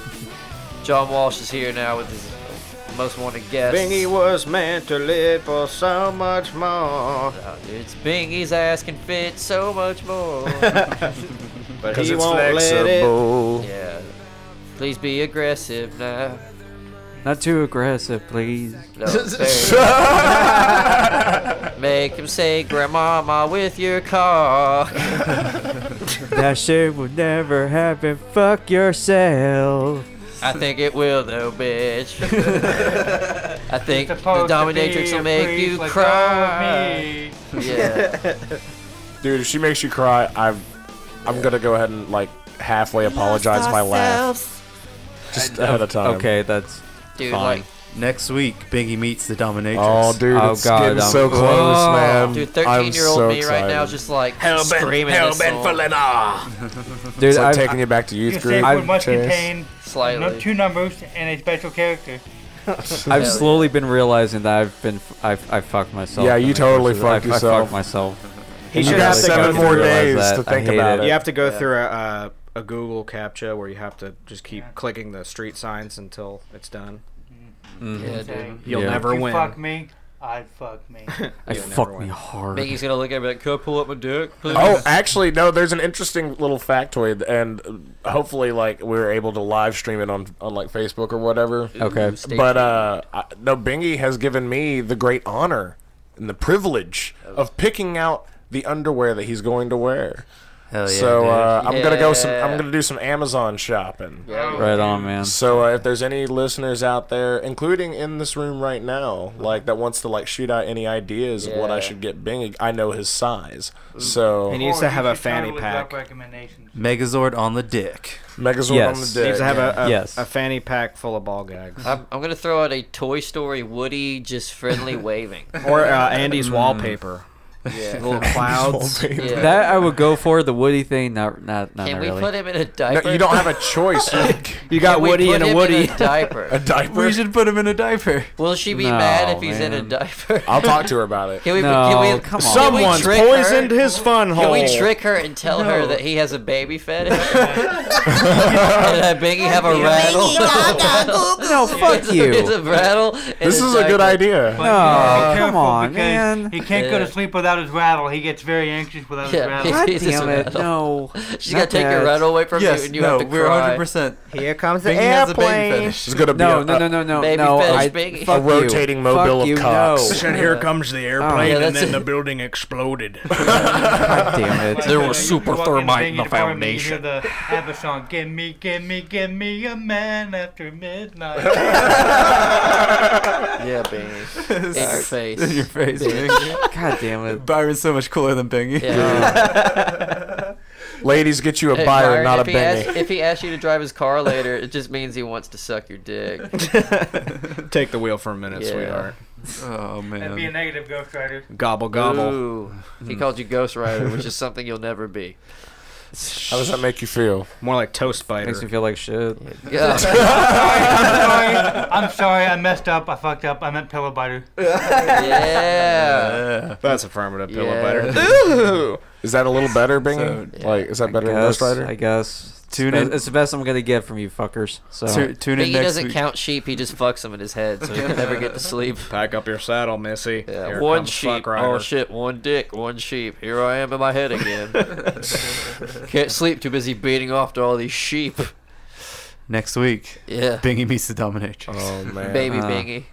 Speaker 2: John Walsh is here now with his most wanted guest.
Speaker 6: Bingy was meant to live for so much more.
Speaker 2: It's Bingy's ass can fit so much
Speaker 10: *laughs*
Speaker 2: more.
Speaker 6: But he won't let it.
Speaker 2: Yeah. Please be aggressive now.
Speaker 5: *laughs* Not too aggressive, please.
Speaker 10: *laughs*
Speaker 2: No,
Speaker 5: *laughs*
Speaker 2: very- Make him say, Grandmama, with your
Speaker 10: *laughs*
Speaker 2: cock.
Speaker 5: that shit would never happen. Fuck yourself.
Speaker 2: I think it will, though,
Speaker 10: *laughs*
Speaker 2: bitch. I think the
Speaker 10: supposed to
Speaker 2: dominatrix
Speaker 10: be
Speaker 2: will
Speaker 10: a
Speaker 2: make
Speaker 10: breeze
Speaker 2: you
Speaker 10: like
Speaker 2: cry.
Speaker 10: all of me. *laughs*
Speaker 2: Yeah.
Speaker 3: *laughs* Dude, if she makes you cry, I'm I'm gonna go ahead and like halfway apologize my laugh. Just ahead of time.
Speaker 5: Okay, that's
Speaker 2: Dude,
Speaker 4: fine.
Speaker 2: like-
Speaker 4: next week, Bingy meets the Dominatrix.
Speaker 3: Oh, dude,
Speaker 5: Oh,
Speaker 3: it's
Speaker 5: God,
Speaker 3: getting
Speaker 5: I'm-
Speaker 3: so close,
Speaker 5: Whoa.
Speaker 3: man.
Speaker 2: Dude,
Speaker 3: I'm
Speaker 2: 13 year old
Speaker 3: so
Speaker 2: me right now
Speaker 3: excited.
Speaker 2: is just like
Speaker 3: Hellbent-
Speaker 2: screaming. this
Speaker 3: hellbent for
Speaker 2: song.
Speaker 5: Dude,
Speaker 3: it's like
Speaker 5: I've-
Speaker 3: taking you back to
Speaker 9: Your
Speaker 3: youth group.
Speaker 9: statement must
Speaker 3: Chase.
Speaker 9: contain
Speaker 2: Slightly.
Speaker 9: no- two numbers and a special character.
Speaker 5: I've slowly been realizing that I've been f- I've I fucked myself.
Speaker 3: Yeah,
Speaker 5: in
Speaker 3: you
Speaker 5: the
Speaker 3: totally
Speaker 5: course of-
Speaker 3: fucked
Speaker 5: I, I
Speaker 3: yourself.
Speaker 5: fucked myself.
Speaker 3: He
Speaker 5: I'm
Speaker 3: should
Speaker 5: not
Speaker 3: have
Speaker 5: really
Speaker 3: seven
Speaker 5: fucking
Speaker 3: more
Speaker 5: realize
Speaker 3: days
Speaker 5: that.
Speaker 3: to
Speaker 5: I
Speaker 3: think
Speaker 5: hate
Speaker 3: about it.
Speaker 6: You have to go
Speaker 3: Yeah.
Speaker 6: through a, uh, a Google CAPTCHA where you have to just keep clicking the street signs until it's done.
Speaker 2: Yeah, dude.
Speaker 6: You'll never
Speaker 9: Mm-hmm. you
Speaker 6: win.
Speaker 9: Fuck me. I'd fuck me.
Speaker 6: I'd You'll never fuck me win. hard.
Speaker 2: Mickey's gonna look at me like, "Can I pull up my dick, please?"
Speaker 3: Oh, actually, no. There's an interesting little factoid, and uh, hopefully, like we were able to live stream it on on like Facebook or whatever.
Speaker 6: Okay. stay
Speaker 3: But uh, I, no, Bingy has given me the great honor and the privilege of picking out the underwear that he's going to wear.
Speaker 4: Hell yeah,
Speaker 3: so
Speaker 4: dude.
Speaker 3: uh, I'm gonna go some.
Speaker 4: Yeah.
Speaker 3: I'm gonna do some Amazon shopping.
Speaker 4: Right on, man.
Speaker 3: So uh, if there's any listeners out there, including in this room right now, like that wants to like shoot out any ideas of what I
Speaker 9: Yeah.
Speaker 3: should get Bing, I know his size. So
Speaker 9: He needs to Or have you a should fanny totally pack. drop recommendations.
Speaker 4: Megazord on the dick.
Speaker 3: Megazord
Speaker 6: Yes. Needs to have a, a,
Speaker 4: yes.
Speaker 6: a fanny pack full of ball
Speaker 2: *laughs*
Speaker 6: gags.
Speaker 2: I'm, I'm gonna throw out a Toy Story Woody
Speaker 3: *laughs*
Speaker 2: just friendly waving Mm.
Speaker 6: Or uh, Andy's wallpaper.
Speaker 3: *laughs*
Speaker 2: Yeah.
Speaker 6: Little clouds.
Speaker 2: Yeah.
Speaker 5: That I would go for the Woody thing. Not not not
Speaker 2: Can we
Speaker 5: really.
Speaker 2: put him in a diaper?
Speaker 3: choice.
Speaker 10: *laughs*
Speaker 5: You got
Speaker 2: Can we
Speaker 5: Woody
Speaker 2: put
Speaker 5: and a
Speaker 2: him in
Speaker 5: Woody.
Speaker 3: *laughs*
Speaker 5: *laughs*
Speaker 2: diaper.
Speaker 3: A diaper?
Speaker 4: We should put him in a diaper.
Speaker 2: Will she be
Speaker 4: No,
Speaker 2: mad if he's in a
Speaker 4: man.
Speaker 2: diaper?
Speaker 3: *laughs* I'll talk to her about it.
Speaker 2: Can we?
Speaker 4: No,
Speaker 2: can we
Speaker 4: come on.
Speaker 2: Can we
Speaker 4: Someone's
Speaker 2: trick her?
Speaker 4: poisoned his fun
Speaker 2: Can we
Speaker 4: hole.
Speaker 2: trick her and tell her
Speaker 4: No.
Speaker 2: that he has a
Speaker 4: *laughs*
Speaker 2: baby fetish? and that Biggie have a rattle? *laughs*
Speaker 5: no, fuck you.
Speaker 2: It's a rattle. and
Speaker 3: This
Speaker 2: a
Speaker 3: is a good
Speaker 2: diaper.
Speaker 3: idea.
Speaker 9: But, uh, be
Speaker 5: come
Speaker 9: careful
Speaker 5: on,
Speaker 9: because
Speaker 5: man.
Speaker 9: He can't go to
Speaker 2: Yeah.
Speaker 9: sleep without his rattle. He gets very anxious without
Speaker 2: Yeah, *laughs*
Speaker 9: his rattle.
Speaker 2: *laughs* he's just a rattle. *laughs* She's gotta
Speaker 5: not
Speaker 2: take your
Speaker 5: that.
Speaker 2: rattle away from you, and you have to cry.
Speaker 7: Here comes the
Speaker 2: Bingy has a baby
Speaker 7: airplane.
Speaker 2: fetish.
Speaker 3: It's gonna be
Speaker 5: *laughs* no,
Speaker 3: a-
Speaker 5: no, no, no, no,
Speaker 2: Baby
Speaker 5: no.
Speaker 2: fetish,
Speaker 5: I,
Speaker 2: Biggie.
Speaker 5: fuck
Speaker 3: uh, A rotating
Speaker 5: you.
Speaker 3: mobile
Speaker 5: fuck
Speaker 3: of
Speaker 5: you,
Speaker 3: cocks.
Speaker 5: No. Oh.
Speaker 3: And
Speaker 6: here comes
Speaker 2: *laughs*
Speaker 6: the airplane,
Speaker 5: yeah,
Speaker 6: and
Speaker 5: that's
Speaker 6: then
Speaker 5: it.
Speaker 6: the *laughs*
Speaker 3: *laughs*
Speaker 6: building exploded.
Speaker 5: God damn it.
Speaker 9: There was super thermite in the foundation. You hear the ABBA song, "Give me, give me, give me a man after midnight."
Speaker 2: Yeah, Bingy. In your face.
Speaker 4: *laughs* in your face,
Speaker 3: *laughs*
Speaker 4: Bingy.
Speaker 5: God damn it.
Speaker 4: Byron's so much cooler than Bingy.
Speaker 3: Ladies, get you a
Speaker 2: Hey,
Speaker 3: Byron,
Speaker 2: Byron,
Speaker 3: not a
Speaker 2: if he
Speaker 3: Bingy.
Speaker 2: asks- if he asks you to drive his car later, it just means he wants to suck your dick.
Speaker 4: *laughs*
Speaker 2: *laughs*
Speaker 6: Take the wheel for a minute,
Speaker 2: Yeah.
Speaker 6: sweetheart.
Speaker 4: Oh
Speaker 9: That'd be a negative Ghost Rider.
Speaker 6: Gobble gobble.
Speaker 2: Ooh. He called you Ghost Rider, which is something you'll never be.
Speaker 3: How does that make you feel?
Speaker 6: More like toast biter.
Speaker 5: Makes me feel like shit.
Speaker 2: *laughs*
Speaker 6: *laughs*
Speaker 2: Yeah.
Speaker 9: sorry, I'm sorry. I messed up. I fucked up. I meant pillow biter.
Speaker 2: *laughs* yeah.
Speaker 6: That's affirmative pillow
Speaker 2: Yeah.
Speaker 6: biter.
Speaker 3: Is
Speaker 5: *laughs*
Speaker 3: that a little better, Bingy? like, is that better than Ghost Rider?
Speaker 5: I guess.
Speaker 4: Tune
Speaker 5: Tune it's
Speaker 4: in-
Speaker 5: in. It's the best I'm gonna get from you fuckers. So
Speaker 4: Tu- tune
Speaker 2: Bingy doesn't count sheep. He just fucks them in his head, so he'll never get to sleep.
Speaker 6: Pack up your saddle, Missy.
Speaker 2: Yeah,
Speaker 6: Here
Speaker 2: one
Speaker 6: comes Fuck
Speaker 2: sheep.
Speaker 6: Rider.
Speaker 2: Oh shit! One dick. One sheep. Here I am in my head
Speaker 3: *laughs*
Speaker 2: again. Can't sleep. Too busy beating off to all these sheep.
Speaker 4: Next week.
Speaker 2: Yeah.
Speaker 4: Bingy meets the dominatrix. Oh
Speaker 2: man. Baby
Speaker 3: Uh,
Speaker 2: Bingy.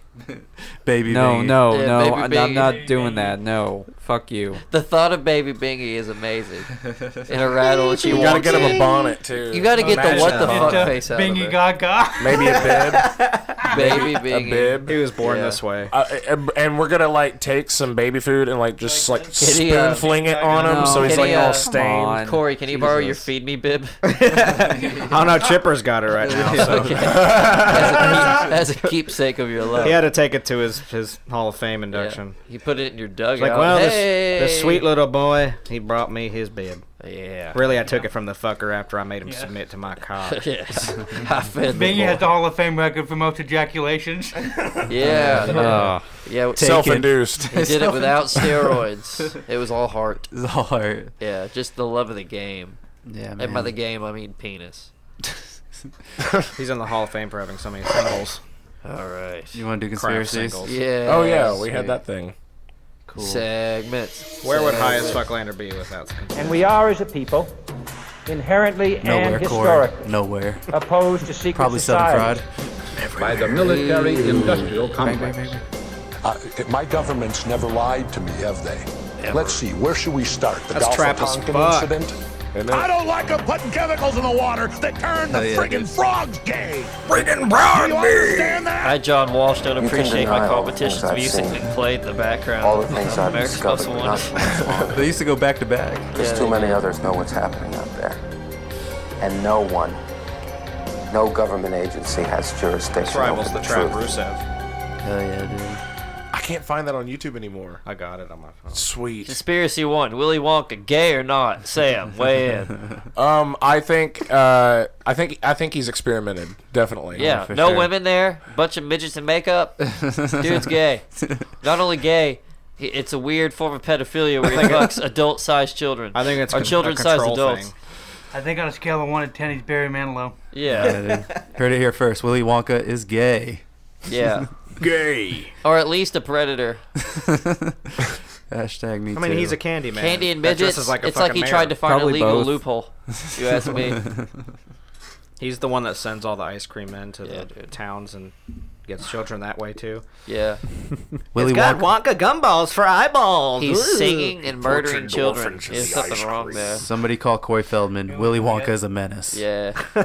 Speaker 2: *laughs*
Speaker 4: baby
Speaker 5: no,
Speaker 4: Bingy.
Speaker 5: no,
Speaker 2: Yeah,
Speaker 5: no.
Speaker 2: baby
Speaker 5: I,
Speaker 2: Bingy.
Speaker 5: am not doing that. No, fuck you.
Speaker 2: The thought of baby Bingy is amazing. In a rattle, she
Speaker 3: You gotta
Speaker 2: walks
Speaker 3: get him a
Speaker 2: in.
Speaker 3: bonnet, too.
Speaker 2: You gotta get the
Speaker 3: Imagine
Speaker 2: what the
Speaker 3: that.
Speaker 2: fuck
Speaker 3: Into
Speaker 2: face out
Speaker 9: Bingy
Speaker 2: of her.
Speaker 9: Gaga.
Speaker 3: Maybe a
Speaker 2: *laughs*
Speaker 3: bib.
Speaker 2: Baby
Speaker 3: a
Speaker 2: Bingy.
Speaker 3: bib.
Speaker 6: He was born
Speaker 2: Yeah.
Speaker 6: this way.
Speaker 3: Uh, and- and we're gonna like take some baby food and like just like spoon
Speaker 2: uh,
Speaker 3: fling it on him, so he's
Speaker 2: Can
Speaker 3: like
Speaker 2: he, uh,
Speaker 3: all
Speaker 5: come
Speaker 3: stained.
Speaker 5: on.
Speaker 2: Corey, can you borrow your
Speaker 5: Jesus.
Speaker 2: feed me
Speaker 3: *laughs*
Speaker 2: bib?
Speaker 6: *laughs* I don't know. Chipper's got it right now. So.
Speaker 2: Okay. *laughs* as, a, keep- as a keepsake of your love.
Speaker 6: He had to take it to his, his Hall of Fame induction.
Speaker 2: You put it in your
Speaker 6: It's
Speaker 2: dugout.
Speaker 6: like, well, this,
Speaker 2: hey!
Speaker 6: this sweet little boy, he brought me his bib.
Speaker 2: Yeah.
Speaker 6: Really, I took it from the fucker after I made him submit to
Speaker 2: *laughs*
Speaker 6: my cock.
Speaker 2: yes. *laughs* I fed the
Speaker 9: Bingy has
Speaker 2: boy.
Speaker 9: the Hall of Fame record for most ejaculations.
Speaker 2: *laughs* Yeah. yeah.
Speaker 4: Take
Speaker 3: Self-induced. it.
Speaker 2: He did
Speaker 3: *laughs*
Speaker 2: it without steroids. It was all heart.
Speaker 4: It's all right.
Speaker 2: Yeah, just the love of the game.
Speaker 4: Yeah,
Speaker 2: And by
Speaker 4: man.
Speaker 2: the game, I mean penis.
Speaker 6: *laughs* He's in the Hall of Fame for having so many singles.
Speaker 2: All right.
Speaker 4: You want to do
Speaker 6: Crap
Speaker 4: conspiracies?
Speaker 6: singles.
Speaker 2: Yeah.
Speaker 3: Oh yeah, we had that thing.
Speaker 4: Cool.
Speaker 2: Segments.
Speaker 6: Where would High as
Speaker 2: Segments.
Speaker 6: Fuck Lander be without conspiracy?
Speaker 23: And we are, as a people, inherently
Speaker 4: Nowhere,
Speaker 23: and
Speaker 4: Corey.
Speaker 23: historically
Speaker 4: Nowhere.
Speaker 23: opposed to secret
Speaker 4: Probably
Speaker 23: societies.
Speaker 4: Southern
Speaker 24: by the military industrial complex.
Speaker 25: Uh, my government's never lied to me, have they? Let's see, where should we start? The
Speaker 6: That's
Speaker 25: Gulf
Speaker 6: trap
Speaker 25: of
Speaker 6: as
Speaker 25: Tonkin
Speaker 6: fuck.
Speaker 25: incident?
Speaker 24: I don't like them putting chemicals in the water that turn the
Speaker 6: Oh,
Speaker 25: Hell yeah,
Speaker 24: friggin'
Speaker 25: dude.
Speaker 24: frogs gay. Friggin' brown
Speaker 25: Do you
Speaker 24: understand that?
Speaker 2: I, John Walsh, don't
Speaker 25: You can
Speaker 2: appreciate
Speaker 25: deny
Speaker 2: my
Speaker 25: all the
Speaker 2: competition's
Speaker 25: things I've
Speaker 2: music
Speaker 25: seen.
Speaker 2: being played in the background.
Speaker 25: All the things
Speaker 2: of
Speaker 25: I've
Speaker 2: America's
Speaker 25: discovered,
Speaker 2: Muscle
Speaker 25: but
Speaker 2: One. *laughs*
Speaker 4: fraud. *laughs* they used to go back to back.
Speaker 2: Yeah,
Speaker 26: There's
Speaker 2: they
Speaker 26: too many others know what's happening out there. And no one, no government agency has
Speaker 6: This
Speaker 26: jurisdiction over
Speaker 6: rivals the
Speaker 26: the
Speaker 6: trap
Speaker 26: truth. *laughs*
Speaker 6: Rusev.
Speaker 4: Hell yeah,
Speaker 3: I can't find that on YouTube anymore.
Speaker 6: I got it on my phone.
Speaker 3: Sweet.
Speaker 2: Conspiracy one: Willy Wonka, gay or not? Sam, weigh in.
Speaker 3: *laughs* Um, I think, uh, I think, I think he's experimented. Definitely.
Speaker 6: Oh,
Speaker 2: Yeah, no women there. Bunch of midgets in makeup.
Speaker 6: *laughs*
Speaker 2: Dude's gay. Not only gay, he- it's a weird form of pedophilia
Speaker 6: *laughs*
Speaker 2: where he fucks adult-sized children.
Speaker 6: I think it's
Speaker 2: or
Speaker 6: con- a
Speaker 2: children-sized
Speaker 6: control
Speaker 2: adults.
Speaker 6: thing.
Speaker 9: I think on a scale of one to ten, he's Barry Manilow.
Speaker 2: Yeah.
Speaker 4: dude. Yeah, dude. Heard it here first. Willy Wonka is gay.
Speaker 6: *laughs*
Speaker 2: Yeah.
Speaker 19: Gay.
Speaker 2: Or at least a predator.
Speaker 4: *laughs* Hashtag me
Speaker 6: I mean,
Speaker 4: too.
Speaker 6: he's a candy man.
Speaker 2: Candy and
Speaker 6: That
Speaker 2: midgets.
Speaker 6: dresses like a
Speaker 2: it's like
Speaker 6: fucking
Speaker 2: he
Speaker 6: mayor.
Speaker 2: tried to find
Speaker 6: Probably
Speaker 2: a legal
Speaker 6: both.
Speaker 2: loophole. if You ask me.
Speaker 6: He's the one that sends all the ice cream men to the towns and gets children that way too.
Speaker 2: Yeah.
Speaker 4: *laughs* Willy
Speaker 6: Willy it's got Wonka gumballs for eyeballs.
Speaker 2: He's
Speaker 6: Ooh.
Speaker 2: singing and murdering
Speaker 6: Tortured
Speaker 2: children.
Speaker 6: orphans.
Speaker 2: There's something wrong there.
Speaker 4: Somebody call Coy Feldman. Willy Wonka is a menace.
Speaker 6: *laughs*
Speaker 2: Yeah. All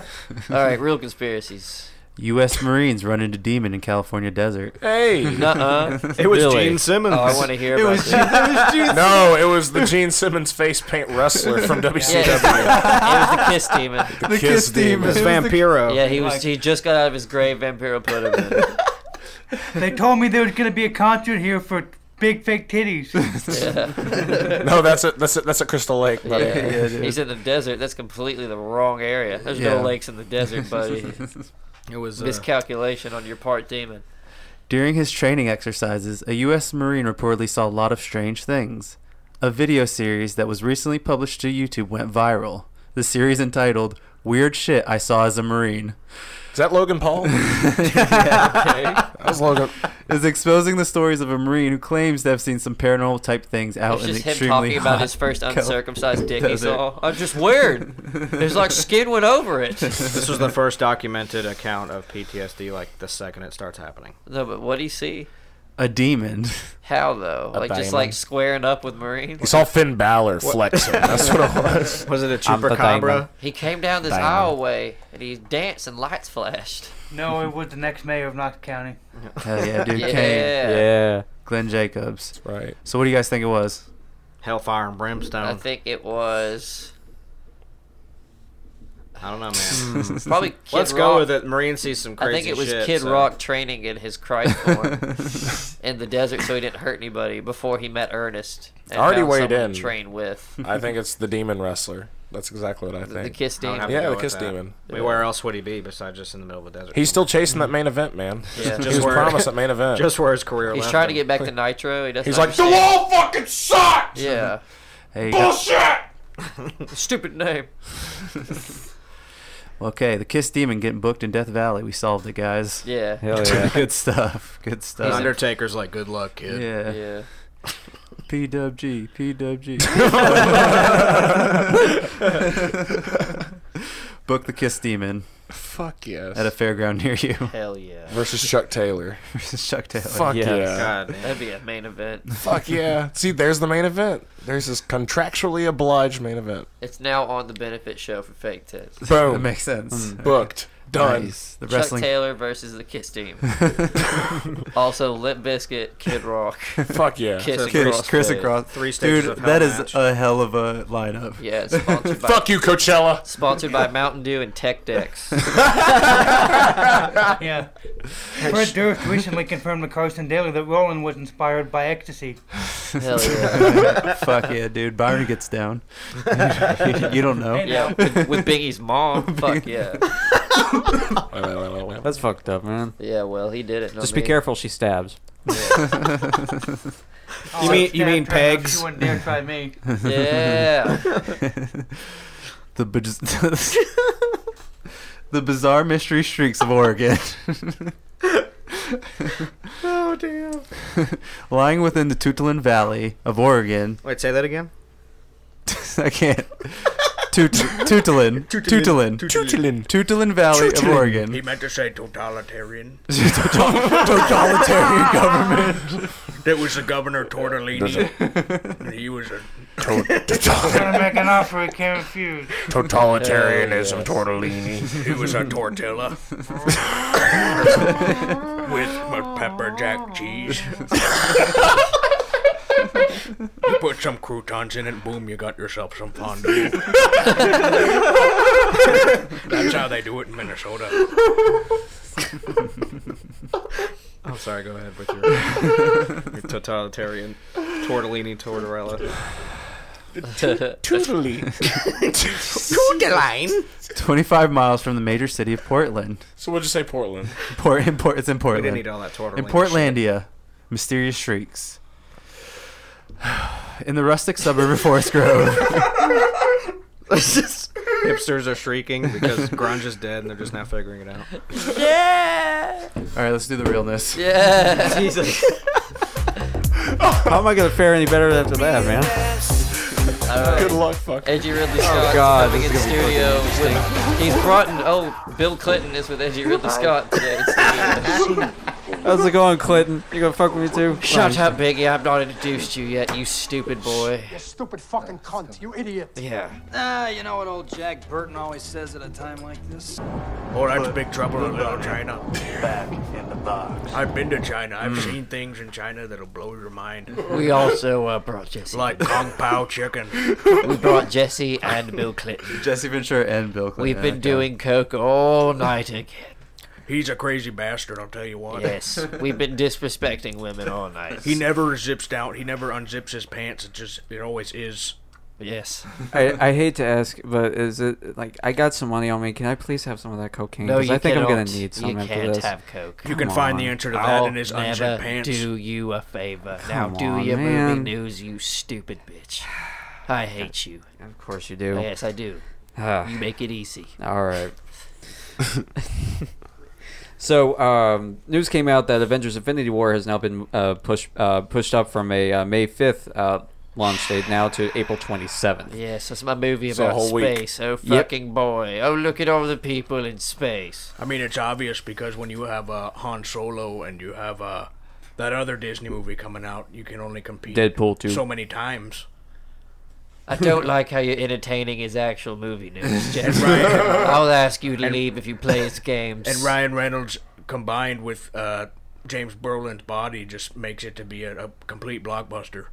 Speaker 2: right, real conspiracies.
Speaker 4: U.S. Marines run into demon in California desert.
Speaker 3: Hey.
Speaker 2: Nuh-uh.
Speaker 6: *laughs*
Speaker 3: It was
Speaker 2: Really?
Speaker 3: Gene Simmons.
Speaker 2: uh, Oh, I want to hear
Speaker 3: *laughs* It
Speaker 2: about
Speaker 3: was
Speaker 2: this.
Speaker 3: Gene- it
Speaker 2: *laughs*
Speaker 3: was Gene No, it was the Gene Simmons face paint wrestler
Speaker 2: *laughs*
Speaker 3: from WCW.
Speaker 2: Yeah, it was the Kiss Demon.
Speaker 3: The The Kiss Kiss Demon. Demon. It was the- Vampiro.
Speaker 2: Yeah, he was. He just got out of his grave. Vampiro put him in.
Speaker 9: *laughs* They told me there was gonna be a concert here for big fake
Speaker 2: *laughs*
Speaker 9: titties.
Speaker 3: *laughs* no, that's it. That's it. That's at Crystal Lake.
Speaker 2: Yeah.
Speaker 3: Buddy.
Speaker 2: He's in the desert. That's completely the wrong area. There's
Speaker 3: Yeah.
Speaker 2: no lakes in
Speaker 3: *laughs*
Speaker 2: the desert, buddy.
Speaker 6: It was, uh,
Speaker 2: miscalculation on your part, demon.
Speaker 4: During his training exercises, a U.S. Marine reportedly saw a lot of strange things. A video series that was recently published to YouTube went viral. The series entitled Weird Shit I Saw as a Marine.
Speaker 3: Is that Logan
Speaker 2: *laughs*
Speaker 3: Paul?
Speaker 6: *laughs*
Speaker 3: That was Logan.
Speaker 4: Is exposing the stories of a Marine who claims to have seen some paranormal type things out
Speaker 2: It's
Speaker 4: in the
Speaker 2: just him
Speaker 4: extremely
Speaker 2: talking about
Speaker 4: hot
Speaker 2: his first
Speaker 4: California
Speaker 2: uncircumcised dick he
Speaker 4: desert.
Speaker 3: *laughs*
Speaker 2: saw. I'm just weird. There's like skin went over it.
Speaker 3: *laughs*
Speaker 6: this was the first documented account of PTSD. Like the second it starts happening.
Speaker 2: No, but what do you see?
Speaker 4: A demon.
Speaker 2: How though?
Speaker 6: A
Speaker 2: like just
Speaker 6: diamond.
Speaker 2: like squaring up with Marines.
Speaker 3: He saw Finn Balor
Speaker 2: What-
Speaker 6: *laughs*
Speaker 3: flexing. That's what it was.
Speaker 6: Was it
Speaker 3: *laughs*
Speaker 6: a
Speaker 3: I'm the diamond.
Speaker 6: chupacabra?
Speaker 2: He came down this
Speaker 3: Diamond.
Speaker 2: aisleway and he danced and lights flashed.
Speaker 9: no, it was the next mayor of Knox
Speaker 2: *laughs*
Speaker 9: County.
Speaker 4: Hell yeah, dude.
Speaker 2: Yeah.
Speaker 4: Kane.
Speaker 2: Yeah.
Speaker 4: Glenn Jacobs.
Speaker 3: right.
Speaker 4: So what do you guys think it was?
Speaker 6: Hellfire and brimstone.
Speaker 2: *laughs* I think it was.
Speaker 6: I don't know, man.
Speaker 3: Hmm.
Speaker 6: *laughs*
Speaker 2: *laughs* Probably Kid
Speaker 6: Let's
Speaker 2: Rock.
Speaker 6: go with it. Marine sees some
Speaker 2: I
Speaker 6: crazy.
Speaker 2: think it was
Speaker 6: shit,
Speaker 2: Kid
Speaker 6: so-
Speaker 2: Rock training in
Speaker 3: *laughs*
Speaker 2: his Christ form in the desert, so he didn't hurt anybody before he met Ernest.
Speaker 3: I already
Speaker 2: found
Speaker 3: weighed
Speaker 2: someone
Speaker 3: in.
Speaker 2: to Train with.
Speaker 3: I think
Speaker 2: *laughs*
Speaker 3: it's the demon wrestler. That's exactly what I
Speaker 2: the
Speaker 3: think.
Speaker 2: Kiss
Speaker 6: I don't have to
Speaker 3: Yeah,
Speaker 6: go
Speaker 3: the
Speaker 6: with
Speaker 3: kiss
Speaker 6: that.
Speaker 3: demon.
Speaker 6: I mean, where else would he be besides just in the middle of the desert?
Speaker 3: He's still chasing that main event, man. he was
Speaker 6: *laughs*
Speaker 3: promised that main event.
Speaker 6: Just where his career.
Speaker 2: He's
Speaker 6: left
Speaker 2: trying to
Speaker 6: him.
Speaker 2: get back
Speaker 3: *laughs*
Speaker 2: to Nitro. He doesn't.
Speaker 3: He's like, "The
Speaker 2: understand."
Speaker 3: wall fucking sucked!"
Speaker 2: Yeah.
Speaker 4: Hey,
Speaker 2: *laughs* Stupid name.
Speaker 4: Okay, the Kiss Demon getting booked in Death Valley. We solved it, guys.
Speaker 2: Yeah. Hell yeah.
Speaker 4: *laughs* Good stuff. Good stuff.
Speaker 6: Undertaker's like, good luck, kid.
Speaker 4: Yeah.
Speaker 2: Yeah.
Speaker 4: PWG,
Speaker 2: *laughs*
Speaker 4: PWG. *laughs* Book the Kiss Demon.
Speaker 3: Fuck yes.
Speaker 4: At a fairground near you.
Speaker 2: Hell yeah.
Speaker 3: Versus Chuck Taylor.
Speaker 4: *laughs* Versus Chuck Taylor.
Speaker 3: Fuck yeah.
Speaker 2: That'd be a main event.
Speaker 3: Fuck yeah. See, there's the main event. There's this contractually obliged main event.
Speaker 2: *laughs* It's now on the benefit show for Fake Tits.
Speaker 3: Boom.
Speaker 4: That makes sense. Mm.
Speaker 3: Booked. Done.
Speaker 4: Nice. The
Speaker 2: Chuck
Speaker 4: wrestling.
Speaker 2: Taylor versus the Kiss Team. also, Limp Biscuit, Kid Rock.
Speaker 3: Fuck yeah.
Speaker 2: Kiss, and
Speaker 4: Chris, Chris
Speaker 2: CrossFit.
Speaker 4: and Cross.
Speaker 6: Three stages
Speaker 4: Dude,
Speaker 6: of hell
Speaker 4: that is *laughs*
Speaker 6: match.
Speaker 4: a hell of a lineup.
Speaker 2: Yeah, it's
Speaker 4: *laughs*
Speaker 2: sponsored by.
Speaker 3: Fuck you, Coachella.
Speaker 2: Sponsored by Mountain Dew and Tech Dex.
Speaker 9: yeah. Fred Durst recently confirmed to Carson Daly that Roland was inspired by ecstasy.
Speaker 2: Hell yeah.
Speaker 4: *laughs* Fuck yeah, dude. Byron gets down. you don't know.
Speaker 2: Yeah, with, with Biggie's mom. Fuck yeah.
Speaker 5: That's fucked up, man.
Speaker 2: Yeah, well, he did it. not
Speaker 5: Just be
Speaker 2: me.
Speaker 5: careful, she stabs.
Speaker 6: You mean you mean
Speaker 9: Turn up,
Speaker 6: pegs?
Speaker 9: Oh, You wouldn't dare try
Speaker 4: *laughs*
Speaker 9: me.
Speaker 2: Yeah.
Speaker 4: the biz- *laughs* the bizarre mystery streaks of Oregon.
Speaker 6: Oh damn.
Speaker 4: *laughs* Lying within the Tutulan Valley of Oregon,
Speaker 6: Wait, say that again.
Speaker 4: I can't. Tut- Tutulan, Tutulan, Tutulan,
Speaker 6: Tutulan.
Speaker 4: Tutulan Valley of Oregon.
Speaker 16: He meant to say
Speaker 5: *laughs*
Speaker 16: totalitarian.
Speaker 4: Totalitarian government.
Speaker 16: There was a governor Tortellini, and he was a *laughs*
Speaker 9: I'm gonna make an offer I can't refuse.
Speaker 3: Totalitarianism, tortellini.
Speaker 16: he was
Speaker 9: *laughs*
Speaker 16: a tortilla *laughs* with a pepper jack cheese. you put some croutons in it, boom, you got yourself some fondue. That's how they do it in Minnesota.
Speaker 6: I'm Oh, sorry. Go ahead
Speaker 8: *laughs*
Speaker 6: with your, your totalitarian tortellini tortorella.
Speaker 8: *laughs*
Speaker 16: Tudeline.
Speaker 4: 25 miles from the major city of Portland.
Speaker 3: So we'll just say Portland.
Speaker 4: Port, in Port, it's in Portland.
Speaker 6: need all that Tortellini
Speaker 4: In Portlandia, mysterious shrieks. *sighs* In the rustic suburb of Forest Grove.
Speaker 6: Hipsters are shrieking because grunge is dead and they're just now figuring it out.
Speaker 2: Yeah.
Speaker 4: All right, let's do the realness.
Speaker 2: Yeah.
Speaker 4: *laughs*
Speaker 2: Jesus.
Speaker 5: *laughs*
Speaker 4: Oh,
Speaker 5: How am I gonna fare any better after that, man?
Speaker 2: Good
Speaker 3: luck, fuck.
Speaker 2: Edgy Ridley
Speaker 5: Oh,
Speaker 2: Scott
Speaker 5: God,
Speaker 2: coming
Speaker 5: this
Speaker 2: in
Speaker 5: is gonna be
Speaker 2: studio. With, he's brought in. Oh, Bill Clinton is with Edgy Ridley Scott today. in studio.
Speaker 5: How's it going, Clinton? You gonna fuck with me too?
Speaker 2: *laughs* Shut
Speaker 5: Fine.
Speaker 2: up, Biggie. I've not introduced you yet, you stupid boy.
Speaker 1: You stupid fucking cunt, you idiot.
Speaker 2: Yeah.
Speaker 1: Ah, you know what old Jack Burton always says at a time like this?
Speaker 16: Oh, that's big trouble in little China.
Speaker 1: Back in the box. Hmm.
Speaker 16: I've been to China. I've
Speaker 2: Mm.
Speaker 16: seen things in China that'll blow your mind.
Speaker 2: We also uh, brought Jesse.
Speaker 16: like Kung Pao chicken.
Speaker 2: we brought Jesse and Bill Clinton.
Speaker 4: Jesse Ventura *laughs* and Bill Clinton.
Speaker 2: We've been
Speaker 4: Okay.
Speaker 2: doing coke all night again.
Speaker 16: He's a crazy bastard, I'll tell you what.
Speaker 2: Yes, we've been disrespecting women all night.
Speaker 16: He never zips down. He never unzips his pants. It just it always is.
Speaker 2: Yes.
Speaker 5: I, I hate to ask, but is it like I got some money on me? Can I please have some of that cocaine?
Speaker 2: No,
Speaker 5: 'Cause
Speaker 2: you
Speaker 5: I think I'm gonna
Speaker 2: cannot.
Speaker 5: need some
Speaker 2: You
Speaker 5: after
Speaker 2: can't
Speaker 5: this.
Speaker 2: have coke.
Speaker 16: You can
Speaker 5: Come
Speaker 16: find the
Speaker 5: on.
Speaker 16: answer to that
Speaker 2: I'll
Speaker 16: in his
Speaker 2: never
Speaker 16: unzipped pants.
Speaker 2: do you a favor.
Speaker 5: Come
Speaker 2: now do
Speaker 5: on,
Speaker 2: your movie
Speaker 5: man.
Speaker 2: news, you stupid bitch. I hate you.
Speaker 5: Of course you do.
Speaker 2: Yes, I do.
Speaker 5: Ah.
Speaker 2: you make it easy.
Speaker 5: All right. *laughs* so, um, news came out that Avengers: Infinity War has now been uh, pushed uh, pushed up from a uh, May fifth uh, launch date now to April twenty seventh.
Speaker 2: Yes, that's my movie
Speaker 5: So a
Speaker 2: about
Speaker 5: whole week.
Speaker 2: space. Oh
Speaker 5: Yep.
Speaker 2: fucking boy. Oh look at all the people in space.
Speaker 16: I mean, it's obvious because when you have uh, Han Solo and you have uh, that other Disney movie coming out, you can only compete
Speaker 5: Deadpool 2.
Speaker 16: so many times.
Speaker 2: I don't like how you're entertaining his actual
Speaker 5: *laughs*
Speaker 2: movie news, Jeff.
Speaker 16: And Ryan-
Speaker 2: I'll ask you to
Speaker 16: and-
Speaker 2: leave if you play his games.
Speaker 16: And Ryan Reynolds combined with uh, James Berlin's body just makes it to be a, a
Speaker 5: *laughs*
Speaker 16: complete blockbuster.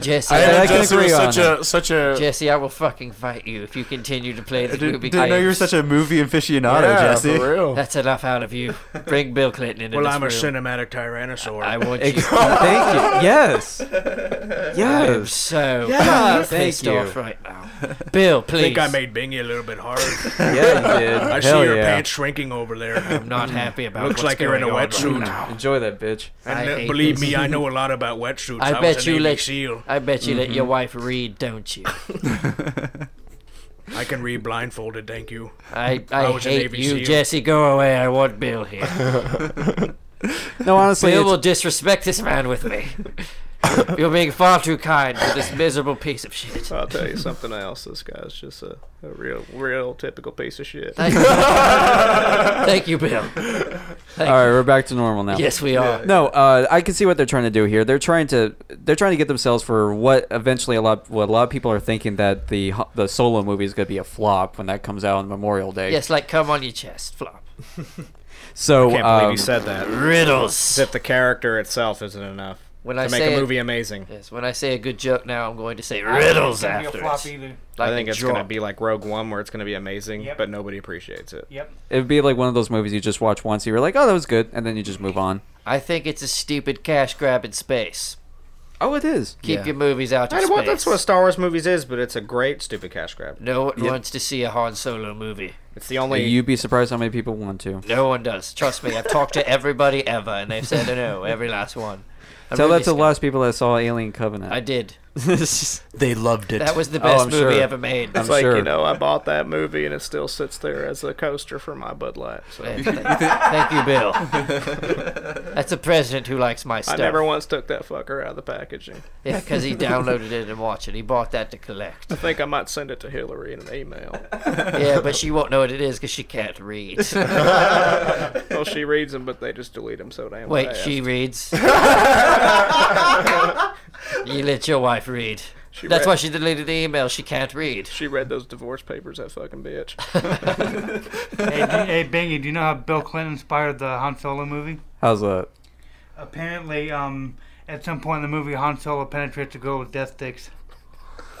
Speaker 2: Jesse,
Speaker 3: I didn't I can guess it was agree such on a- that. such a-
Speaker 2: Jesse. I will fucking fight you if you continue to play the
Speaker 4: Didn't-
Speaker 2: movie.
Speaker 4: didn't know you were
Speaker 2: games.
Speaker 4: such a movie aficionado, Yeah, Jesse. for real.
Speaker 2: That's enough out of you. Bring Bill Clinton into
Speaker 16: well,
Speaker 2: this
Speaker 16: I'm a
Speaker 2: room.
Speaker 16: cinematic tyrannosaur.
Speaker 2: I want you.
Speaker 5: *laughs* Thank you.
Speaker 16: *laughs*
Speaker 5: Yes.
Speaker 2: I am
Speaker 5: Yes.
Speaker 2: so
Speaker 16: Yeah.
Speaker 2: pissed
Speaker 16: Thank you.
Speaker 2: off right now. Bill,
Speaker 16: I
Speaker 2: please.
Speaker 16: think I made Bingy a little bit hard.
Speaker 5: *laughs* Yeah, you did. Hell
Speaker 16: I see your
Speaker 5: yeah.
Speaker 16: pants shrinking over there.
Speaker 2: I'm not happy about
Speaker 16: Looks
Speaker 2: what's
Speaker 16: like you're in a
Speaker 2: going on right
Speaker 16: wetsuit.
Speaker 2: now.
Speaker 5: Enjoy *laughs* that, bitch.
Speaker 16: And
Speaker 2: I
Speaker 16: uh,
Speaker 2: hate
Speaker 16: believe
Speaker 2: this.
Speaker 16: me, I know a lot about wetsuits.
Speaker 2: I,
Speaker 16: I
Speaker 2: bet
Speaker 16: was
Speaker 2: you
Speaker 16: an Navy
Speaker 2: let
Speaker 16: SEAL.
Speaker 2: I bet you let your
Speaker 5: Mm-hmm.
Speaker 16: Mm-hmm.
Speaker 2: wife read, don't you?
Speaker 16: I can read blindfolded. Thank you.
Speaker 2: I I,
Speaker 16: was a
Speaker 2: hate
Speaker 16: Navy
Speaker 2: you,
Speaker 16: SEAL.
Speaker 2: Jesse. Go away. I want Bill here.
Speaker 5: No, honestly,
Speaker 2: Bill
Speaker 5: it's-
Speaker 2: will disrespect this man with me. *laughs* You're being far too kind to this miserable piece of shit.
Speaker 8: I'll tell you something else. This guy's just a, a real, real typical piece of shit. *laughs*
Speaker 2: Thank you. Thank you, Bill.
Speaker 5: All
Speaker 2: Thank
Speaker 5: right,
Speaker 2: you.
Speaker 5: we're back to normal now.
Speaker 2: Yes, we are. Yeah.
Speaker 5: No, uh, I can see what they're trying to do here. They're trying to they're trying to get themselves for what eventually a lot what a lot of people are thinking that the ho- the solo movie is going to be a flop when that comes out on Memorial Day.
Speaker 2: Yes, like come on your chest, flop.
Speaker 5: So
Speaker 8: I can't believe
Speaker 5: um,
Speaker 8: you said that.
Speaker 2: riddles.
Speaker 8: As if the character itself isn't enough
Speaker 2: When
Speaker 8: to
Speaker 2: I
Speaker 8: make
Speaker 2: say
Speaker 8: a
Speaker 2: it-
Speaker 8: movie amazing.
Speaker 2: Yes, when I say a good joke now, I'm going to say
Speaker 8: I don't think
Speaker 2: riddles
Speaker 8: it's gonna be a
Speaker 2: after
Speaker 8: flop
Speaker 2: it.
Speaker 8: either.
Speaker 2: Like
Speaker 8: I think
Speaker 2: a
Speaker 8: it's going to
Speaker 2: drop.
Speaker 8: be like Rogue One, where it's going to be amazing, but nobody appreciates it.
Speaker 9: Yep.
Speaker 5: It would be like one of those movies you just watch once, you're like, oh, that was good, and then you just move on.
Speaker 2: I think it's a stupid cash grab in space.
Speaker 5: Oh, it is.
Speaker 2: Keep your movies out of
Speaker 8: I
Speaker 2: space.
Speaker 8: know what that's what Star Wars movies is, but it's a great stupid cash grab.
Speaker 2: No one
Speaker 8: Yep.
Speaker 2: wants to see a Han Solo movie.
Speaker 8: It's the only
Speaker 5: You'd be surprised how many people want to.
Speaker 2: No one does. Trust me. I've talked to everybody ever, and they've said no. Every last one. I'm
Speaker 5: Tell
Speaker 2: really
Speaker 5: that to the last people that saw Alien Covenant. Oh, *laughs*
Speaker 2: I did.
Speaker 5: they loved
Speaker 2: That was the best movie ever made.
Speaker 8: It's like you know, I bought that movie and it still sits there as a coaster for my Bud Light. So.
Speaker 2: Hey, th- Thank you,
Speaker 8: *laughs*
Speaker 2: Bill. That's a president who likes my
Speaker 8: I
Speaker 2: stuff.
Speaker 8: never once took that fucker out of the packaging.
Speaker 2: Yeah, because he downloaded it and watched it. He bought that to collect.
Speaker 8: I think I might send it to Hillary in an email.
Speaker 2: *laughs* Yeah, but she *laughs* won't know what it is because she can't
Speaker 5: *laughs*
Speaker 2: read.
Speaker 8: *laughs* well, she reads them, but they just delete them so damn
Speaker 2: Wait,
Speaker 8: fast. *laughs*
Speaker 5: *laughs*
Speaker 2: she reads. you let your wife read.
Speaker 8: She
Speaker 2: That's
Speaker 8: read-
Speaker 2: why she deleted the email. She can't read.
Speaker 8: She read those divorce papers, that fucking
Speaker 2: *laughs*
Speaker 8: bitch.
Speaker 9: hey, do, hey, Bingy, do you know how Bill Clinton inspired the Han Solo movie?
Speaker 5: How's that?
Speaker 9: Apparently, um, at some point in the movie, Han Solo penetrates a girl with death sticks.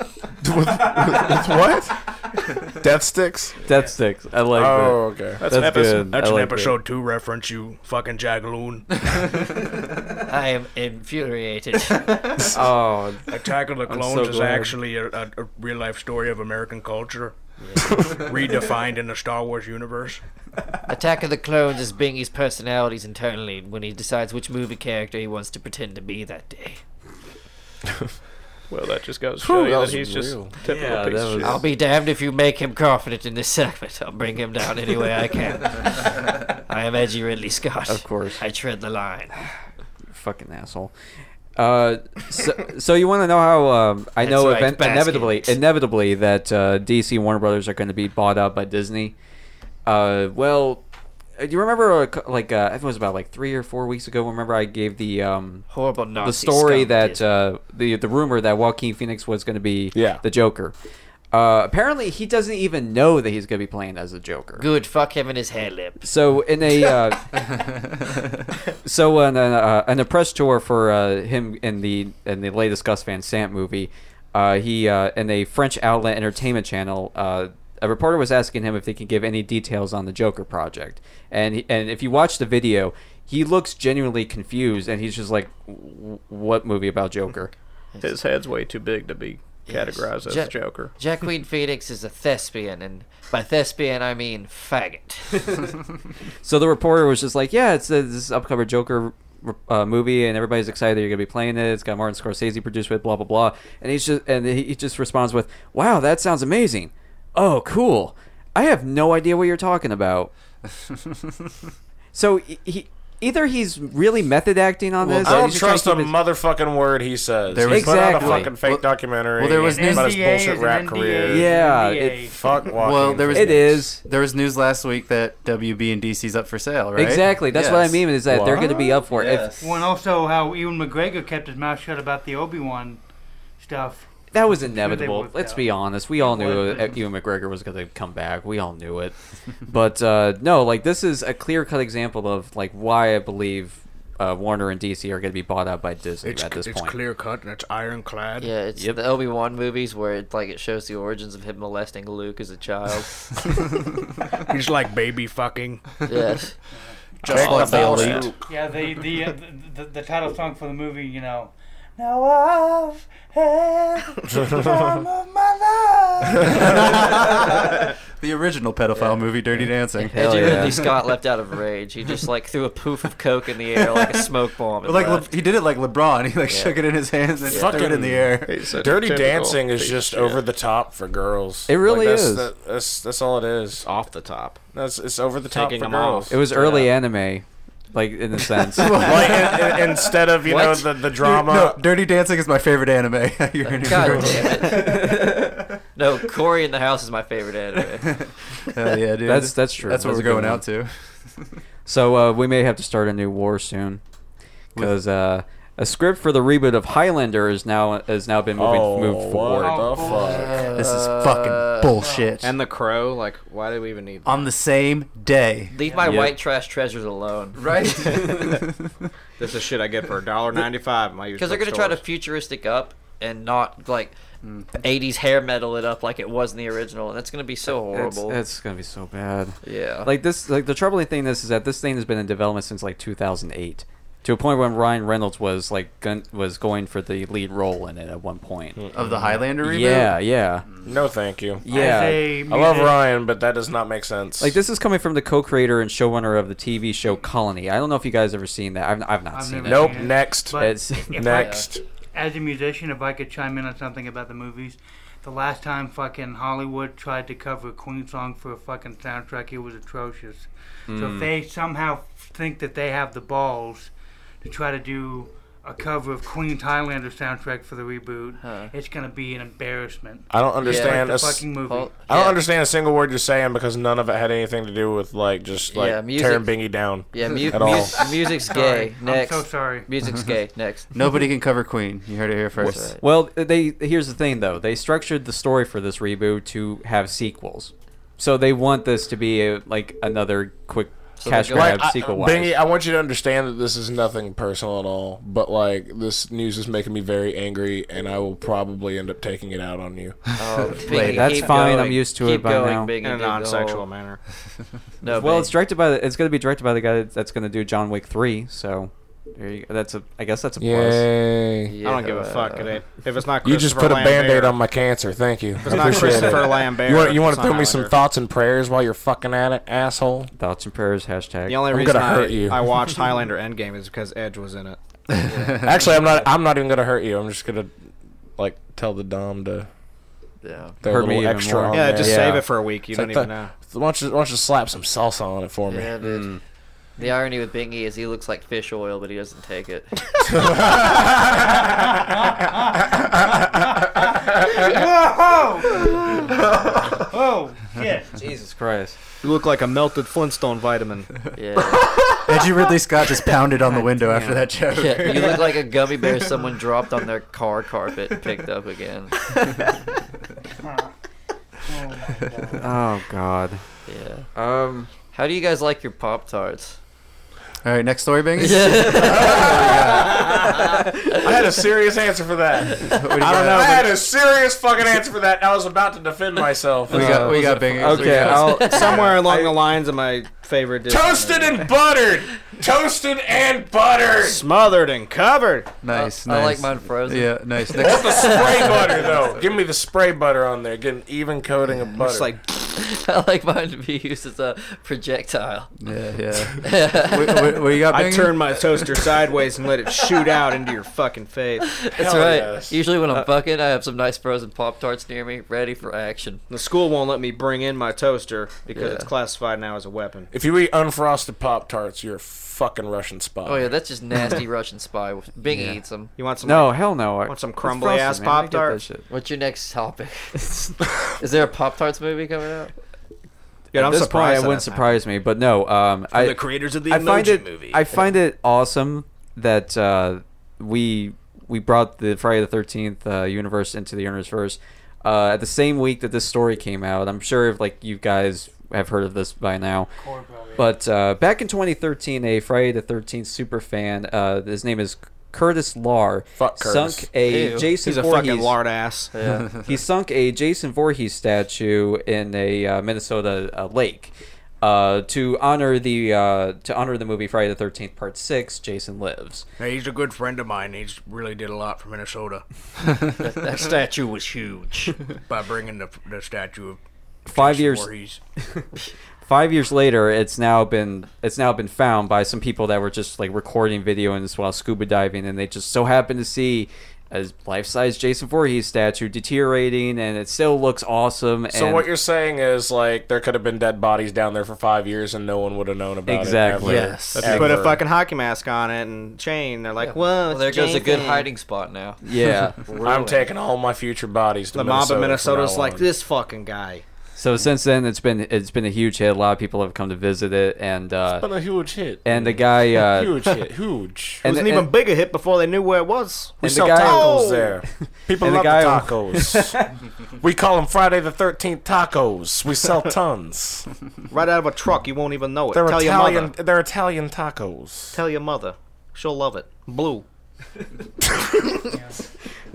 Speaker 3: *laughs* with, with, with what?
Speaker 4: *laughs*
Speaker 3: Death sticks?
Speaker 5: Death sticks. I like
Speaker 3: Oh,
Speaker 5: that.
Speaker 3: okay.
Speaker 5: That's That's episode- good.
Speaker 16: That's
Speaker 5: I
Speaker 16: an
Speaker 5: like
Speaker 16: episode two reference, you fucking jagaloon.
Speaker 2: I am
Speaker 16: *laughs*
Speaker 2: infuriated.
Speaker 5: Oh,
Speaker 16: Attack of the
Speaker 2: I'm so
Speaker 16: Clones is
Speaker 2: glad.
Speaker 16: actually a, a, a real life story of American culture, *laughs* redefined in the Star Wars universe.
Speaker 2: Attack of the Clones is Bingy's personalities internally when he decides which movie character he wants to pretend to be that day.
Speaker 8: *laughs* Well, that just goes to
Speaker 3: Whew,
Speaker 8: show you
Speaker 3: that
Speaker 8: that,
Speaker 3: was
Speaker 8: he's just
Speaker 3: real.
Speaker 8: typical
Speaker 3: Yeah,
Speaker 8: piece
Speaker 3: that
Speaker 8: of shit.
Speaker 3: was-
Speaker 2: I'll be damned if you make him confident in this segment. I'll bring him down any way
Speaker 5: *laughs*
Speaker 2: I can. I am Edgy Ridley Scott.
Speaker 5: Of course.
Speaker 2: I tread the line.
Speaker 5: *sighs* fucking asshole. Uh, so, so you want to know how? Um, I
Speaker 2: That's
Speaker 5: know
Speaker 2: right,
Speaker 5: event-
Speaker 2: basket.
Speaker 5: inevitably, inevitably that uh, DC Warner Brothers are going to be bought out by Disney. Uh, well, uh, do you remember uh, c- like uh, I think it was about like three or four weeks ago? Remember I gave the um,
Speaker 2: Horrible Nazi
Speaker 5: the story
Speaker 2: scum
Speaker 5: that
Speaker 2: Disney.
Speaker 5: uh, the the rumor that Joaquin Phoenix was going to be
Speaker 2: Yeah.
Speaker 5: the Joker. Uh, apparently, he doesn't even know that he's going to be playing as the Joker.
Speaker 2: Good. Fuck him and his hair lip.
Speaker 5: So in a
Speaker 2: *laughs*
Speaker 5: uh, so an uh, an oppressed tour for uh, him in the in the latest Gus Van Sant movie, uh, he uh, in a French outlet entertainment channel, uh, a reporter was asking him if they can give any details on the Joker project, and he, and if you watch the video, he looks genuinely confused, and he's just like, "W- "What movie about Joker?"
Speaker 8: His head's way too big to be categorized as
Speaker 2: Ja-
Speaker 8: Joker.
Speaker 2: Jacqueline Phoenix is a thespian, and by thespian I
Speaker 5: *laughs*
Speaker 2: mean faggot.
Speaker 5: So the reporter was just like, "Yeah, it's uh, this upcoming Joker uh, movie, and everybody's excited that you're gonna be playing it. It's got Martin Scorsese produced it, blah blah blah." And he's just and he he just responds with, "Wow, that sounds amazing. Oh, cool. I have no idea what you're talking about." so he, he either he's really method acting on this.
Speaker 3: I
Speaker 5: or
Speaker 3: don't
Speaker 5: he's just trying
Speaker 3: trust
Speaker 5: to
Speaker 3: a
Speaker 5: keep his-
Speaker 3: motherfucking word he says.
Speaker 5: There
Speaker 3: There
Speaker 5: was-
Speaker 3: was, he put out a
Speaker 5: Exactly.
Speaker 3: fucking fake documentary.
Speaker 4: well, there was news-
Speaker 3: about his
Speaker 4: NDA is
Speaker 3: bullshit
Speaker 4: an
Speaker 3: rap
Speaker 4: NDA.
Speaker 3: career.
Speaker 4: Yeah, it-
Speaker 3: fuck. Joaquin
Speaker 4: Well, there was
Speaker 3: Phoenix.
Speaker 5: is.
Speaker 4: There was news last week that WB and DC's up for sale, right?
Speaker 5: Exactly. That's what I mean is that they're going to be up for it. If-
Speaker 9: Well, and also how Ewan McGregor kept his mouth shut about the Obi Wan stuff.
Speaker 5: That was
Speaker 9: Sure they
Speaker 5: inevitable.
Speaker 9: worked
Speaker 5: Let's
Speaker 9: out.
Speaker 5: be honest. We all knew
Speaker 9: What?
Speaker 5: Ewan McGregor was going to come back. We all
Speaker 9: *laughs*
Speaker 5: knew it. but uh, no, like this is a clear cut example of like why I believe uh, Warner and DC are going to be bought out by Disney
Speaker 16: It's,
Speaker 5: at this
Speaker 16: it's
Speaker 5: point.
Speaker 16: clear cut and it's ironclad.
Speaker 2: Yeah, it's the Obi Wan movies where it like it shows the origins of him molesting Luke as
Speaker 4: *laughs*
Speaker 2: a child.
Speaker 16: He's like baby fucking.
Speaker 4: *laughs*
Speaker 9: *laughs*
Speaker 2: Yes.
Speaker 3: Just
Speaker 2: Oh,
Speaker 3: like
Speaker 2: the
Speaker 3: Force
Speaker 2: elite.
Speaker 3: Luke.
Speaker 9: Yeah, the the, uh, the the title song for the movie, you know. *laughs* Now I've had
Speaker 3: *laughs*
Speaker 9: time of
Speaker 24: *laughs*
Speaker 9: my life.
Speaker 4: *laughs* the original pedophile movie, Dirty Dancing.
Speaker 2: Edgy Ridley
Speaker 4: *laughs*
Speaker 2: Scott left out of rage. He just like threw a poof of coke in the air like a smoke bomb. and
Speaker 4: Like Le-
Speaker 2: left.
Speaker 4: he did it like LeBron. *laughs* He like shook it in his hands and threw it in the air.
Speaker 3: Dirty Dancing is just over the top for girls.
Speaker 5: It really
Speaker 3: Like, that's
Speaker 5: is.
Speaker 3: the- that's that's all it is. Off the top. That's it's over the top
Speaker 5: Taking
Speaker 3: for
Speaker 5: them
Speaker 3: girls.
Speaker 5: It was early anime, like in a
Speaker 3: *laughs*
Speaker 5: sense.
Speaker 3: like in, in, instead of you know
Speaker 4: What?
Speaker 3: the, the drama.
Speaker 4: No, Dirty Dancing is my favorite anime. *laughs* You're an
Speaker 2: God
Speaker 4: idiot.
Speaker 2: damn
Speaker 4: *laughs*
Speaker 2: it. No, Corey in the House is my favorite anime.
Speaker 4: Hell yeah, dude.
Speaker 5: That's that's true.
Speaker 4: That's what
Speaker 5: a
Speaker 4: we're
Speaker 5: good
Speaker 4: going
Speaker 5: one.
Speaker 4: out to.
Speaker 5: *laughs* So uh, we may have to start a new war soon, because uh, a script for the reboot of Highlander is now has now been moving,
Speaker 3: Oh,
Speaker 5: moved forward.
Speaker 3: what the fuck?
Speaker 4: This is fucking bullshit.
Speaker 11: And the crow, like, why do we even need?
Speaker 4: On the same day.
Speaker 2: Leave my
Speaker 11: Yep.
Speaker 2: white trash treasures
Speaker 4: *laughs*
Speaker 2: alone.
Speaker 11: this is shit I
Speaker 2: *laughs*
Speaker 11: get for a dollar ninety-five. Because
Speaker 2: Because they're gonna try to futuristic up and not like
Speaker 5: Mm.
Speaker 2: 80s hair metal it up like it was in the original, and that's gonna be so
Speaker 5: It's,
Speaker 2: horrible.
Speaker 5: it's gonna be so bad.
Speaker 2: Yeah.
Speaker 5: Like this. Like the troubling thing is, is that this thing has been in development since like 2008, to a point when Ryan Reynolds was like gun- was going for the lead role in it at one point.
Speaker 4: Of the Highlander reboot? Mm.
Speaker 5: Yeah, yeah.
Speaker 3: Mm-hmm. No, thank you.
Speaker 5: Yeah. I
Speaker 3: I
Speaker 5: say
Speaker 3: love
Speaker 5: music.
Speaker 3: Ryan, but that does not make sense.
Speaker 5: Like this is coming from the co-creator and showrunner of the TV show Colony. I don't know if you guys ever seen that. I've, I've not
Speaker 9: I've
Speaker 5: seen
Speaker 9: never
Speaker 5: it.
Speaker 3: Nope,
Speaker 9: seen it.
Speaker 3: next.
Speaker 9: But
Speaker 5: It's-
Speaker 9: if I-
Speaker 3: next.
Speaker 9: as a musician, if I could chime in on something about the movies, the last time fucking Hollywood tried to cover a Queen song for a fucking soundtrack, it was atrocious.
Speaker 3: Hmm.
Speaker 9: So
Speaker 18: Mm.
Speaker 9: if they somehow think that they have the balls to try to do a cover of Queen Thailander soundtrack for the reboot, it's gonna be an embarrassment.
Speaker 3: I don't understand
Speaker 9: Like
Speaker 3: a
Speaker 9: the
Speaker 3: s-
Speaker 9: fucking movie.
Speaker 3: I don't understand a single word you're saying because none of it had anything to do with like just like
Speaker 2: Yeah, music-
Speaker 3: tearing Bingy down.
Speaker 2: yeah, mu-
Speaker 3: at all.
Speaker 2: mu- music's
Speaker 9: Sorry.
Speaker 2: gay.
Speaker 9: I'm
Speaker 2: Next.
Speaker 9: so sorry.
Speaker 2: Music's gay.
Speaker 4: *laughs*
Speaker 2: Next.
Speaker 4: Nobody can
Speaker 2: *laughs*
Speaker 4: cover Queen. You heard it here first.
Speaker 5: Well, they here's the thing though. They structured the story for this reboot to have sequels, so they want this to be a, like another quick *laughs* cash grab
Speaker 3: I-
Speaker 5: sequel.
Speaker 3: Bingy, I want you to understand that this is nothing personal at all, but like this news is making me very angry, and I will probably end up taking it out on you.
Speaker 5: *laughs*
Speaker 2: Oh,
Speaker 5: Bingy, That's keep fine, going. I'm used to it Keep by going, now. Bingy,
Speaker 11: in a
Speaker 5: dig the
Speaker 11: non-sexual
Speaker 5: hole.
Speaker 11: manner.
Speaker 2: *laughs*
Speaker 5: *laughs*
Speaker 2: No,
Speaker 5: well,
Speaker 2: babe.
Speaker 5: it's directed by the, it's going to be directed by the guy that's going to do John Wick three. So there you go. that's a I guess that's a plus.
Speaker 3: Yay.
Speaker 11: I don't give a fuck. It ain't- if it's not
Speaker 3: You just
Speaker 11: Christopher
Speaker 3: put a
Speaker 11: Lambert-
Speaker 3: band aid on my cancer. Thank you.
Speaker 11: If
Speaker 3: I
Speaker 11: it's not
Speaker 3: appreciate
Speaker 11: Christopher
Speaker 3: it.
Speaker 11: Lambert,
Speaker 3: You want, you want
Speaker 11: it's
Speaker 3: to
Speaker 11: not
Speaker 3: throw me some
Speaker 11: Highlander.
Speaker 3: thoughts and prayers while you're fucking at it, asshole?
Speaker 5: Thoughts and prayers hashtag.
Speaker 11: The only
Speaker 3: I'm
Speaker 11: reason
Speaker 3: gonna
Speaker 11: I,
Speaker 3: hurt you.
Speaker 11: I
Speaker 3: *laughs*
Speaker 11: watched
Speaker 6: *laughs*
Speaker 11: Highlander Endgame is because Edge was in it.
Speaker 3: Actually, I'm not. I'm not even gonna hurt you. I'm just gonna like tell the dom to.
Speaker 11: Yeah,
Speaker 3: throw a
Speaker 5: Hurt me
Speaker 3: little
Speaker 5: even
Speaker 3: extra
Speaker 5: more.
Speaker 3: on
Speaker 5: Yeah,
Speaker 3: there.
Speaker 5: just save it for a week,
Speaker 11: you
Speaker 3: It's like
Speaker 11: don't even
Speaker 3: the-
Speaker 11: know.
Speaker 3: Why don't, you, why don't you slap some salsa on it for me?
Speaker 2: Yeah, dude.
Speaker 3: Mm.
Speaker 2: The irony with Bingy is he looks like fish oil, but he doesn't take it.
Speaker 9: Oh, yeah.
Speaker 5: Jesus Christ.
Speaker 6: You look like a melted
Speaker 4: *laughs*
Speaker 6: Flintstone vitamin.
Speaker 11: *laughs*
Speaker 4: Edgy Ridley Scott just pounded on the window after that joke.
Speaker 2: Yeah, you look like a gummy bear someone dropped on their car carpet and picked up again.
Speaker 5: *laughs* Oh God.
Speaker 2: Yeah.
Speaker 5: Um.
Speaker 2: How do you guys like your Pop Tarts?
Speaker 4: *laughs*
Speaker 6: *laughs*
Speaker 2: *laughs*
Speaker 4: All right, next story, Bing.
Speaker 2: *laughs*
Speaker 3: I had a serious answer for that. I
Speaker 4: don't
Speaker 3: know.
Speaker 4: got?
Speaker 3: I had a serious fucking answer for that. I was about to defend myself.
Speaker 4: We got- we got
Speaker 3: *laughs* Uh,
Speaker 4: Bingy.
Speaker 5: *laughs*
Speaker 3: Okay,
Speaker 4: We got- *laughs*
Speaker 3: I'll,
Speaker 6: Somewhere along the lines of my favorite dish.
Speaker 3: toasted and buttered. Toasted and buttered.
Speaker 6: Smothered and covered.
Speaker 4: Nice,
Speaker 2: I like mine frozen.
Speaker 4: Yeah, nice.
Speaker 3: I want the spray butter though. Give me the spray butter on there. Get an even coating of butter.
Speaker 2: It's like- *laughs* I like mine to be used as a projectile.
Speaker 4: Yeah,
Speaker 2: *laughs*
Speaker 4: yeah. What- what- what you got,
Speaker 6: I
Speaker 4: Bingy?
Speaker 6: turned my toaster sideways and let it shoot out into your fucking face. Uh,
Speaker 2: That's right. Usually when I'm fucking, I have some nice frozen Pop Tarts near me, ready for action.
Speaker 6: The school won't let me bring in my toaster because
Speaker 2: Yeah.
Speaker 6: it's classified now as a weapon.
Speaker 3: If you eat unfrosted Pop Tarts, you're a fucking Russian spy.
Speaker 2: Oh yeah, that's
Speaker 3: *laughs*
Speaker 2: just nasty Russian spy. Bingy eats them.
Speaker 6: You want some?
Speaker 5: No, hell no. I-
Speaker 6: Want some
Speaker 5: It's
Speaker 6: crumbly
Speaker 5: frosted,
Speaker 6: ass
Speaker 5: man. I
Speaker 6: pop
Speaker 5: get that
Speaker 6: tarts?
Speaker 5: shit.
Speaker 2: What's your
Speaker 6: *laughs*
Speaker 2: next topic? Is there a Pop Tarts movie coming out?
Speaker 6: Dude,
Speaker 5: At
Speaker 6: I'm
Speaker 5: this point,
Speaker 6: surprised.
Speaker 5: it wouldn't surprise me, but no. Um, I,
Speaker 6: the creators of the
Speaker 5: I find
Speaker 6: Emoji
Speaker 5: it,
Speaker 6: Movie.
Speaker 5: I find it awesome that uh, we we brought the Friday the Thirteenth uh, universe into the universe uh, at the same week that this story came out. I'm sure if like you guys have heard of this by now, but uh, back in 2013, a Friday the Thirteenth super fan, uh, his name is Curtis Lar, sunk a
Speaker 6: Ew.
Speaker 5: Jason
Speaker 6: He's a
Speaker 5: Voorhees-
Speaker 6: fucking
Speaker 5: *laughs*
Speaker 6: lard ass.
Speaker 5: he sunk a Jason Voorhees statue in a uh, Minnesota uh, lake uh, to honor the uh, to honor the movie Friday the Thirteenth Part Six. Jason lives.
Speaker 16: Hey, he's a good friend of mine. He's really did a lot for Minnesota.
Speaker 5: That- that
Speaker 16: statue was huge. By bringing the, the statue of
Speaker 5: Five
Speaker 16: Jason
Speaker 5: years. *laughs*
Speaker 16: Voorhees.
Speaker 5: Five years later, it's now been it's now been found by some people that were just like recording video and while scuba diving, and they just so happened to see a life-size Jason Voorhees statue deteriorating, and it still looks awesome.
Speaker 3: So
Speaker 5: and
Speaker 3: what you're saying is like there could have been dead bodies down there for five years and no one would have known about
Speaker 5: Exactly.
Speaker 3: it.
Speaker 5: Yes.
Speaker 6: If you put a
Speaker 3: Ever.
Speaker 6: fucking hockey mask on it and chain, they're like,
Speaker 2: Yeah.
Speaker 6: whoa.
Speaker 2: Well,
Speaker 6: it's
Speaker 2: there goes a good
Speaker 6: Jason."
Speaker 2: hiding spot now. *laughs*
Speaker 5: Yeah.
Speaker 3: *laughs* I'm taking all my future bodies to
Speaker 6: The mob of
Speaker 3: from
Speaker 6: Minnesota's
Speaker 3: now
Speaker 6: like,
Speaker 3: on.
Speaker 6: this fucking guy.
Speaker 5: So since then, it's been it's been a huge hit. A lot of people have come to visit it, and uh,
Speaker 3: Been a huge hit.
Speaker 5: and the guy uh,
Speaker 3: huge hit. Huge.
Speaker 5: *laughs*
Speaker 6: It was
Speaker 5: And-
Speaker 6: an even
Speaker 5: and-
Speaker 6: bigger hit before they knew where it was.
Speaker 3: we
Speaker 5: and the
Speaker 3: sell
Speaker 5: guy-
Speaker 3: tacos
Speaker 5: Oh!
Speaker 6: *laughs*
Speaker 3: there. People
Speaker 5: And the
Speaker 3: love
Speaker 5: guy- *laughs*
Speaker 3: the tacos. *laughs* we call them Friday the 13th tacos. We *laughs* sell tons.
Speaker 6: Right out of a truck, you won't even know it.
Speaker 3: They're
Speaker 6: Tell your
Speaker 3: Italian.
Speaker 6: mother.
Speaker 3: They're Italian tacos.
Speaker 6: Tell your mother. She'll love it. Blue.
Speaker 5: *laughs*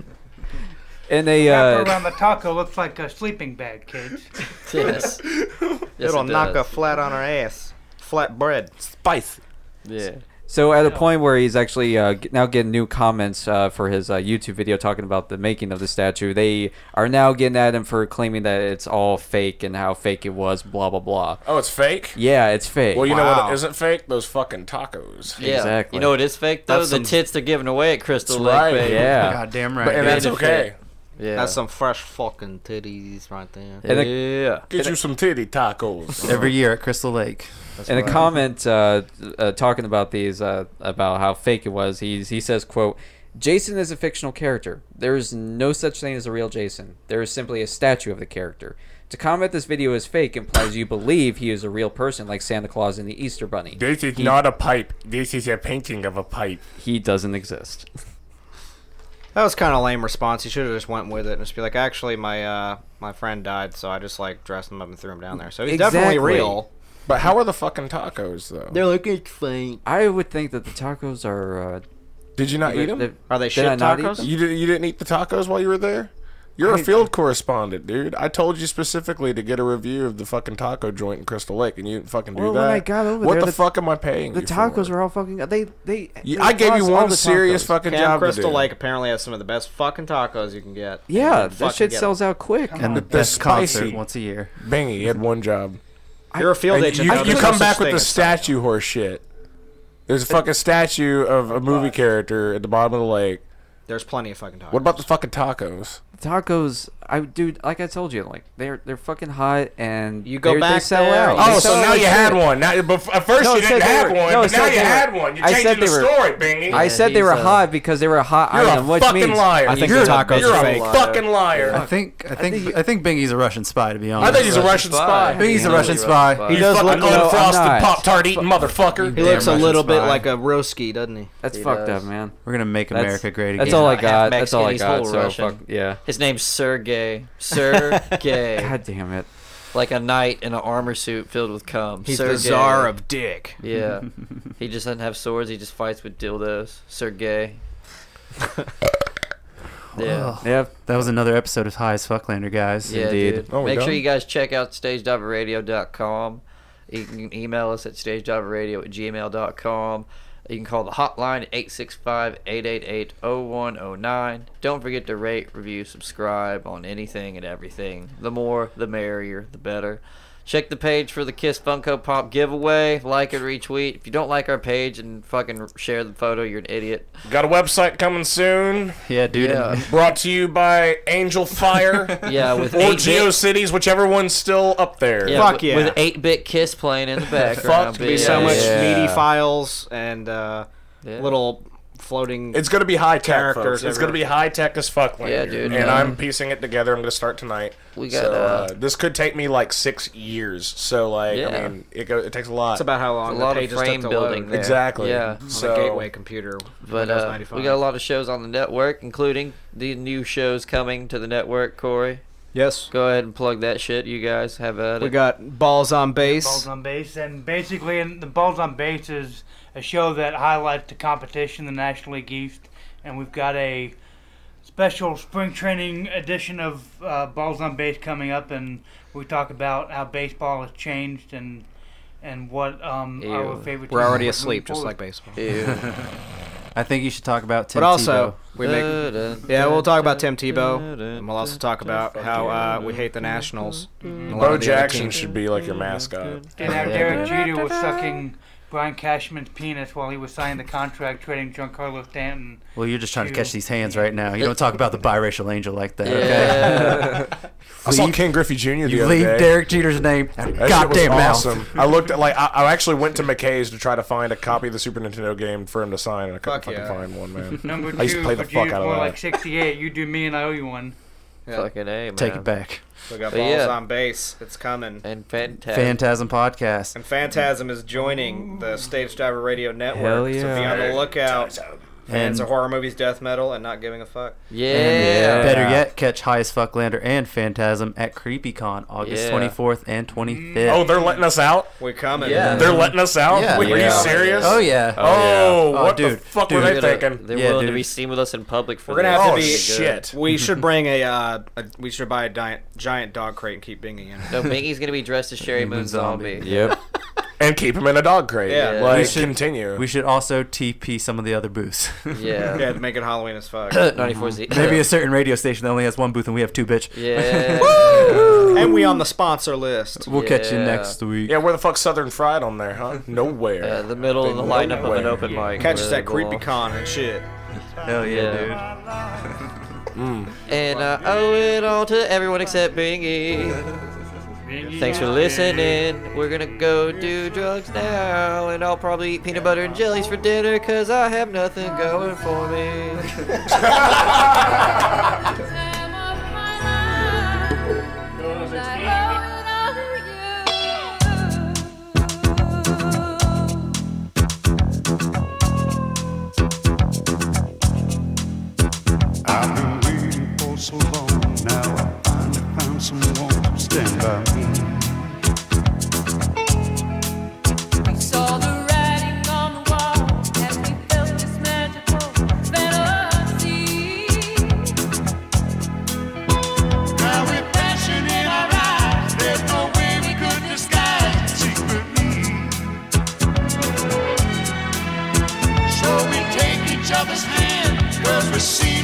Speaker 5: and they
Speaker 9: Wrap
Speaker 5: *laughs* uh,
Speaker 9: around the taco looks like a sleeping bag, kids.
Speaker 3: *laughs*
Speaker 2: Yes. Yes,
Speaker 6: It'll
Speaker 2: it
Speaker 6: knock her
Speaker 2: does.
Speaker 6: flat on her ass. Flat bread.
Speaker 3: Spice.
Speaker 2: Yeah.
Speaker 5: so at a point where he's actually uh, g- now getting new comments uh, for his uh, YouTube video talking about the making of the statue. They are now getting at him for claiming that it's all fake and how fake it was. Blah blah blah.
Speaker 3: Oh, it's fake.
Speaker 5: Yeah, it's fake.
Speaker 3: Well, you know
Speaker 2: Wow.
Speaker 3: what isn't fake? Those fucking tacos.
Speaker 2: Yeah.
Speaker 5: Exactly.
Speaker 2: You know what is fake though?
Speaker 3: That's
Speaker 2: the
Speaker 3: some-
Speaker 2: tits they're giving away at Crystal
Speaker 3: That's
Speaker 2: Lake.
Speaker 3: right.
Speaker 2: baby.
Speaker 5: Yeah.
Speaker 4: Goddamn
Speaker 3: But-
Speaker 4: right.
Speaker 3: and that's
Speaker 2: Made it fit.
Speaker 3: okay.
Speaker 2: Yeah.
Speaker 6: That's some fresh fucking titties right there.
Speaker 5: And the-
Speaker 2: yeah.
Speaker 3: Get you some titty tacos.
Speaker 4: Every year at Crystal Lake.
Speaker 5: in a comment uh, uh, talking about these uh, about how fake it was he's, he says quote jason is a fictional character there is no such thing as a real jason there is simply a statue of the character to comment this video is fake implies you believe he is a real person like santa claus and the easter bunny
Speaker 3: This is
Speaker 5: He-
Speaker 3: not a pipe. This is a painting of a pipe.
Speaker 5: he doesn't exist
Speaker 6: That was kind of lame response. You should have just went with it and just be like, actually, my uh, my friend died, so I just like dressed him up and threw him down there. So he's definitely
Speaker 5: Exactly.
Speaker 6: real.
Speaker 3: But how are the fucking tacos though?
Speaker 6: They're like it's fake.
Speaker 5: i would think that the tacos are uh,
Speaker 3: Did you not eat them?
Speaker 5: they-
Speaker 6: Are they
Speaker 5: did
Speaker 6: shit
Speaker 5: I not eat
Speaker 6: tacos?
Speaker 5: them?
Speaker 3: You did, you didn't eat the tacos while you were there. You're a field correspondent, dude. I told you specifically to get a review of the fucking taco joint in Crystal Lake, and you didn't fucking do
Speaker 5: Well,
Speaker 3: that.
Speaker 5: when I got Oh over
Speaker 3: what
Speaker 5: there,
Speaker 3: the,
Speaker 5: the-
Speaker 3: fuck am I paying
Speaker 5: the
Speaker 3: you
Speaker 5: tacos
Speaker 3: for?
Speaker 5: were all fucking they they,
Speaker 3: You-
Speaker 5: they
Speaker 3: I gave you
Speaker 5: lost all
Speaker 3: one
Speaker 5: the
Speaker 3: serious
Speaker 5: tacos.
Speaker 3: fucking
Speaker 6: Camp
Speaker 3: job
Speaker 6: Crystal
Speaker 3: to do.
Speaker 6: Lake apparently has some of the best fucking tacos you can get.
Speaker 5: yeah
Speaker 6: You can
Speaker 5: that
Speaker 6: fucking
Speaker 5: shit
Speaker 6: get
Speaker 5: sells out quick
Speaker 4: And the
Speaker 3: They're
Speaker 4: best concert
Speaker 3: spicy.
Speaker 4: once a year.
Speaker 3: Bingy, you had one job.
Speaker 6: them. You're a field
Speaker 3: And
Speaker 6: agent.
Speaker 3: you,
Speaker 6: though.
Speaker 3: you
Speaker 6: There's no
Speaker 3: come
Speaker 6: such
Speaker 3: back with
Speaker 6: thing
Speaker 3: the
Speaker 6: as selling.
Speaker 3: statue horse shit. There's a fucking statue of a movie character at the bottom of the lake,
Speaker 6: There's plenty of fucking tacos.
Speaker 3: What about the fucking tacos?
Speaker 5: Tacos, I dude, like I told you, like they're they're fucking hot, and
Speaker 6: You go
Speaker 5: they're-
Speaker 6: back
Speaker 5: they sell
Speaker 6: there,
Speaker 5: out.
Speaker 6: you
Speaker 5: They
Speaker 3: Oh,
Speaker 5: sell
Speaker 3: so
Speaker 5: out
Speaker 3: now
Speaker 5: like
Speaker 3: you had
Speaker 5: shit.
Speaker 3: one. Now, but at first
Speaker 5: No,
Speaker 3: you
Speaker 5: it said
Speaker 3: didn't
Speaker 5: they
Speaker 3: have
Speaker 5: were-
Speaker 3: one,
Speaker 5: no, it
Speaker 3: but
Speaker 5: said
Speaker 3: now you
Speaker 5: they were-
Speaker 3: had one. You're
Speaker 5: I said
Speaker 3: changing
Speaker 5: they
Speaker 3: the
Speaker 5: were
Speaker 3: story, Bingy.
Speaker 5: I said they
Speaker 3: He's
Speaker 5: were
Speaker 3: a-
Speaker 5: hot because they were a hot
Speaker 3: You're a
Speaker 5: item, which
Speaker 3: fucking
Speaker 5: means
Speaker 3: liar. I think the tacos
Speaker 4: you're
Speaker 3: are
Speaker 4: a
Speaker 3: fake. fucking liar.
Speaker 4: I think I think I think Bingy's a Russian spy. To be honest,
Speaker 3: I think he's a Russian spy.
Speaker 4: Bingy's a Russian spy.
Speaker 3: He does fucking
Speaker 4: look-
Speaker 3: look
Speaker 4: no, I'm
Speaker 3: frosted
Speaker 4: not.
Speaker 3: pop tart eating motherfucker.
Speaker 6: He looks a
Speaker 4: Russian
Speaker 6: little bit
Speaker 4: spy.
Speaker 6: like a roski, doesn't he?
Speaker 5: That's fucked up, man.
Speaker 4: We're gonna make
Speaker 5: That's-
Speaker 4: America great again.
Speaker 5: That's all I
Speaker 2: He's half
Speaker 5: got. That's all I
Speaker 2: Mexican,
Speaker 5: got.
Speaker 2: he's
Speaker 5: So
Speaker 2: full
Speaker 5: fuck
Speaker 2: Russian.
Speaker 5: yeah.
Speaker 2: His name's Sergey. Sergey.
Speaker 5: *laughs* God damn it.
Speaker 2: Like a knight in an armor suit filled with cum.
Speaker 6: He's the
Speaker 2: Sergey.
Speaker 6: czar of dick. *laughs*
Speaker 2: Yeah. he just doesn't have swords. He just fights with dildos. Sergey. yeah.
Speaker 4: Wow. That was another episode of High as Fucklander, guys. Oh,
Speaker 2: Yeah, dude.
Speaker 3: Oh,
Speaker 2: Make sure you guys check out stagediverradio.com. You can email us at stagediverradio at gmail.com. You can call the hotline at 865 888 0109. Don't forget to rate, review, subscribe on anything and everything. The more, the merrier, the better. Check the page for the Kiss Funko Pop giveaway. Like and retweet. If you don't like our page and fucking share the photo, you're an idiot.
Speaker 3: Got a website coming soon.
Speaker 4: Yeah, dude.
Speaker 2: Yeah.
Speaker 3: Brought to you by Angel Fire.
Speaker 2: Yeah, with
Speaker 3: or
Speaker 2: eight
Speaker 3: GeoCities, whichever one's still up there.
Speaker 2: Yeah, with, With 8 bit Kiss
Speaker 3: *laughs*
Speaker 2: playing in the background.
Speaker 6: Fuck, be so
Speaker 2: bitch.
Speaker 6: much
Speaker 3: Yeah.
Speaker 6: meaty files and uh,
Speaker 2: Yeah.
Speaker 6: little floating.
Speaker 3: It's gonna be high tech.
Speaker 6: characters.
Speaker 3: Folks. It's gonna be
Speaker 6: everywhere.
Speaker 3: high tech as fuck.
Speaker 2: Yeah,
Speaker 3: Lander.
Speaker 2: dude.
Speaker 3: And
Speaker 2: Yeah.
Speaker 3: I'm piecing it together. I'm gonna start tonight.
Speaker 2: We got,
Speaker 3: So,
Speaker 2: uh,
Speaker 3: this could take me like six years. So like,
Speaker 2: Yeah.
Speaker 3: I mean, it, go, it takes a lot.
Speaker 6: It's about how long
Speaker 2: a
Speaker 6: the
Speaker 2: lot of
Speaker 6: pages took
Speaker 2: frame
Speaker 6: to
Speaker 2: building
Speaker 6: load.
Speaker 2: there.
Speaker 3: Exactly.
Speaker 2: Yeah.
Speaker 6: on
Speaker 3: So-
Speaker 6: the gateway computer.
Speaker 2: But
Speaker 6: Windows
Speaker 2: uh,
Speaker 6: 95.
Speaker 2: we got a lot of shows on the network, including the new shows coming to the network. Corey,
Speaker 6: Yes.
Speaker 2: go ahead and plug that shit. You guys have at
Speaker 6: We
Speaker 2: it.
Speaker 6: got balls on
Speaker 9: Balls
Speaker 6: base.
Speaker 9: on Base, and basically, in the Balls on Base is a show that highlights the competition in the National League East, and we've got a special spring training edition of uh, Balls on Base coming up, and we talk about how baseball has changed and and what um, our
Speaker 6: Ew.
Speaker 9: favorite.
Speaker 6: We're
Speaker 9: teams
Speaker 6: already
Speaker 9: are
Speaker 6: asleep,
Speaker 9: moving
Speaker 6: just
Speaker 9: forward.
Speaker 6: like baseball.
Speaker 9: *laughs*
Speaker 6: *laughs*
Speaker 4: I think you should talk about Tim
Speaker 6: But also,
Speaker 4: Tebow.
Speaker 6: we make yeah. We'll talk about Tim Tebow. And we'll also talk about how uh, we hate the Nationals. and a lot
Speaker 3: Bo
Speaker 6: of the other
Speaker 3: Jackson
Speaker 6: teams.
Speaker 3: should be like your mascot.
Speaker 9: And how
Speaker 6: Yeah.
Speaker 9: Derek Jeter was sucking Brian Cashman's penis while he was signing the contract trading Giancarlo Stanton.
Speaker 4: Well, you're just trying to catch these hands right now. You don't talk about the biracial angel like that, okay?
Speaker 3: *laughs* Yeah. *laughs* I saw Ken Griffey Jr. the
Speaker 4: You
Speaker 3: other
Speaker 4: leave
Speaker 3: day.
Speaker 4: Derek Jeter's name out of your
Speaker 3: That shit was
Speaker 4: goddamn mouth.
Speaker 3: awesome. I looked at like I, I actually went to McKay's to try to find a copy of the Super Nintendo game for him to sign, and I couldn't
Speaker 6: Fuck
Speaker 3: fucking
Speaker 6: yeah.
Speaker 3: find one, man.
Speaker 9: *laughs* Number two,
Speaker 3: I used to play the
Speaker 9: but
Speaker 3: fuck
Speaker 9: you
Speaker 3: out
Speaker 9: more
Speaker 3: of
Speaker 9: like
Speaker 3: that.
Speaker 9: 68. You do me and I owe you one.
Speaker 6: Yeah.
Speaker 2: Fucking a man.
Speaker 4: Take it back.
Speaker 6: We got
Speaker 2: But
Speaker 6: balls
Speaker 2: yeah.
Speaker 6: on base. It's coming.
Speaker 2: and fantastic.
Speaker 4: Phantasm podcast.
Speaker 6: And Phantasm is joining the Stage Diver Radio Network.
Speaker 4: Hell
Speaker 6: So be
Speaker 4: yeah.
Speaker 6: on the lookout. And it's a
Speaker 4: And-
Speaker 6: horror movies, death metal, and not giving a fuck.
Speaker 2: yeah.
Speaker 4: And better yet, catch High as Fuck Lander and Phantasm at CreepyCon August
Speaker 6: Yeah.
Speaker 4: 24th and 25th.
Speaker 3: Oh, they're letting us out.
Speaker 6: We're coming.
Speaker 4: Yeah.
Speaker 3: They're letting us out.
Speaker 4: Yeah.
Speaker 3: Were you
Speaker 4: Yeah.
Speaker 3: serious?
Speaker 4: Oh, yeah.
Speaker 3: Oh,
Speaker 4: Oh, yeah.
Speaker 3: what
Speaker 4: Oh,
Speaker 3: the
Speaker 4: dude.
Speaker 3: fuck
Speaker 4: Dude.
Speaker 3: were they
Speaker 4: They're gonna-
Speaker 3: thinking?
Speaker 2: They're
Speaker 4: Yeah,
Speaker 2: willing to
Speaker 4: dude.
Speaker 2: be seen with us in public for
Speaker 6: We're gonna have
Speaker 3: Oh,
Speaker 6: to be.
Speaker 3: shit. *laughs*
Speaker 6: We should bring a. Uh, a we should buy a giant, giant dog crate and keep binging in. it.
Speaker 2: No, Bingy's gonna be
Speaker 3: *laughs*
Speaker 2: dressed as Sherry Moon Zombie.
Speaker 5: Yep.
Speaker 3: and keep him in a dog crate.
Speaker 6: Yeah.
Speaker 3: Like,
Speaker 4: We should-
Speaker 3: continue.
Speaker 4: We should also TP some of the other booths. *laughs*
Speaker 2: Yeah. Uh,
Speaker 6: yeah, make it Halloween as
Speaker 2: *coughs*
Speaker 6: fuck.
Speaker 2: 94Z.
Speaker 4: Maybe a certain radio station that only has one booth and we have two, bitch. *laughs*
Speaker 3: *laughs*
Speaker 2: *laughs* Yeah.
Speaker 6: and we on the sponsor list.
Speaker 4: We'll catch you next week.
Speaker 3: Yeah, where the fuck's Southern Fried on there, huh? Nowhere.
Speaker 2: Uh, the middle of the lineup of an open mic.
Speaker 6: Catch us
Speaker 2: where
Speaker 6: at
Speaker 2: they belong.
Speaker 6: CreepyCon and shit.
Speaker 4: Hell yeah,
Speaker 3: Mm.
Speaker 2: And I owe it all to everyone
Speaker 4: *laughs*
Speaker 2: except Bingy. Thanks for listening. We're gonna go do drugs now, and I'll probably eat peanut butter and jellies for dinner, cause I have nothing going for
Speaker 4: *laughs*
Speaker 2: me.
Speaker 24: I've been waiting for so long now. I finally found someone to stand by me. Now with passion in our eyes, there's no way we could disguise secret need. So we take each other's hand, 'cause we see